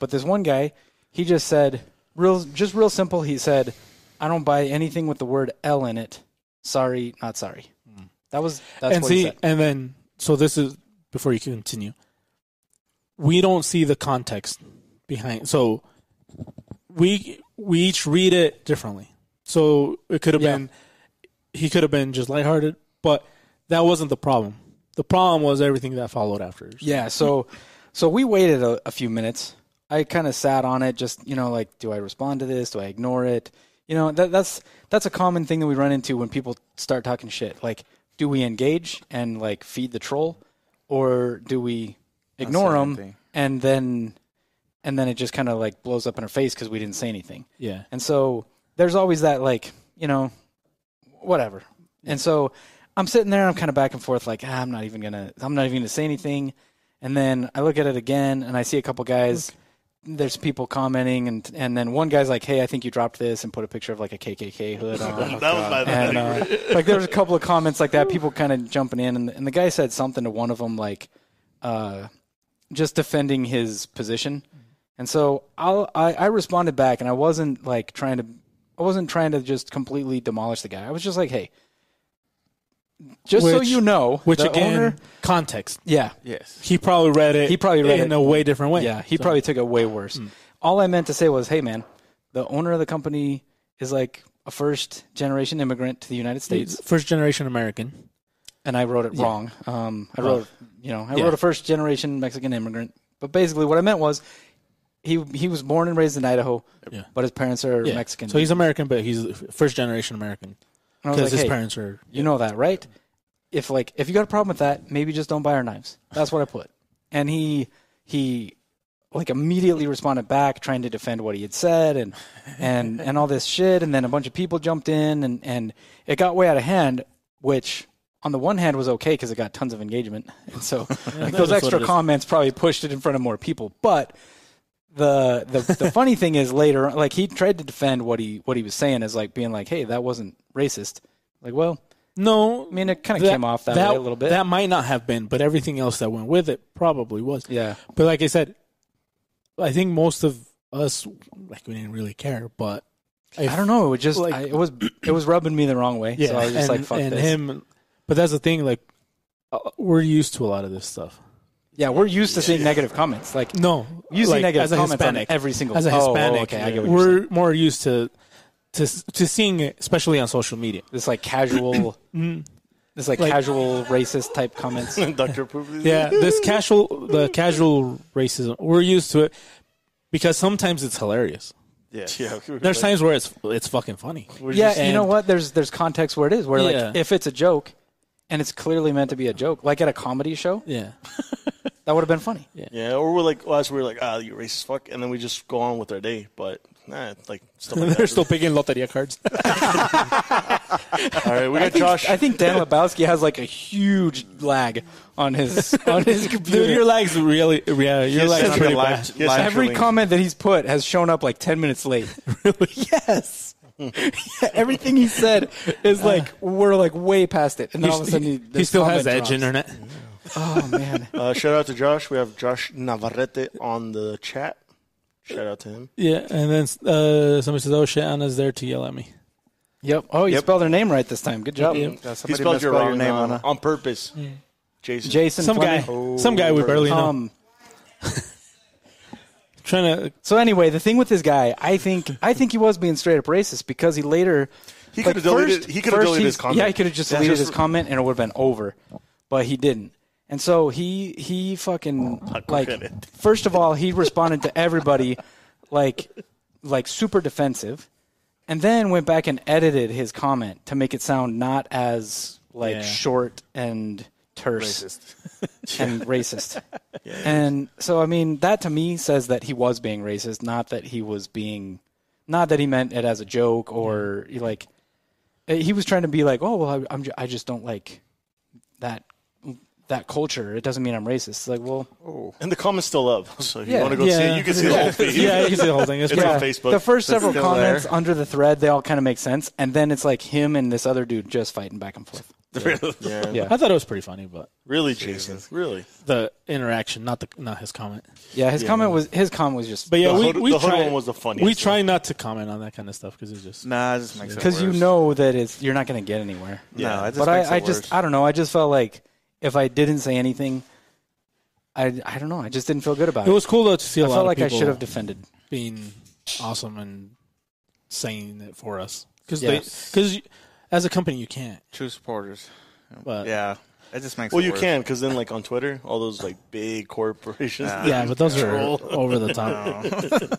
S2: But this one guy, he just said real, just real simple. He said, "I don't buy anything with the word L in it. Sorry, not sorry." That was that's
S3: Mm. and
S2: what he
S3: see,
S2: said.
S3: and then so this is before you continue. We don't see the context behind, so we we each read it differently. So it could have
S2: Yeah.
S3: been he could have been just lighthearted, but that wasn't the problem. The problem was everything that followed after.
S2: Yeah, so so we waited a, a few minutes. I kind of sat on it, just you know, like, do I respond to this? Do I ignore it? You know, that, that's that's a common thing that we run into when people start talking shit. Like, do we engage and like feed the troll, or do we ignore
S5: say
S2: them
S5: anything.
S2: and then and then it just kind of like blows up in our face because we didn't say anything.
S3: Yeah.
S2: And so there's always that like, you know, whatever. And so I'm sitting there and I'm kind of back and forth like, ah, I'm not even going to I'm not even going to say anything. And then I look at it again and I see a couple guys there's people commenting and and then one guy's like, "Hey, I think you dropped this" and put a picture of like a KKK hood on.
S4: That was my
S2: and uh, like there was a couple of comments like that people kind of jumping in and, and the guy said something to one of them like uh, just defending his position and so I'll, I, I responded back and i wasn't like trying to i wasn't trying to just completely demolish the guy i was just like hey just so
S3: Which-
S2: you know,
S3: Which
S2: the
S3: again,
S2: owner-
S3: context.
S2: yeah,
S5: Yes.
S3: He probably read it.
S2: He probably read
S3: in
S2: it.
S3: a way different way.
S2: yeah, he
S3: So- Hmm.
S2: probably took it way worse. All I meant to say was, hey man, the owner of the company is like a first generation immigrant to the United States.
S3: first generation American.
S2: and I wrote it wrong. Um, I wrote, you know, I
S3: yeah.
S2: wrote a first generation Mexican immigrant. But basically, what I meant was, he he was born and raised in Idaho,
S3: Yeah.
S2: but his parents are
S3: Yeah.
S2: Mexican.
S3: So he's American, but he's first generation American
S2: And I was
S3: because
S2: like,
S3: his
S2: hey,
S3: parents are.
S2: you know that, right? If like if you got a problem with that, maybe just don't buy our knives. That's what I put. And he he like immediately responded back, trying to defend what he had said and and and all this shit. And then a bunch of people jumped in, and and it got way out of hand. Which on the one hand was okay because it got tons of engagement, and so like,
S3: is
S2: those
S3: what
S2: extra
S3: it is.
S2: comments probably pushed it in front of more people. But the the the funny thing is later, like he tried to defend what he what he was saying as like being like, hey, that wasn't racist. Like, well,
S3: No,
S2: I mean, it kind of came off that, way a little bit.
S3: That might not have been, but everything else that went with it probably was.
S2: yeah,
S3: But like I said, I think most of us like we didn't really care, but
S2: I don't know. It was just
S3: Like-
S2: I, it was it was rubbing me the wrong way. so I was just
S3: and,
S2: like, fuck
S3: and
S2: this.
S3: him. But that's the thing, like uh, we're used to a lot of this stuff.
S2: yeah, we're used to seeing negative comments. Like
S3: No,
S2: you see
S3: like,
S2: negative
S3: as a
S2: comments
S3: Hispanic,
S2: on every single
S3: as a
S2: Oh, oh,
S3: Hispanic,
S2: okay, I get what you're saying.
S3: we're more used to to to seeing it, especially on social media.
S2: This like casual, this like,
S3: Mm-hmm. Like-
S2: casual racist type comments.
S4: Dr. Poop.
S3: Yeah, this casual the casual racism. We're used to it because sometimes it's hilarious.
S5: Yes.
S4: Yeah.
S3: There's times where it's it's fucking funny.
S4: We're
S2: yeah,
S4: just-
S2: you know
S3: and-
S2: what? There's there's context where it is where
S3: Yeah.
S2: like if it's a joke, and it's clearly meant to be a joke, like at a comedy show,
S3: Yeah,
S2: that would have been funny.
S4: Yeah, or we're like, us, we're like, ah, you racist fuck, and then we just go on with our day. But nah, it's like stuff like
S3: they're
S4: that.
S3: still picking loteria cards.
S4: All right, we got Josh.
S2: I think Dan Lebowski has like a huge lag on his on his computer.
S3: Dude, your legs really, yeah, your
S4: Yes,
S3: legs
S4: I'm
S3: pretty
S4: alive.
S3: bad.
S4: Yes,
S2: Every
S4: actually.
S2: comment that he's put has shown up like 10 minutes late. really? Yes. Yeah, everything he said is like, we're like way past it. And then all of a sudden,
S3: Uh. he,
S2: this
S3: he still has edge
S2: comment drops.
S3: internet.
S2: Oh, man.
S4: Uh, shout out to Josh. We have Josh Navarrete on the chat. Shout out to him.
S3: Yeah, and then uh, somebody says, "Oh shit, Anna's there to yell at me."
S2: yep. Oh, you spelled her name right this time. Good job.
S5: Yeah,
S4: He
S5: somebody
S4: spelled your,
S5: misspelled
S4: wrong
S5: your
S4: name
S5: name,
S4: on,
S5: Anna.
S4: on purpose. Jason.
S2: Jason
S3: Some guy,
S2: Fleming.
S3: some guy we barely know.
S2: Um,
S3: Trying to,
S2: so anyway, the thing with this guy, I think, I think he was being straight up racist because he later,
S4: He could've deleted- he could've
S2: first
S4: deleted his
S2: he's-
S4: comment.
S2: Yeah, he could have just
S4: Yeah,
S2: deleted
S4: just-
S2: his comment and it would have been over, but he didn't. And so he he fucking
S4: couldn't.
S2: like first of all he responded to everybody like like super defensive, and then went back and edited his comment to make it sound not as like
S3: Yeah.
S2: short and terse and racist. And so, I mean, that to me says that he was being racist, not that he was being, not that he meant it as a joke or like, he was trying to be like, oh well, I, I'm ju- I just don't like that that culture. It doesn't mean I'm racist. It's like, well,
S4: And the comment's still up. So if you
S2: Yeah.
S4: want to go see
S3: yeah,
S4: it, you can see the whole feed.
S3: yeah, you can see the whole thing. It's
S4: It's
S3: pretty-
S4: on Facebook.
S2: the first several
S5: still there.
S2: comments under the thread, they all kind of make sense, and then it's like him and this other dude just fighting back and forth.
S4: Yeah.
S2: Yeah.
S3: I thought it was pretty funny, but
S4: Really, Jason. Really.
S3: the interaction, not the, not his comment.
S2: Yeah, his comment was his comment was just
S3: But yeah,
S4: The
S3: we,
S4: hood-
S3: we
S4: the hood
S3: try,
S4: one was the funniest
S3: We
S4: one.
S3: try not to comment on that kind of stuff because it's just
S5: Nah, it just makes it
S2: because you
S5: worse.
S2: know that it's you're not going to get anywhere.
S5: No, it just
S2: but
S5: makes
S2: I, I
S5: it
S2: just
S5: worse.
S2: I don't know. I just felt like if I didn't say anything, I I don't know. I just didn't feel good about
S3: It
S2: it.
S3: was cool though to see a
S2: I
S3: lot
S2: felt
S3: of
S2: like I
S3: people
S2: should have defended.
S3: being awesome and saying it for us because
S2: Yes.
S3: because as a company you can't.
S5: True supporters.
S3: But
S5: Yeah, it just makes.
S4: Well,
S5: it
S4: you
S5: worse.
S4: can, because then, like, on Twitter, all those, like, big corporations.
S5: Nah.
S3: yeah, but those are over the top.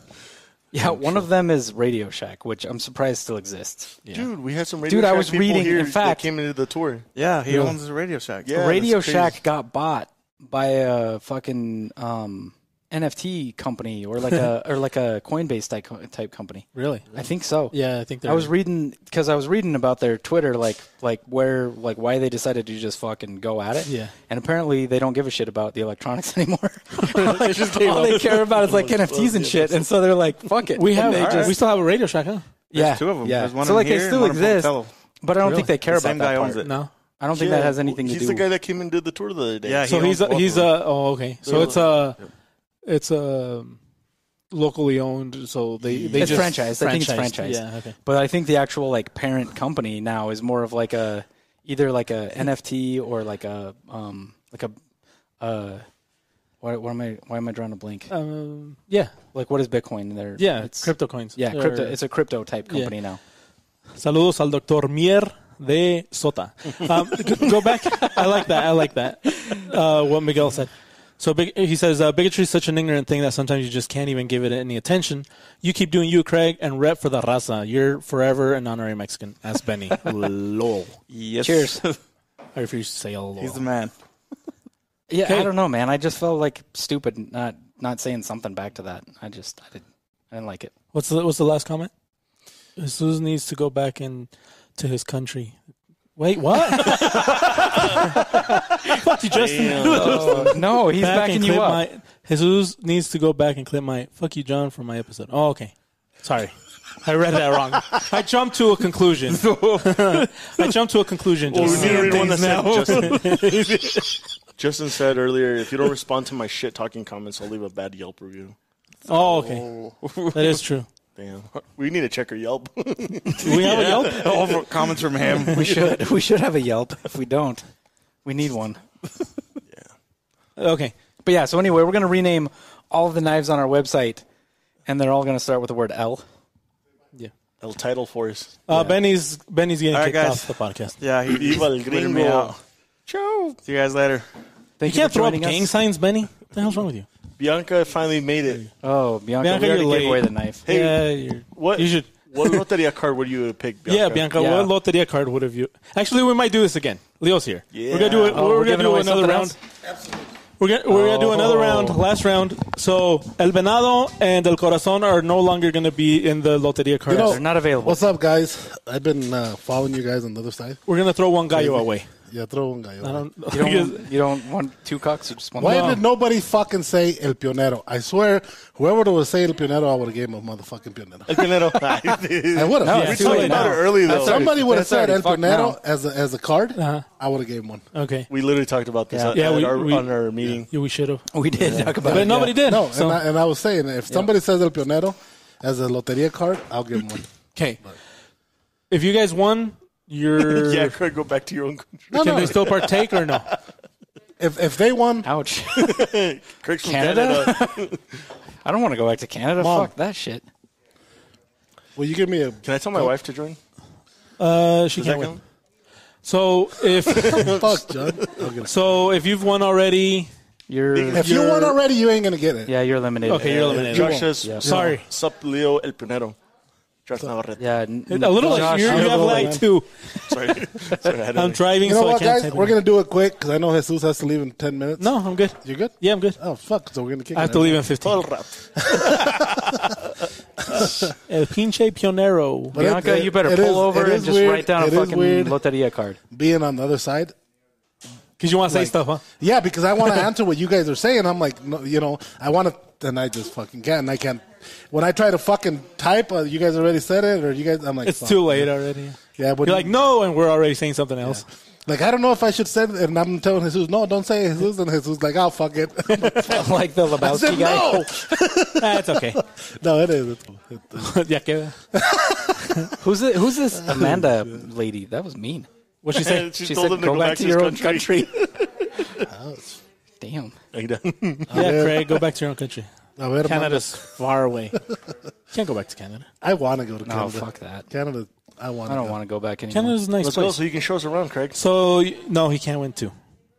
S2: Yeah, one of them is Radio Shack, which I'm surprised still exists.
S4: Dude, we had some radio
S2: Dude, I
S4: Shack
S2: was
S4: people
S2: reading,
S4: here
S2: in fact-
S4: that came into the tour.
S5: Yeah, he owns a Radio Shack.
S4: Yeah,
S2: Radio
S4: that's crazy.
S2: Shack got bought by a fucking um, NFT company or like a or like a Coinbase type co- type company.
S3: really?
S2: I think so.
S3: Yeah, I think they're,
S2: I was reading because I was reading about their Twitter, like like where like why they decided to just fucking go at it.
S3: Yeah.
S2: And apparently they don't give a shit about the electronics anymore. Like, all they care about is like NFTs and shit, and so they're like, fuck it.
S3: we have
S2: And they
S3: we still have a Radio Shack, huh?
S2: yeah,
S5: two of 'em.
S2: Yeah.
S5: There's one
S2: so
S5: in
S2: like
S5: here
S2: they
S5: and
S2: still
S5: one in
S2: exist,
S5: Pocatello.
S2: but I don't
S3: Really?
S2: think they care
S5: The same
S2: about that
S5: guy
S2: part.
S5: owns it.
S3: No.
S2: I don't think
S4: Yeah,
S2: that has anything to
S4: he's
S2: do.
S4: the guy that came and did the tour the other day.
S5: Yeah,
S3: So
S5: He
S3: he's
S5: owns
S3: a,
S5: both
S3: he's
S5: of
S3: a oh okay. So
S4: Yeah.
S3: it's a it's a um, locally owned. So they they
S2: It's
S3: just
S2: franchised. I think it's
S3: franchised.
S2: franchised.
S3: Yeah. Okay.
S2: But I think the actual like parent company now is more of like a either like a NFT or like a um like a uh why, why am I why am I drawing a blank?
S3: Um, yeah,
S2: Like what is Bitcoin? There,
S3: yeah,
S2: it's
S3: crypto coins.
S2: yeah,
S3: Or-
S2: crypto. It's a crypto type company now.
S3: Saludos al doctor Mier de Sota. Um, g- go back. I like that. I like that. Uh, what Miguel said. So big, he says uh, bigotry is such an ignorant thing that sometimes you just can't even give it any attention. You keep doing you, Craig, and rep for the raza. You're forever an honorary Mexican. As Benny. lol.
S5: Yes.
S2: Cheers.
S3: I refuse to say lol.
S5: He's the man.
S2: Yeah,
S3: Okay.
S2: I don't know, man. I just felt like stupid not not saying something back to that. I just I didn't I didn't like it.
S3: What's the What's the last comment? Jesus needs to go back in to his country. Wait, what? Fuck you, Justin.
S2: no, he's backing
S3: and
S2: you
S3: clip
S2: up.
S3: My, Jesus needs to go back and clip my "fuck you, John" from my episode. Oh, okay. Sorry, I read that wrong. I jumped to a conclusion. I jumped to a conclusion.
S4: Well, we
S3: Justin.
S4: need to read one that
S5: Things
S4: said Justin. Justin said earlier, if you don't respond to my shit talking comments, I'll leave a bad Yelp review.
S3: oh, okay. That is true.
S4: Damn. We need to check our Yelp.
S3: Do we have a Yelp?
S5: All for comments from him.
S2: We should we should have a Yelp. If we don't, we need one.
S3: Okay.
S2: But yeah, so anyway, we're gonna rename all of the knives on our website, and they're all gonna start with the word L.
S4: El title for us.
S3: Uh, Benny's Benny's getting
S5: All right,
S3: kicked
S5: guys.
S3: off the podcast.
S5: Yeah, he, he
S4: Viva el
S5: tweeted me
S4: gringo.
S5: out. See you guys later.
S2: Thank
S3: You can't
S2: for
S3: throw up
S2: joining
S3: gang
S2: us.
S3: signs, Benny. What the hell's wrong with you?
S4: Bianca finally made it.
S2: Oh, Bianca,
S3: Bianca,
S2: we already
S3: you're
S2: gave
S3: late.
S2: away the knife.
S4: Hey,
S3: yeah, you're,
S4: What
S3: you should.
S4: What loteria card would you pick, Bianca?
S3: Yeah, Bianca.
S2: Yeah.
S3: What loteria card would have you? Actually, we might do this again. Leo's here. We're gonna do it.
S2: Oh,
S3: we're,
S2: we're
S3: gonna
S2: giving
S3: do
S2: away
S3: another
S2: something
S3: round.
S2: else?
S3: We're gonna we're gonna do another
S2: Oh.
S3: round. Last round. So El Venado and El Corazon are no longer gonna be in the loteria cards.
S2: They're not available.
S1: What's up, guys? I've been uh, following you guys on the other side.
S3: we're gonna throw one gallo away.
S1: Yeah, throw one guy.
S3: I
S1: over.
S3: don't.
S2: You don't, you don't want two cocks. You just want
S1: Why
S2: one.
S1: did nobody fucking say El Pionero? I swear, whoever would say El Pionero, I would have gave him a motherfucking Pionero.
S4: El Pinero.
S1: I would have.
S2: No,
S1: If
S2: it's too
S1: somebody-
S2: late
S4: about
S2: now.
S4: it early, though.
S1: if somebody would have
S2: That's
S1: said
S2: already
S1: El
S2: fucked
S1: Pionero
S2: now.
S1: as a, as a card,
S3: Uh-huh.
S1: I would have gave him one.
S3: okay.
S4: we literally talked about this
S2: Yeah.
S4: at-
S3: Yeah,
S4: at
S3: we-
S4: our,
S3: we-
S4: on our meeting.
S3: Yeah, we should have.
S2: We did talk about
S3: But
S2: it.
S3: nobody did.
S1: No,
S3: so-
S1: and, I, and I was saying, if somebody says El Pionero as a loteria card, I'll give him one.
S3: okay. If you guys won, you're.
S4: Yeah, Craig, go back to your own country.
S1: No,
S3: Can
S1: no.
S3: they still partake or no?
S1: If, if they won,
S2: Yeah. Ouch.
S4: Craig's from
S2: Canada?
S4: Canada.
S2: I don't want to go back to Canada.
S1: Mom.
S2: Fuck that shit.
S1: will you give me a
S4: Can I tell my wife to join?
S3: Uh, she
S4: Does
S3: can't
S4: that
S3: win.
S4: count?
S3: So if
S1: fuck, John? I'll get it.
S3: so if you've won already,
S2: You're
S1: If you won already, you ain't going to get it.
S2: yeah, you're eliminated.
S3: Okay, you're eliminated.
S4: Josh
S1: won't.
S4: says,
S2: Yeah.
S3: Sorry.
S4: Sup, Leo El Pinero. Josh Navarrete.
S2: Yeah, n-
S3: A little like
S2: Josh,
S3: you you
S2: I'm a
S3: have
S2: little
S3: lag
S2: late.
S3: too.
S4: Sorry. Sorry, I had
S3: I'm
S4: to-
S3: driving,
S1: You know
S3: so
S1: what,
S3: I can't.
S1: guys?
S3: type
S1: We're
S3: it.
S1: going to do it quick because I know Jesus has to leave in 10 minutes.
S3: No, I'm good.
S1: You're good?
S3: Yeah, I'm good.
S1: Oh, fuck. So we're going to kick
S3: I have to leave in 15.
S4: Todo el rato.
S3: El pinche pionero.
S1: But it-
S2: Bianca,
S1: it-
S2: you better
S1: it
S2: pull
S1: is-
S2: over
S1: it
S2: and
S1: is
S2: just
S1: weird.
S2: write down a
S1: It is
S2: fucking
S1: weird
S2: loteria card.
S1: being on the other side.
S3: Because you want to say
S1: Like-
S3: stuff, huh?
S1: Yeah, because I want to answer what you guys are saying. I'm like, no, you know, I want to, and I just fucking can't. I can't. When I try to fucking type, uh, you guys already said it, or you guys, I'm like,
S3: It's
S1: fuck.
S3: too late already.
S1: Yeah, but
S3: You're like, no, and we're already saying something else.
S1: Like, I don't know if I should say it, and I'm telling Jesus, no, don't say it, Jesus, and Jesus like, oh fuck it.
S2: like the
S1: I said,
S2: Lebowski guy.
S1: no,
S3: That's okay.
S1: no, it is. It- it-
S3: yeah, que-
S2: Who's it, who's this Amanda lady? That was mean.
S3: What'd she say?
S4: she,
S2: She
S4: told
S2: said,
S4: him to
S2: "Go
S4: go,
S2: back to
S4: his
S2: your own
S4: country.
S2: Damn.
S3: yeah, Craig, go back to your own country.
S1: A ver,
S3: Canada's far away. You can't go back to Canada.
S1: I want to go to
S2: No,
S1: Canada.
S2: fuck that.
S1: Canada, I want.
S2: I don't want to go back anymore.
S3: Canada's a nice
S4: Let's go
S3: place.
S4: so you can show us around, Craig.
S3: So, y- no, he can't win too.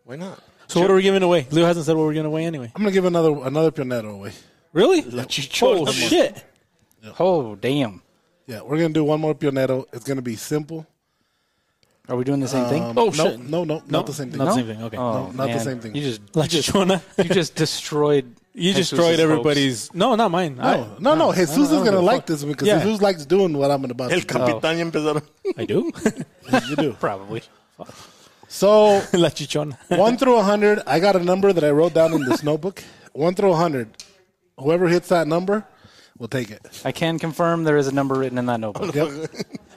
S4: Why not?
S3: So, what are we giving away? Leo hasn't said what we're giving away anyway.
S1: I'm gonna give another another pionero away.
S3: Really?
S4: chichona.
S3: Oh, shit.
S2: Oh, damn.
S1: Yeah, we're gonna do one more pionero. It's gonna be simple.
S2: Are we doing the same thing?
S3: Oh,
S1: no,
S3: shit.
S1: No, no,
S3: No,
S1: not Um, the same thing.
S3: Not the same thing. Okay.
S2: Oh,
S1: no, not the
S2: man.
S1: same thing.
S2: You just
S3: La chichona.
S2: you just destroyed.
S3: You
S2: Jesus'
S3: destroyed
S2: hopes.
S3: everybody's. No, not mine.
S1: No, no, no. Jesus is
S3: don't
S1: going to
S3: give a
S1: like
S3: fuck.
S1: this because
S3: Yeah.
S1: Jesus likes doing what I'm about
S4: El
S1: to do.
S4: Capitan ya empezaron.
S3: I, I do.
S1: You do.
S2: Probably.
S1: So,
S3: La chichona.
S1: 1 through 100, I got a number that I wrote down in this notebook. 1 through 100. Whoever hits that number will take it.
S2: I can confirm there is a number written in that notebook.
S1: Yep.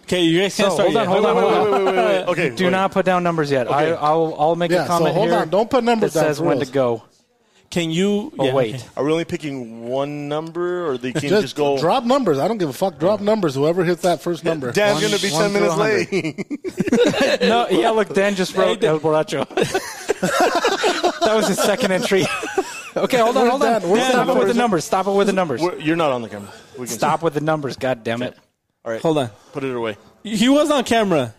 S3: Okay, you guys can't
S2: So,
S3: start
S2: hold on,
S3: yet.
S2: hold on, hold on.
S4: Okay.
S2: Do
S4: wait.
S2: not put down numbers yet. I, I'll I'll make
S1: Yeah, so
S2: a comment
S1: hold
S2: here
S1: on. Don't put numbers
S2: that
S1: down
S2: says
S1: for
S2: when
S1: us.
S2: to go.
S3: Can you?
S2: Oh,
S3: yeah,
S2: wait.
S3: okay.
S4: Are we only picking one number, or they can
S1: Just,
S4: just, go?
S1: drop numbers. I don't give a fuck. Drop numbers. Whoever hits that first number.
S4: Dan's gonna be
S5: one
S4: ten minutes
S5: through a hundred.
S4: late.
S2: No, yeah, look, Dan just wrote
S3: Dan.
S2: El Borracho. that was his second entry. okay, hold on,
S1: Where's
S2: hold on.
S1: Dan? Where's
S2: Stop
S4: Dan?
S2: it with
S4: Where's
S2: the
S4: Dan?
S2: numbers. Stop it with the numbers.
S4: We're- You're not on the camera. We can
S2: Stop with the numbers. God damn it.
S4: All right,
S3: Hold on.
S4: Put it away.
S3: He was on camera.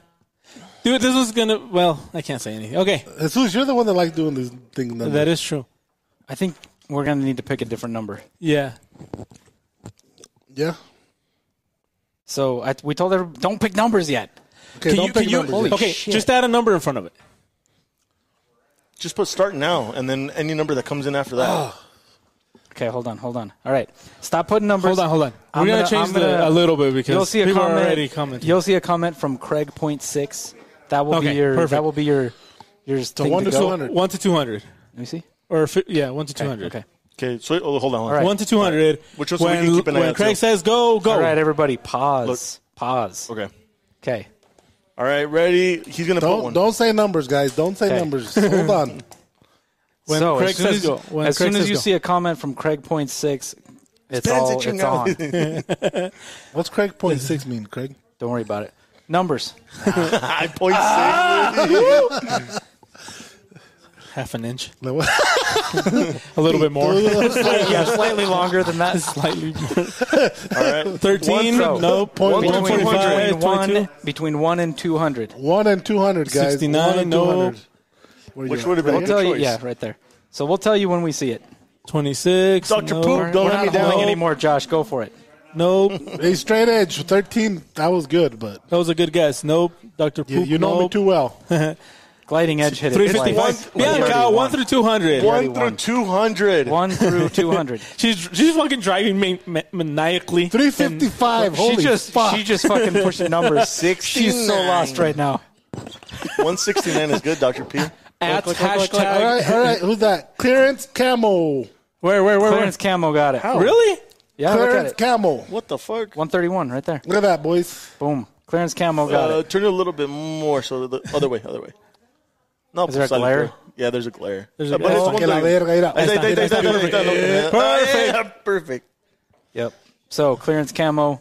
S3: Dude, this was gonna. Well, I can't say anything. Okay,
S1: Jesus, you're the one that likes doing these things. numbers.
S3: that is true.
S2: I think we're gonna need to pick a different number.
S3: Yeah.
S1: yeah.
S2: So I, we told everybody, don't pick numbers yet.
S1: Okay,
S3: Can
S1: don't
S3: you?
S1: pick
S3: Can you?
S1: numbers. yet.
S3: okay, just add a number in front of it.
S4: Just put start now, and then any number that comes in after that.
S2: Okay, hold on, hold on. All right, stop putting numbers.
S3: Hold on, hold on.
S2: I'm
S3: We're gonna,
S2: gonna-
S3: change
S2: I'm gonna-
S3: the, a little bit because
S2: You'll see a
S3: people
S2: comment.
S3: are already commenting.
S2: You'll see a comment from Craig Point Six. That will
S3: Okay,
S2: be your.
S3: perfect.
S2: That will be your. Your thing
S1: one
S2: to
S1: to
S2: go.
S1: two
S2: Let
S1: hundred.
S3: one to two hundred,
S2: me see.
S3: or fi- yeah, one to two hundred.
S2: Okay.
S4: Okay, so oh, hold on. hold on.
S2: right.
S3: One to two hundred.
S4: Which ones we
S3: when,
S4: can keep an eye
S3: when
S4: out
S3: Craig
S4: to.
S3: says go, go.
S2: All right, everybody, pause. Pause.
S4: Okay.
S2: Okay.
S4: All right, ready? He's gonna put
S1: Don't
S4: one.
S1: don't say numbers, guys. Don't say
S2: Okay.
S1: numbers. Hold on.
S3: When
S2: so
S3: Craig
S2: as soon
S3: says
S2: as,
S3: go. When
S2: as
S3: Craig
S2: soon as
S3: says
S2: you
S3: go.
S2: see a comment from Craig Point Six, it's
S4: Ben's
S2: all
S4: itching
S2: it's
S4: now.
S2: on.
S1: What's Craig point six mean, Craig?
S2: Don't worry about it. Numbers.
S4: I point six.
S3: half an inch,
S1: No, what-
S3: a little bit more,
S2: yeah, slightly longer than that.
S3: slightly. More.
S4: All right.
S3: Thirteen.
S2: One-
S3: No.
S1: Point
S3: One
S1: one
S2: between,
S3: forty five.
S2: between one,
S3: Twenty-two.
S2: between one and two hundred.
S1: One and two hundred, guys.
S3: 69,
S1: One and
S3: no.
S1: 200. Where
S4: Which
S1: you
S4: would
S1: at?
S4: have been
S2: We'll
S4: a
S2: tell
S4: good
S2: you,
S4: choice.
S2: yeah, right there. So we'll tell you when we see it.
S3: Twenty-six.
S4: Dr.
S3: No.
S4: Poop, don't
S2: We're
S4: let
S2: not
S4: me down.
S2: holding anymore, Josh. Go for it.
S3: Nope.
S1: Hey, straight edge, thirteen. That was good, but
S3: That was a good guess. Nope. Dr. Poop.
S1: you, you know me
S3: nope.
S1: too well.
S2: Gliding edge hit it. twice.
S3: 355. Bianca, 1 through 200.
S4: One through two hundred.
S2: One through two hundred.
S3: She's, she's fucking driving me ma- maniacally.
S1: Three fifty-five.
S2: she
S1: Holy
S2: just
S1: fuck!
S2: she just fucking pushing numbers. She's so
S4: 69.
S2: lost right now.
S4: One sixty nine is good, Doctor P.
S3: At
S2: Click, click,
S3: hashtag.
S2: click, click, click.
S1: all right, all right. Who's that? Clearance Camel.
S3: Where, where, where, where?
S2: Clarence Camo got it.
S3: Really?
S2: Yeah, look at
S1: Clearance
S2: it.
S1: Camel.
S4: What the fuck?
S2: One thirty-one, right there.
S1: Look at that, boys.
S2: Boom. Clarence Camo got
S4: Uh,
S2: it.
S4: turn it a little bit more so the other way, other way. No,
S2: Is there a
S4: slightly
S2: glare?
S4: clear. Yeah, there's a glare.
S3: There's a
S4: Yeah, but
S3: glare.
S4: it's
S3: Oh,
S4: one
S1: Que la
S4: thing.
S1: verga, mira.
S4: Ahí está, ahí está, ahí está, ahí está,
S3: Perfect.
S4: Yeah, Perfect.
S2: Yep. So Clarence Camo,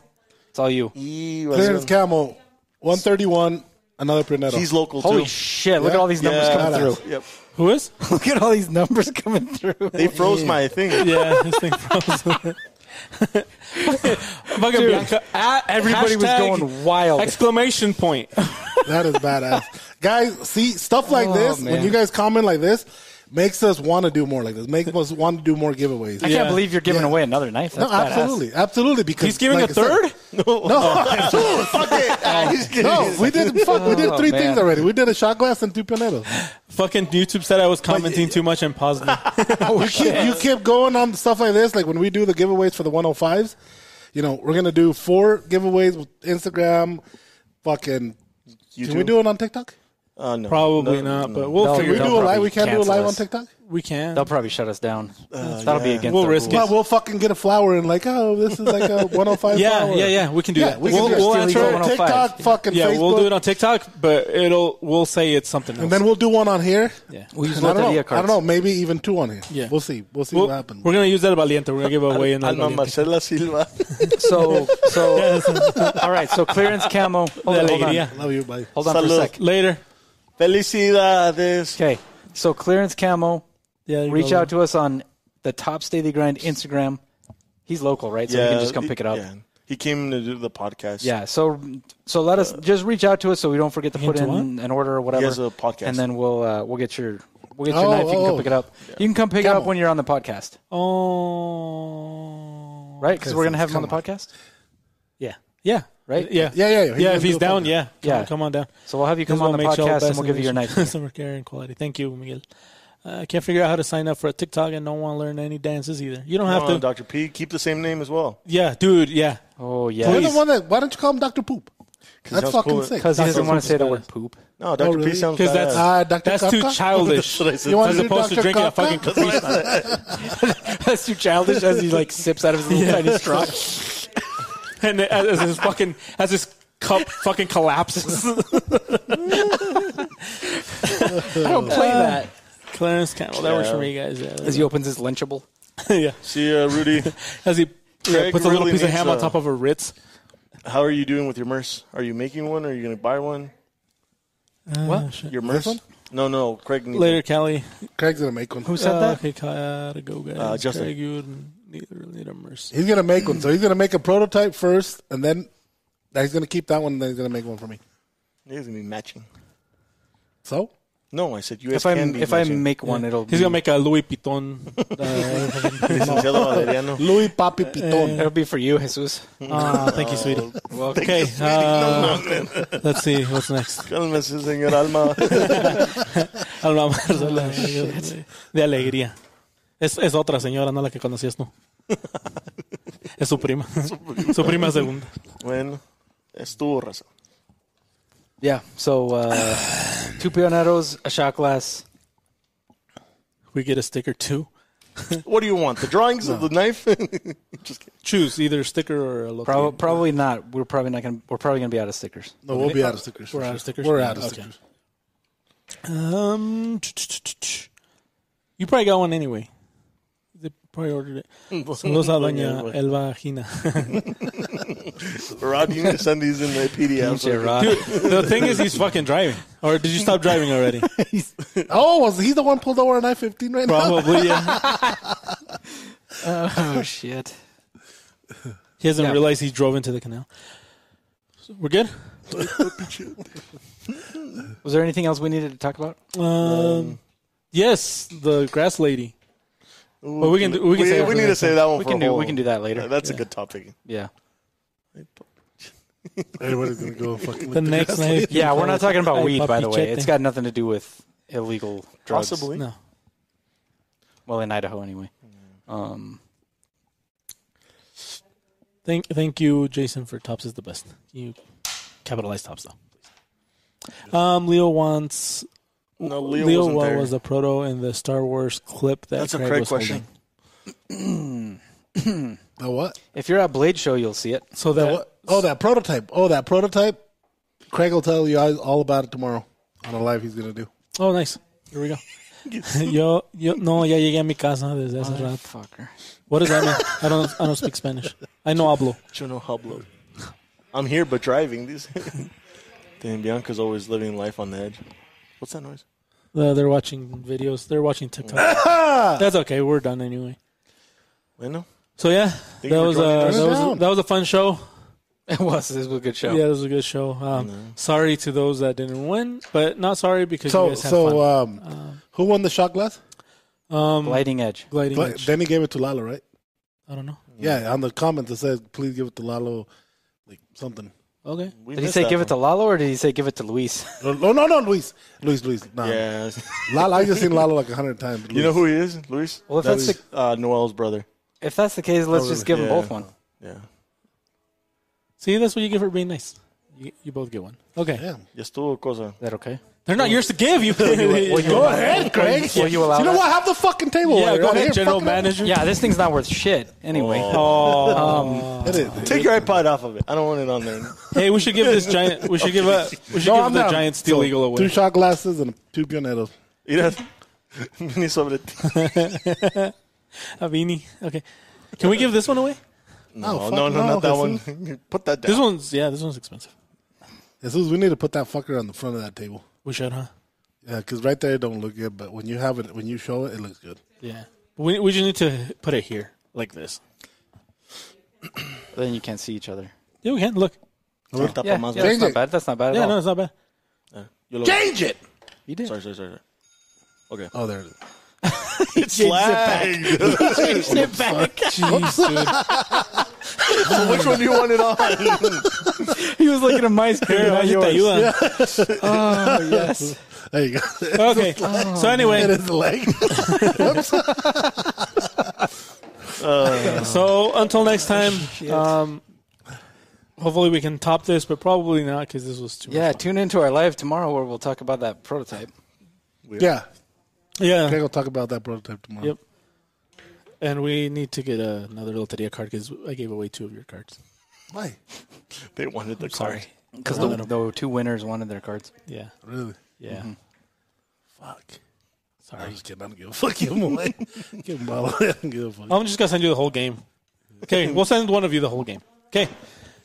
S2: it's all you.
S4: Y-
S1: Clearance Camel. One thirty-one. Another Prunetto.
S4: He's local too.
S2: Holy shit! Look
S1: Yeah.
S2: at all these numbers
S4: Yeah.
S2: coming through.
S4: Yep.
S3: Who is?
S2: Look at all these numbers coming through.
S4: They froze my thing.
S3: yeah, this thing froze. Fucking Bianca. At
S2: Everybody was
S3: hashtag
S2: going wild.
S3: Exclamation point.
S1: That is badass. guys, see, stuff like
S2: Oh,
S1: this,
S2: man.
S1: when you guys comment like this, makes us want to do more like this. Makes us want to do more giveaways.
S2: I
S3: Yeah.
S2: can't believe you're giving
S1: Yeah.
S2: away another knife.
S1: no,
S2: That's badass.
S1: absolutely. Absolutely. Because
S3: He's giving
S1: like
S3: a
S1: I said-
S3: third?
S1: No,
S4: Fuck it.
S1: no, we did fuck. We did
S2: Oh,
S1: three
S2: man.
S1: things already. We did a shot glass and two pianeros.
S3: Fucking YouTube said I was commenting too much and paused me.
S1: you, keep, you keep going on stuff like this. Like when we do the giveaways for the 105s, you know, we're gonna do four giveaways with Instagram. Fucking, can we do it on TikTok?
S4: Uh, no.
S3: Probably
S4: No,
S3: not,
S4: no.
S3: but we'll
S2: No,
S1: Can we
S3: figure it
S2: they'll
S1: do
S3: out.
S1: a live?
S2: probably
S1: We can't do a
S2: cancel
S1: live
S2: us.
S1: on TikTok.
S3: We can.
S2: They'll probably shut us down. That'll be
S4: yeah.
S2: against.
S3: We'll
S2: the
S3: risk
S2: rules.
S1: Well, we'll fucking get a flower and like, oh, this is like a 105
S3: Yeah,
S1: flower.
S3: yeah, yeah. We can do
S1: yeah,
S3: that.
S1: We
S3: we'll,
S1: can do
S3: we'll
S1: it.
S3: answer
S2: illegal.
S3: it.
S2: it on 105.
S1: TikTok, fucking
S3: Yeah,
S1: Facebook,
S3: we'll do it on TikTok, but it'll we'll say it's something else.
S1: and then we'll do one on here.
S3: yeah.
S2: We use
S1: And I don't know.
S2: Loteria
S1: I
S2: cards.
S1: don't know. Maybe even two on here.
S3: Yeah.
S1: we'll see. We'll see
S3: We'll-
S1: what happens.
S3: we're gonna use that valiente. We're gonna give away another
S4: Alma
S3: valiente.
S4: Marcela Silva.
S2: So, so all right. So clearance camo. Hold on, hold on,
S3: Alegría.
S1: Love you, buddy.
S2: hold on for a
S4: Salud.
S2: sec.
S3: Later.
S4: Felicidades.
S2: Okay. So clearance camo.
S3: Yeah,
S2: Reach out to us on the Top Daily Grind Instagram. He's local, right? So we can just come
S4: he-
S2: pick it up.
S4: yeah. He came to do the podcast.
S2: Yeah. So so let us just reach out to us so we don't forget to put
S3: Into
S2: in
S3: what?
S2: an order or whatever.
S4: has a podcast.
S2: and then we'll uh, we'll get your we'll get your
S1: Oh,
S2: knife. You can come
S1: oh,
S2: pick it up. You can come pick it up
S1: Camel.
S2: when you're on the podcast,
S3: Oh.
S2: right? Because
S1: Okay,
S2: we're gonna have him on the
S1: camel.
S2: podcast.
S3: Yeah. Yeah.
S2: Right?
S3: Yeah.
S1: Yeah, yeah, yeah. He's
S3: yeah.
S1: gonna
S3: If
S1: do
S3: he's
S1: a
S3: down,
S1: podcast.
S3: yeah. Come
S2: Yeah.
S3: On, come on down.
S2: So we'll have you
S3: This
S2: come on
S3: will
S2: the
S3: make Shell
S2: podcast
S3: best
S2: and we'll give you your
S3: in
S2: knife.
S3: Customer care and quality. Thank you, Miguel. Uh, I can't figure out how to sign up for a TikTok and don't want to learn any dances either. You don't have
S4: Come on,
S3: to.
S4: Dr. P, keep the same name as well.
S3: Yeah, dude. Yeah.
S2: Oh
S1: You're the
S2: yeah,
S3: Please.
S1: one that. Why don't you call him Doctor Poop? That's
S4: sounds
S1: fucking
S4: cool.
S1: sick.
S2: because he doesn't
S3: That's
S2: want
S3: so
S2: to say the
S3: badass.
S2: word poop.
S4: No,
S2: Oh,
S4: Dr. P
S1: really?
S4: sounds
S3: Because that's
S4: badass.
S1: Uh, Dr.
S3: that's too
S1: Kaka?
S3: childish.
S4: Ah, That's what I said.
S1: You want
S3: As
S1: to do
S3: opposed
S1: Dr.
S3: to drinking a
S1: Kaka?
S3: fucking complete.
S2: That's too childish as he like sips out of his little tiny straw.
S3: and as, as his fucking as his cup fucking collapses.
S2: I don't play that.
S3: Clarence Campbell. That works for me, guys. Yeah,
S2: As he opens his Lunchable.
S3: yeah.
S4: See ya, Rudy.
S3: As he yeah,
S4: Craig
S3: puts a little
S4: really
S3: piece of
S4: needs
S3: ham on
S4: a-
S3: top of a Ritz.
S4: How are you doing with your merce? Are you making one? Or are you going to buy one?
S3: What?
S4: Your merce?
S1: one?
S4: No, no. Craig needs
S3: Later, Callie.
S1: Craig's gonna make one.
S2: Who said that?
S3: Okay, gotta go, guys.
S4: Uh, Justin.
S3: Craig, you would need, really need a mercy.
S1: He's gonna make one. So he's gonna make a prototype first, and then he's gonna keep that one. And then he's gonna make one for me.
S4: It is going to be matching.
S1: So
S4: No, I said US
S2: If I
S4: can be
S2: if I
S4: matching.
S2: make one, it'll
S3: He's
S2: be,
S3: gonna make a Louis Piton. Uh,
S4: Licenciado Valeriano.
S1: Louis Papi Piton.
S3: Eh,
S2: it'll be for you, Jesus.
S3: ah, thank you, sweetie. okay, uh, let's see what's next.
S4: Cálmese, señor Alma.
S3: Hablamos de la- de alegría. Es, es otra señora, no la que conocías tú. Es su prima. su prima segunda.
S4: bueno, estuvo razón.
S2: Yeah. So uh, two pioneros, a shot glass.
S3: We get a sticker too.
S4: What do you want? The drawings of the knife? Just kidding.
S3: Choose either sticker or a logo.
S2: Prob- probably not. We're probably not gonna. We're probably gonna be out of stickers.
S1: No, we'll be out of stickers. for
S3: eh, We're out of
S1: sure.
S3: stickers?
S1: We're out of
S3: Okay.
S1: stickers.
S3: Um, you probably got one anyway. They probably ordered it. Saludos a Doña Elba Gina.
S4: Rod, you need to send these in the PDF.
S3: Dude, the thing is, he's fucking driving. Or did you stop driving already?
S1: Oh, was he the one pulled over an I fifteen right now?
S3: Probably, yeah.
S2: oh shit.
S3: He hasn't
S2: Yeah.
S3: realized he drove into the canal. So we're good?
S2: Was there anything else we needed to talk about?
S3: Um, yes, the grass lady. Well, we can do- we can save it for
S4: need to
S3: next
S4: save that one
S2: We
S4: for
S2: can
S4: a
S2: do.
S4: whole-
S2: We can do that later.
S4: That's a good topic.
S2: Yeah.
S1: Everybody's gonna go fucking.
S3: The next night.
S2: Yeah. We're not talking about
S3: Ay,
S2: weed, by
S3: papi
S2: the way. It's
S3: chete.
S2: got nothing to do with illegal drugs.
S4: Possibly.
S3: No.
S2: Well, in Idaho, anyway. Um,
S3: Thank, thank you, Jason, for tops is the best. You capitalize tops though. please. Um, Leo wants
S4: No, Leo,
S3: Leo,
S4: wasn't
S3: what
S4: there.
S3: was the proto in the Star Wars clip that
S4: That's a
S3: Craig
S4: Craig
S3: was
S4: question.
S3: holding?
S1: The what?
S2: if you're at Blade Show, you'll see it.
S3: So that
S1: What? Oh, that prototype. Oh, that prototype. Craig will tell you all all about it tomorrow on a live he's gonna do.
S3: oh nice. Here we go. yo yo no ya llegué a mi casa desde hace rato.
S2: Fucker.
S3: What does that mean? I don't I don't speak Spanish. I know hablo.
S4: Juno Hublo. I'm here but driving. These. Damn, Bianca's always living life on the edge. What's that noise?
S3: Uh, they're watching videos. They're watching TikTok. That's okay. We're done anyway.
S4: Bueno,
S3: So yeah,
S4: you
S3: that
S4: for
S3: was,
S4: joining
S3: uh,
S4: us.
S3: that was
S1: Down.
S3: that was a fun show.
S2: It was. This was a good show.
S3: Yeah, it was a good show. Um, Sorry to those that didn't win, but not sorry because you
S1: So,
S3: guys had
S1: so
S3: fun. Uh, um,
S1: um, who won the shot glass?
S2: Lighting Edge.
S3: Gliding
S1: But
S3: edge.
S1: then he gave it to Lalo, right?
S3: I don't know.
S1: Yeah. on the comments it says, "Please give it to Lalo," like something.
S3: Okay.
S4: we
S2: Did he
S4: missed
S2: say
S4: that
S2: give
S4: one.
S2: it to Lalo or did he say give it to Luis?
S1: No, no, no, no, Luis, Luis, Luis. Nah.
S4: Yeah,
S1: Lalo. I just seen Lalo like a hundred times.
S4: you know who he is, Luis.
S2: Well, if that's
S4: That's uh, Noel's brother.
S2: If that's the case, let's just give them
S4: Yeah.
S2: both one.
S4: Yeah,
S3: See, that's what you get for being nice. You, you both get one. Okay.
S1: Yeah.
S4: ya estuvo cosa.
S2: Is that okay?
S3: They're not yours to give. You.
S1: Go ahead, Craig.
S2: Will you allow
S1: you know
S2: that?
S1: what? Have the fucking table.
S3: yeah,
S1: right
S3: go
S1: out
S3: ahead,
S1: here,
S3: general
S1: fucking up.
S3: manager.
S2: Yeah, this thing's not worth shit anyway. Um,
S1: It is.
S4: Take your iPod off of it. I don't want it on there.
S3: Hey, we should give this giant. We should give a. We should
S1: No,
S3: give
S1: I'm
S3: the
S1: down.
S3: giant
S1: So,
S3: steel eagle
S1: Two
S3: away.
S1: shot glasses and two pioneros.
S4: Mira, ni sobre ti.
S3: A beanie. Okay. Can we give this one away?
S1: No,
S4: No,
S1: Oh, fuck
S4: Oh, no, no,
S1: no,
S4: not that
S1: Jesus.
S4: one. Put that down.
S3: This one's yeah. This one's expensive.
S1: Jesus, we need to put that fucker on the front of that table.
S3: We should, huh?
S1: Yeah, because right there it don't look good, but when you have it, when you show it, it looks good.
S3: Yeah. We we just need to put it here like this.
S2: then you can't see each other.
S3: Yeah, we can. Look.
S4: Ahorita pa'
S2: Yeah,
S4: más
S2: yeah,
S1: Change
S2: that's not
S1: it.
S2: bad. That's not bad at
S3: Yeah,
S2: all.
S3: no, it's not bad.
S4: Yo lo-
S1: Change it.
S2: you did.
S4: Sorry, sorry, sorry. sorry. Okay.
S1: Oh, there it is.
S4: It's flagged. So which one do you want it on?
S2: He was looking at my screen,
S3: Here,
S2: not
S3: ahorita
S2: yours.
S3: ayuda.
S2: Oh, yes.
S1: There you go.
S3: Okay. so
S1: it
S3: anyway,
S1: is the leg.
S3: so until next time, um, hopefully we can top this, but probably not because this was too.
S2: yeah, tune into our live tomorrow where we'll talk about that prototype.
S1: yeah.
S3: Much. Yeah.
S1: Craig will talk about that prototype tomorrow.
S3: Yep. And we need to get another Loteria card because I gave away two of your cards.
S1: Why?
S4: they wanted the card.
S3: Sorry.
S2: Because the, the two winners wanted their cards.
S1: Mm-hmm.
S3: Yeah.
S1: Really?
S3: Yeah.
S1: Fuck. Sorry. I'm just kidding. I don't give a fuck. Give them away. give them all away. I don't give a fuck.
S3: I'm just gonna send you the whole game. Okay, we'll send one of you the whole game. Okay,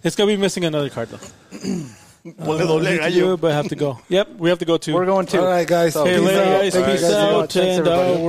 S3: it's gonna be missing another card though. I
S4: Oh,
S3: don't need to do it, but I have to go. Yep, we have to go to.
S2: We're going to.
S1: All right, guys.
S3: Okay,
S1: Peace
S3: later,
S1: out.
S3: guys.
S1: Thank you
S3: Peace
S1: guys a lot.
S3: out,
S1: Thanks,
S3: and uh,
S1: everybody.
S3: we're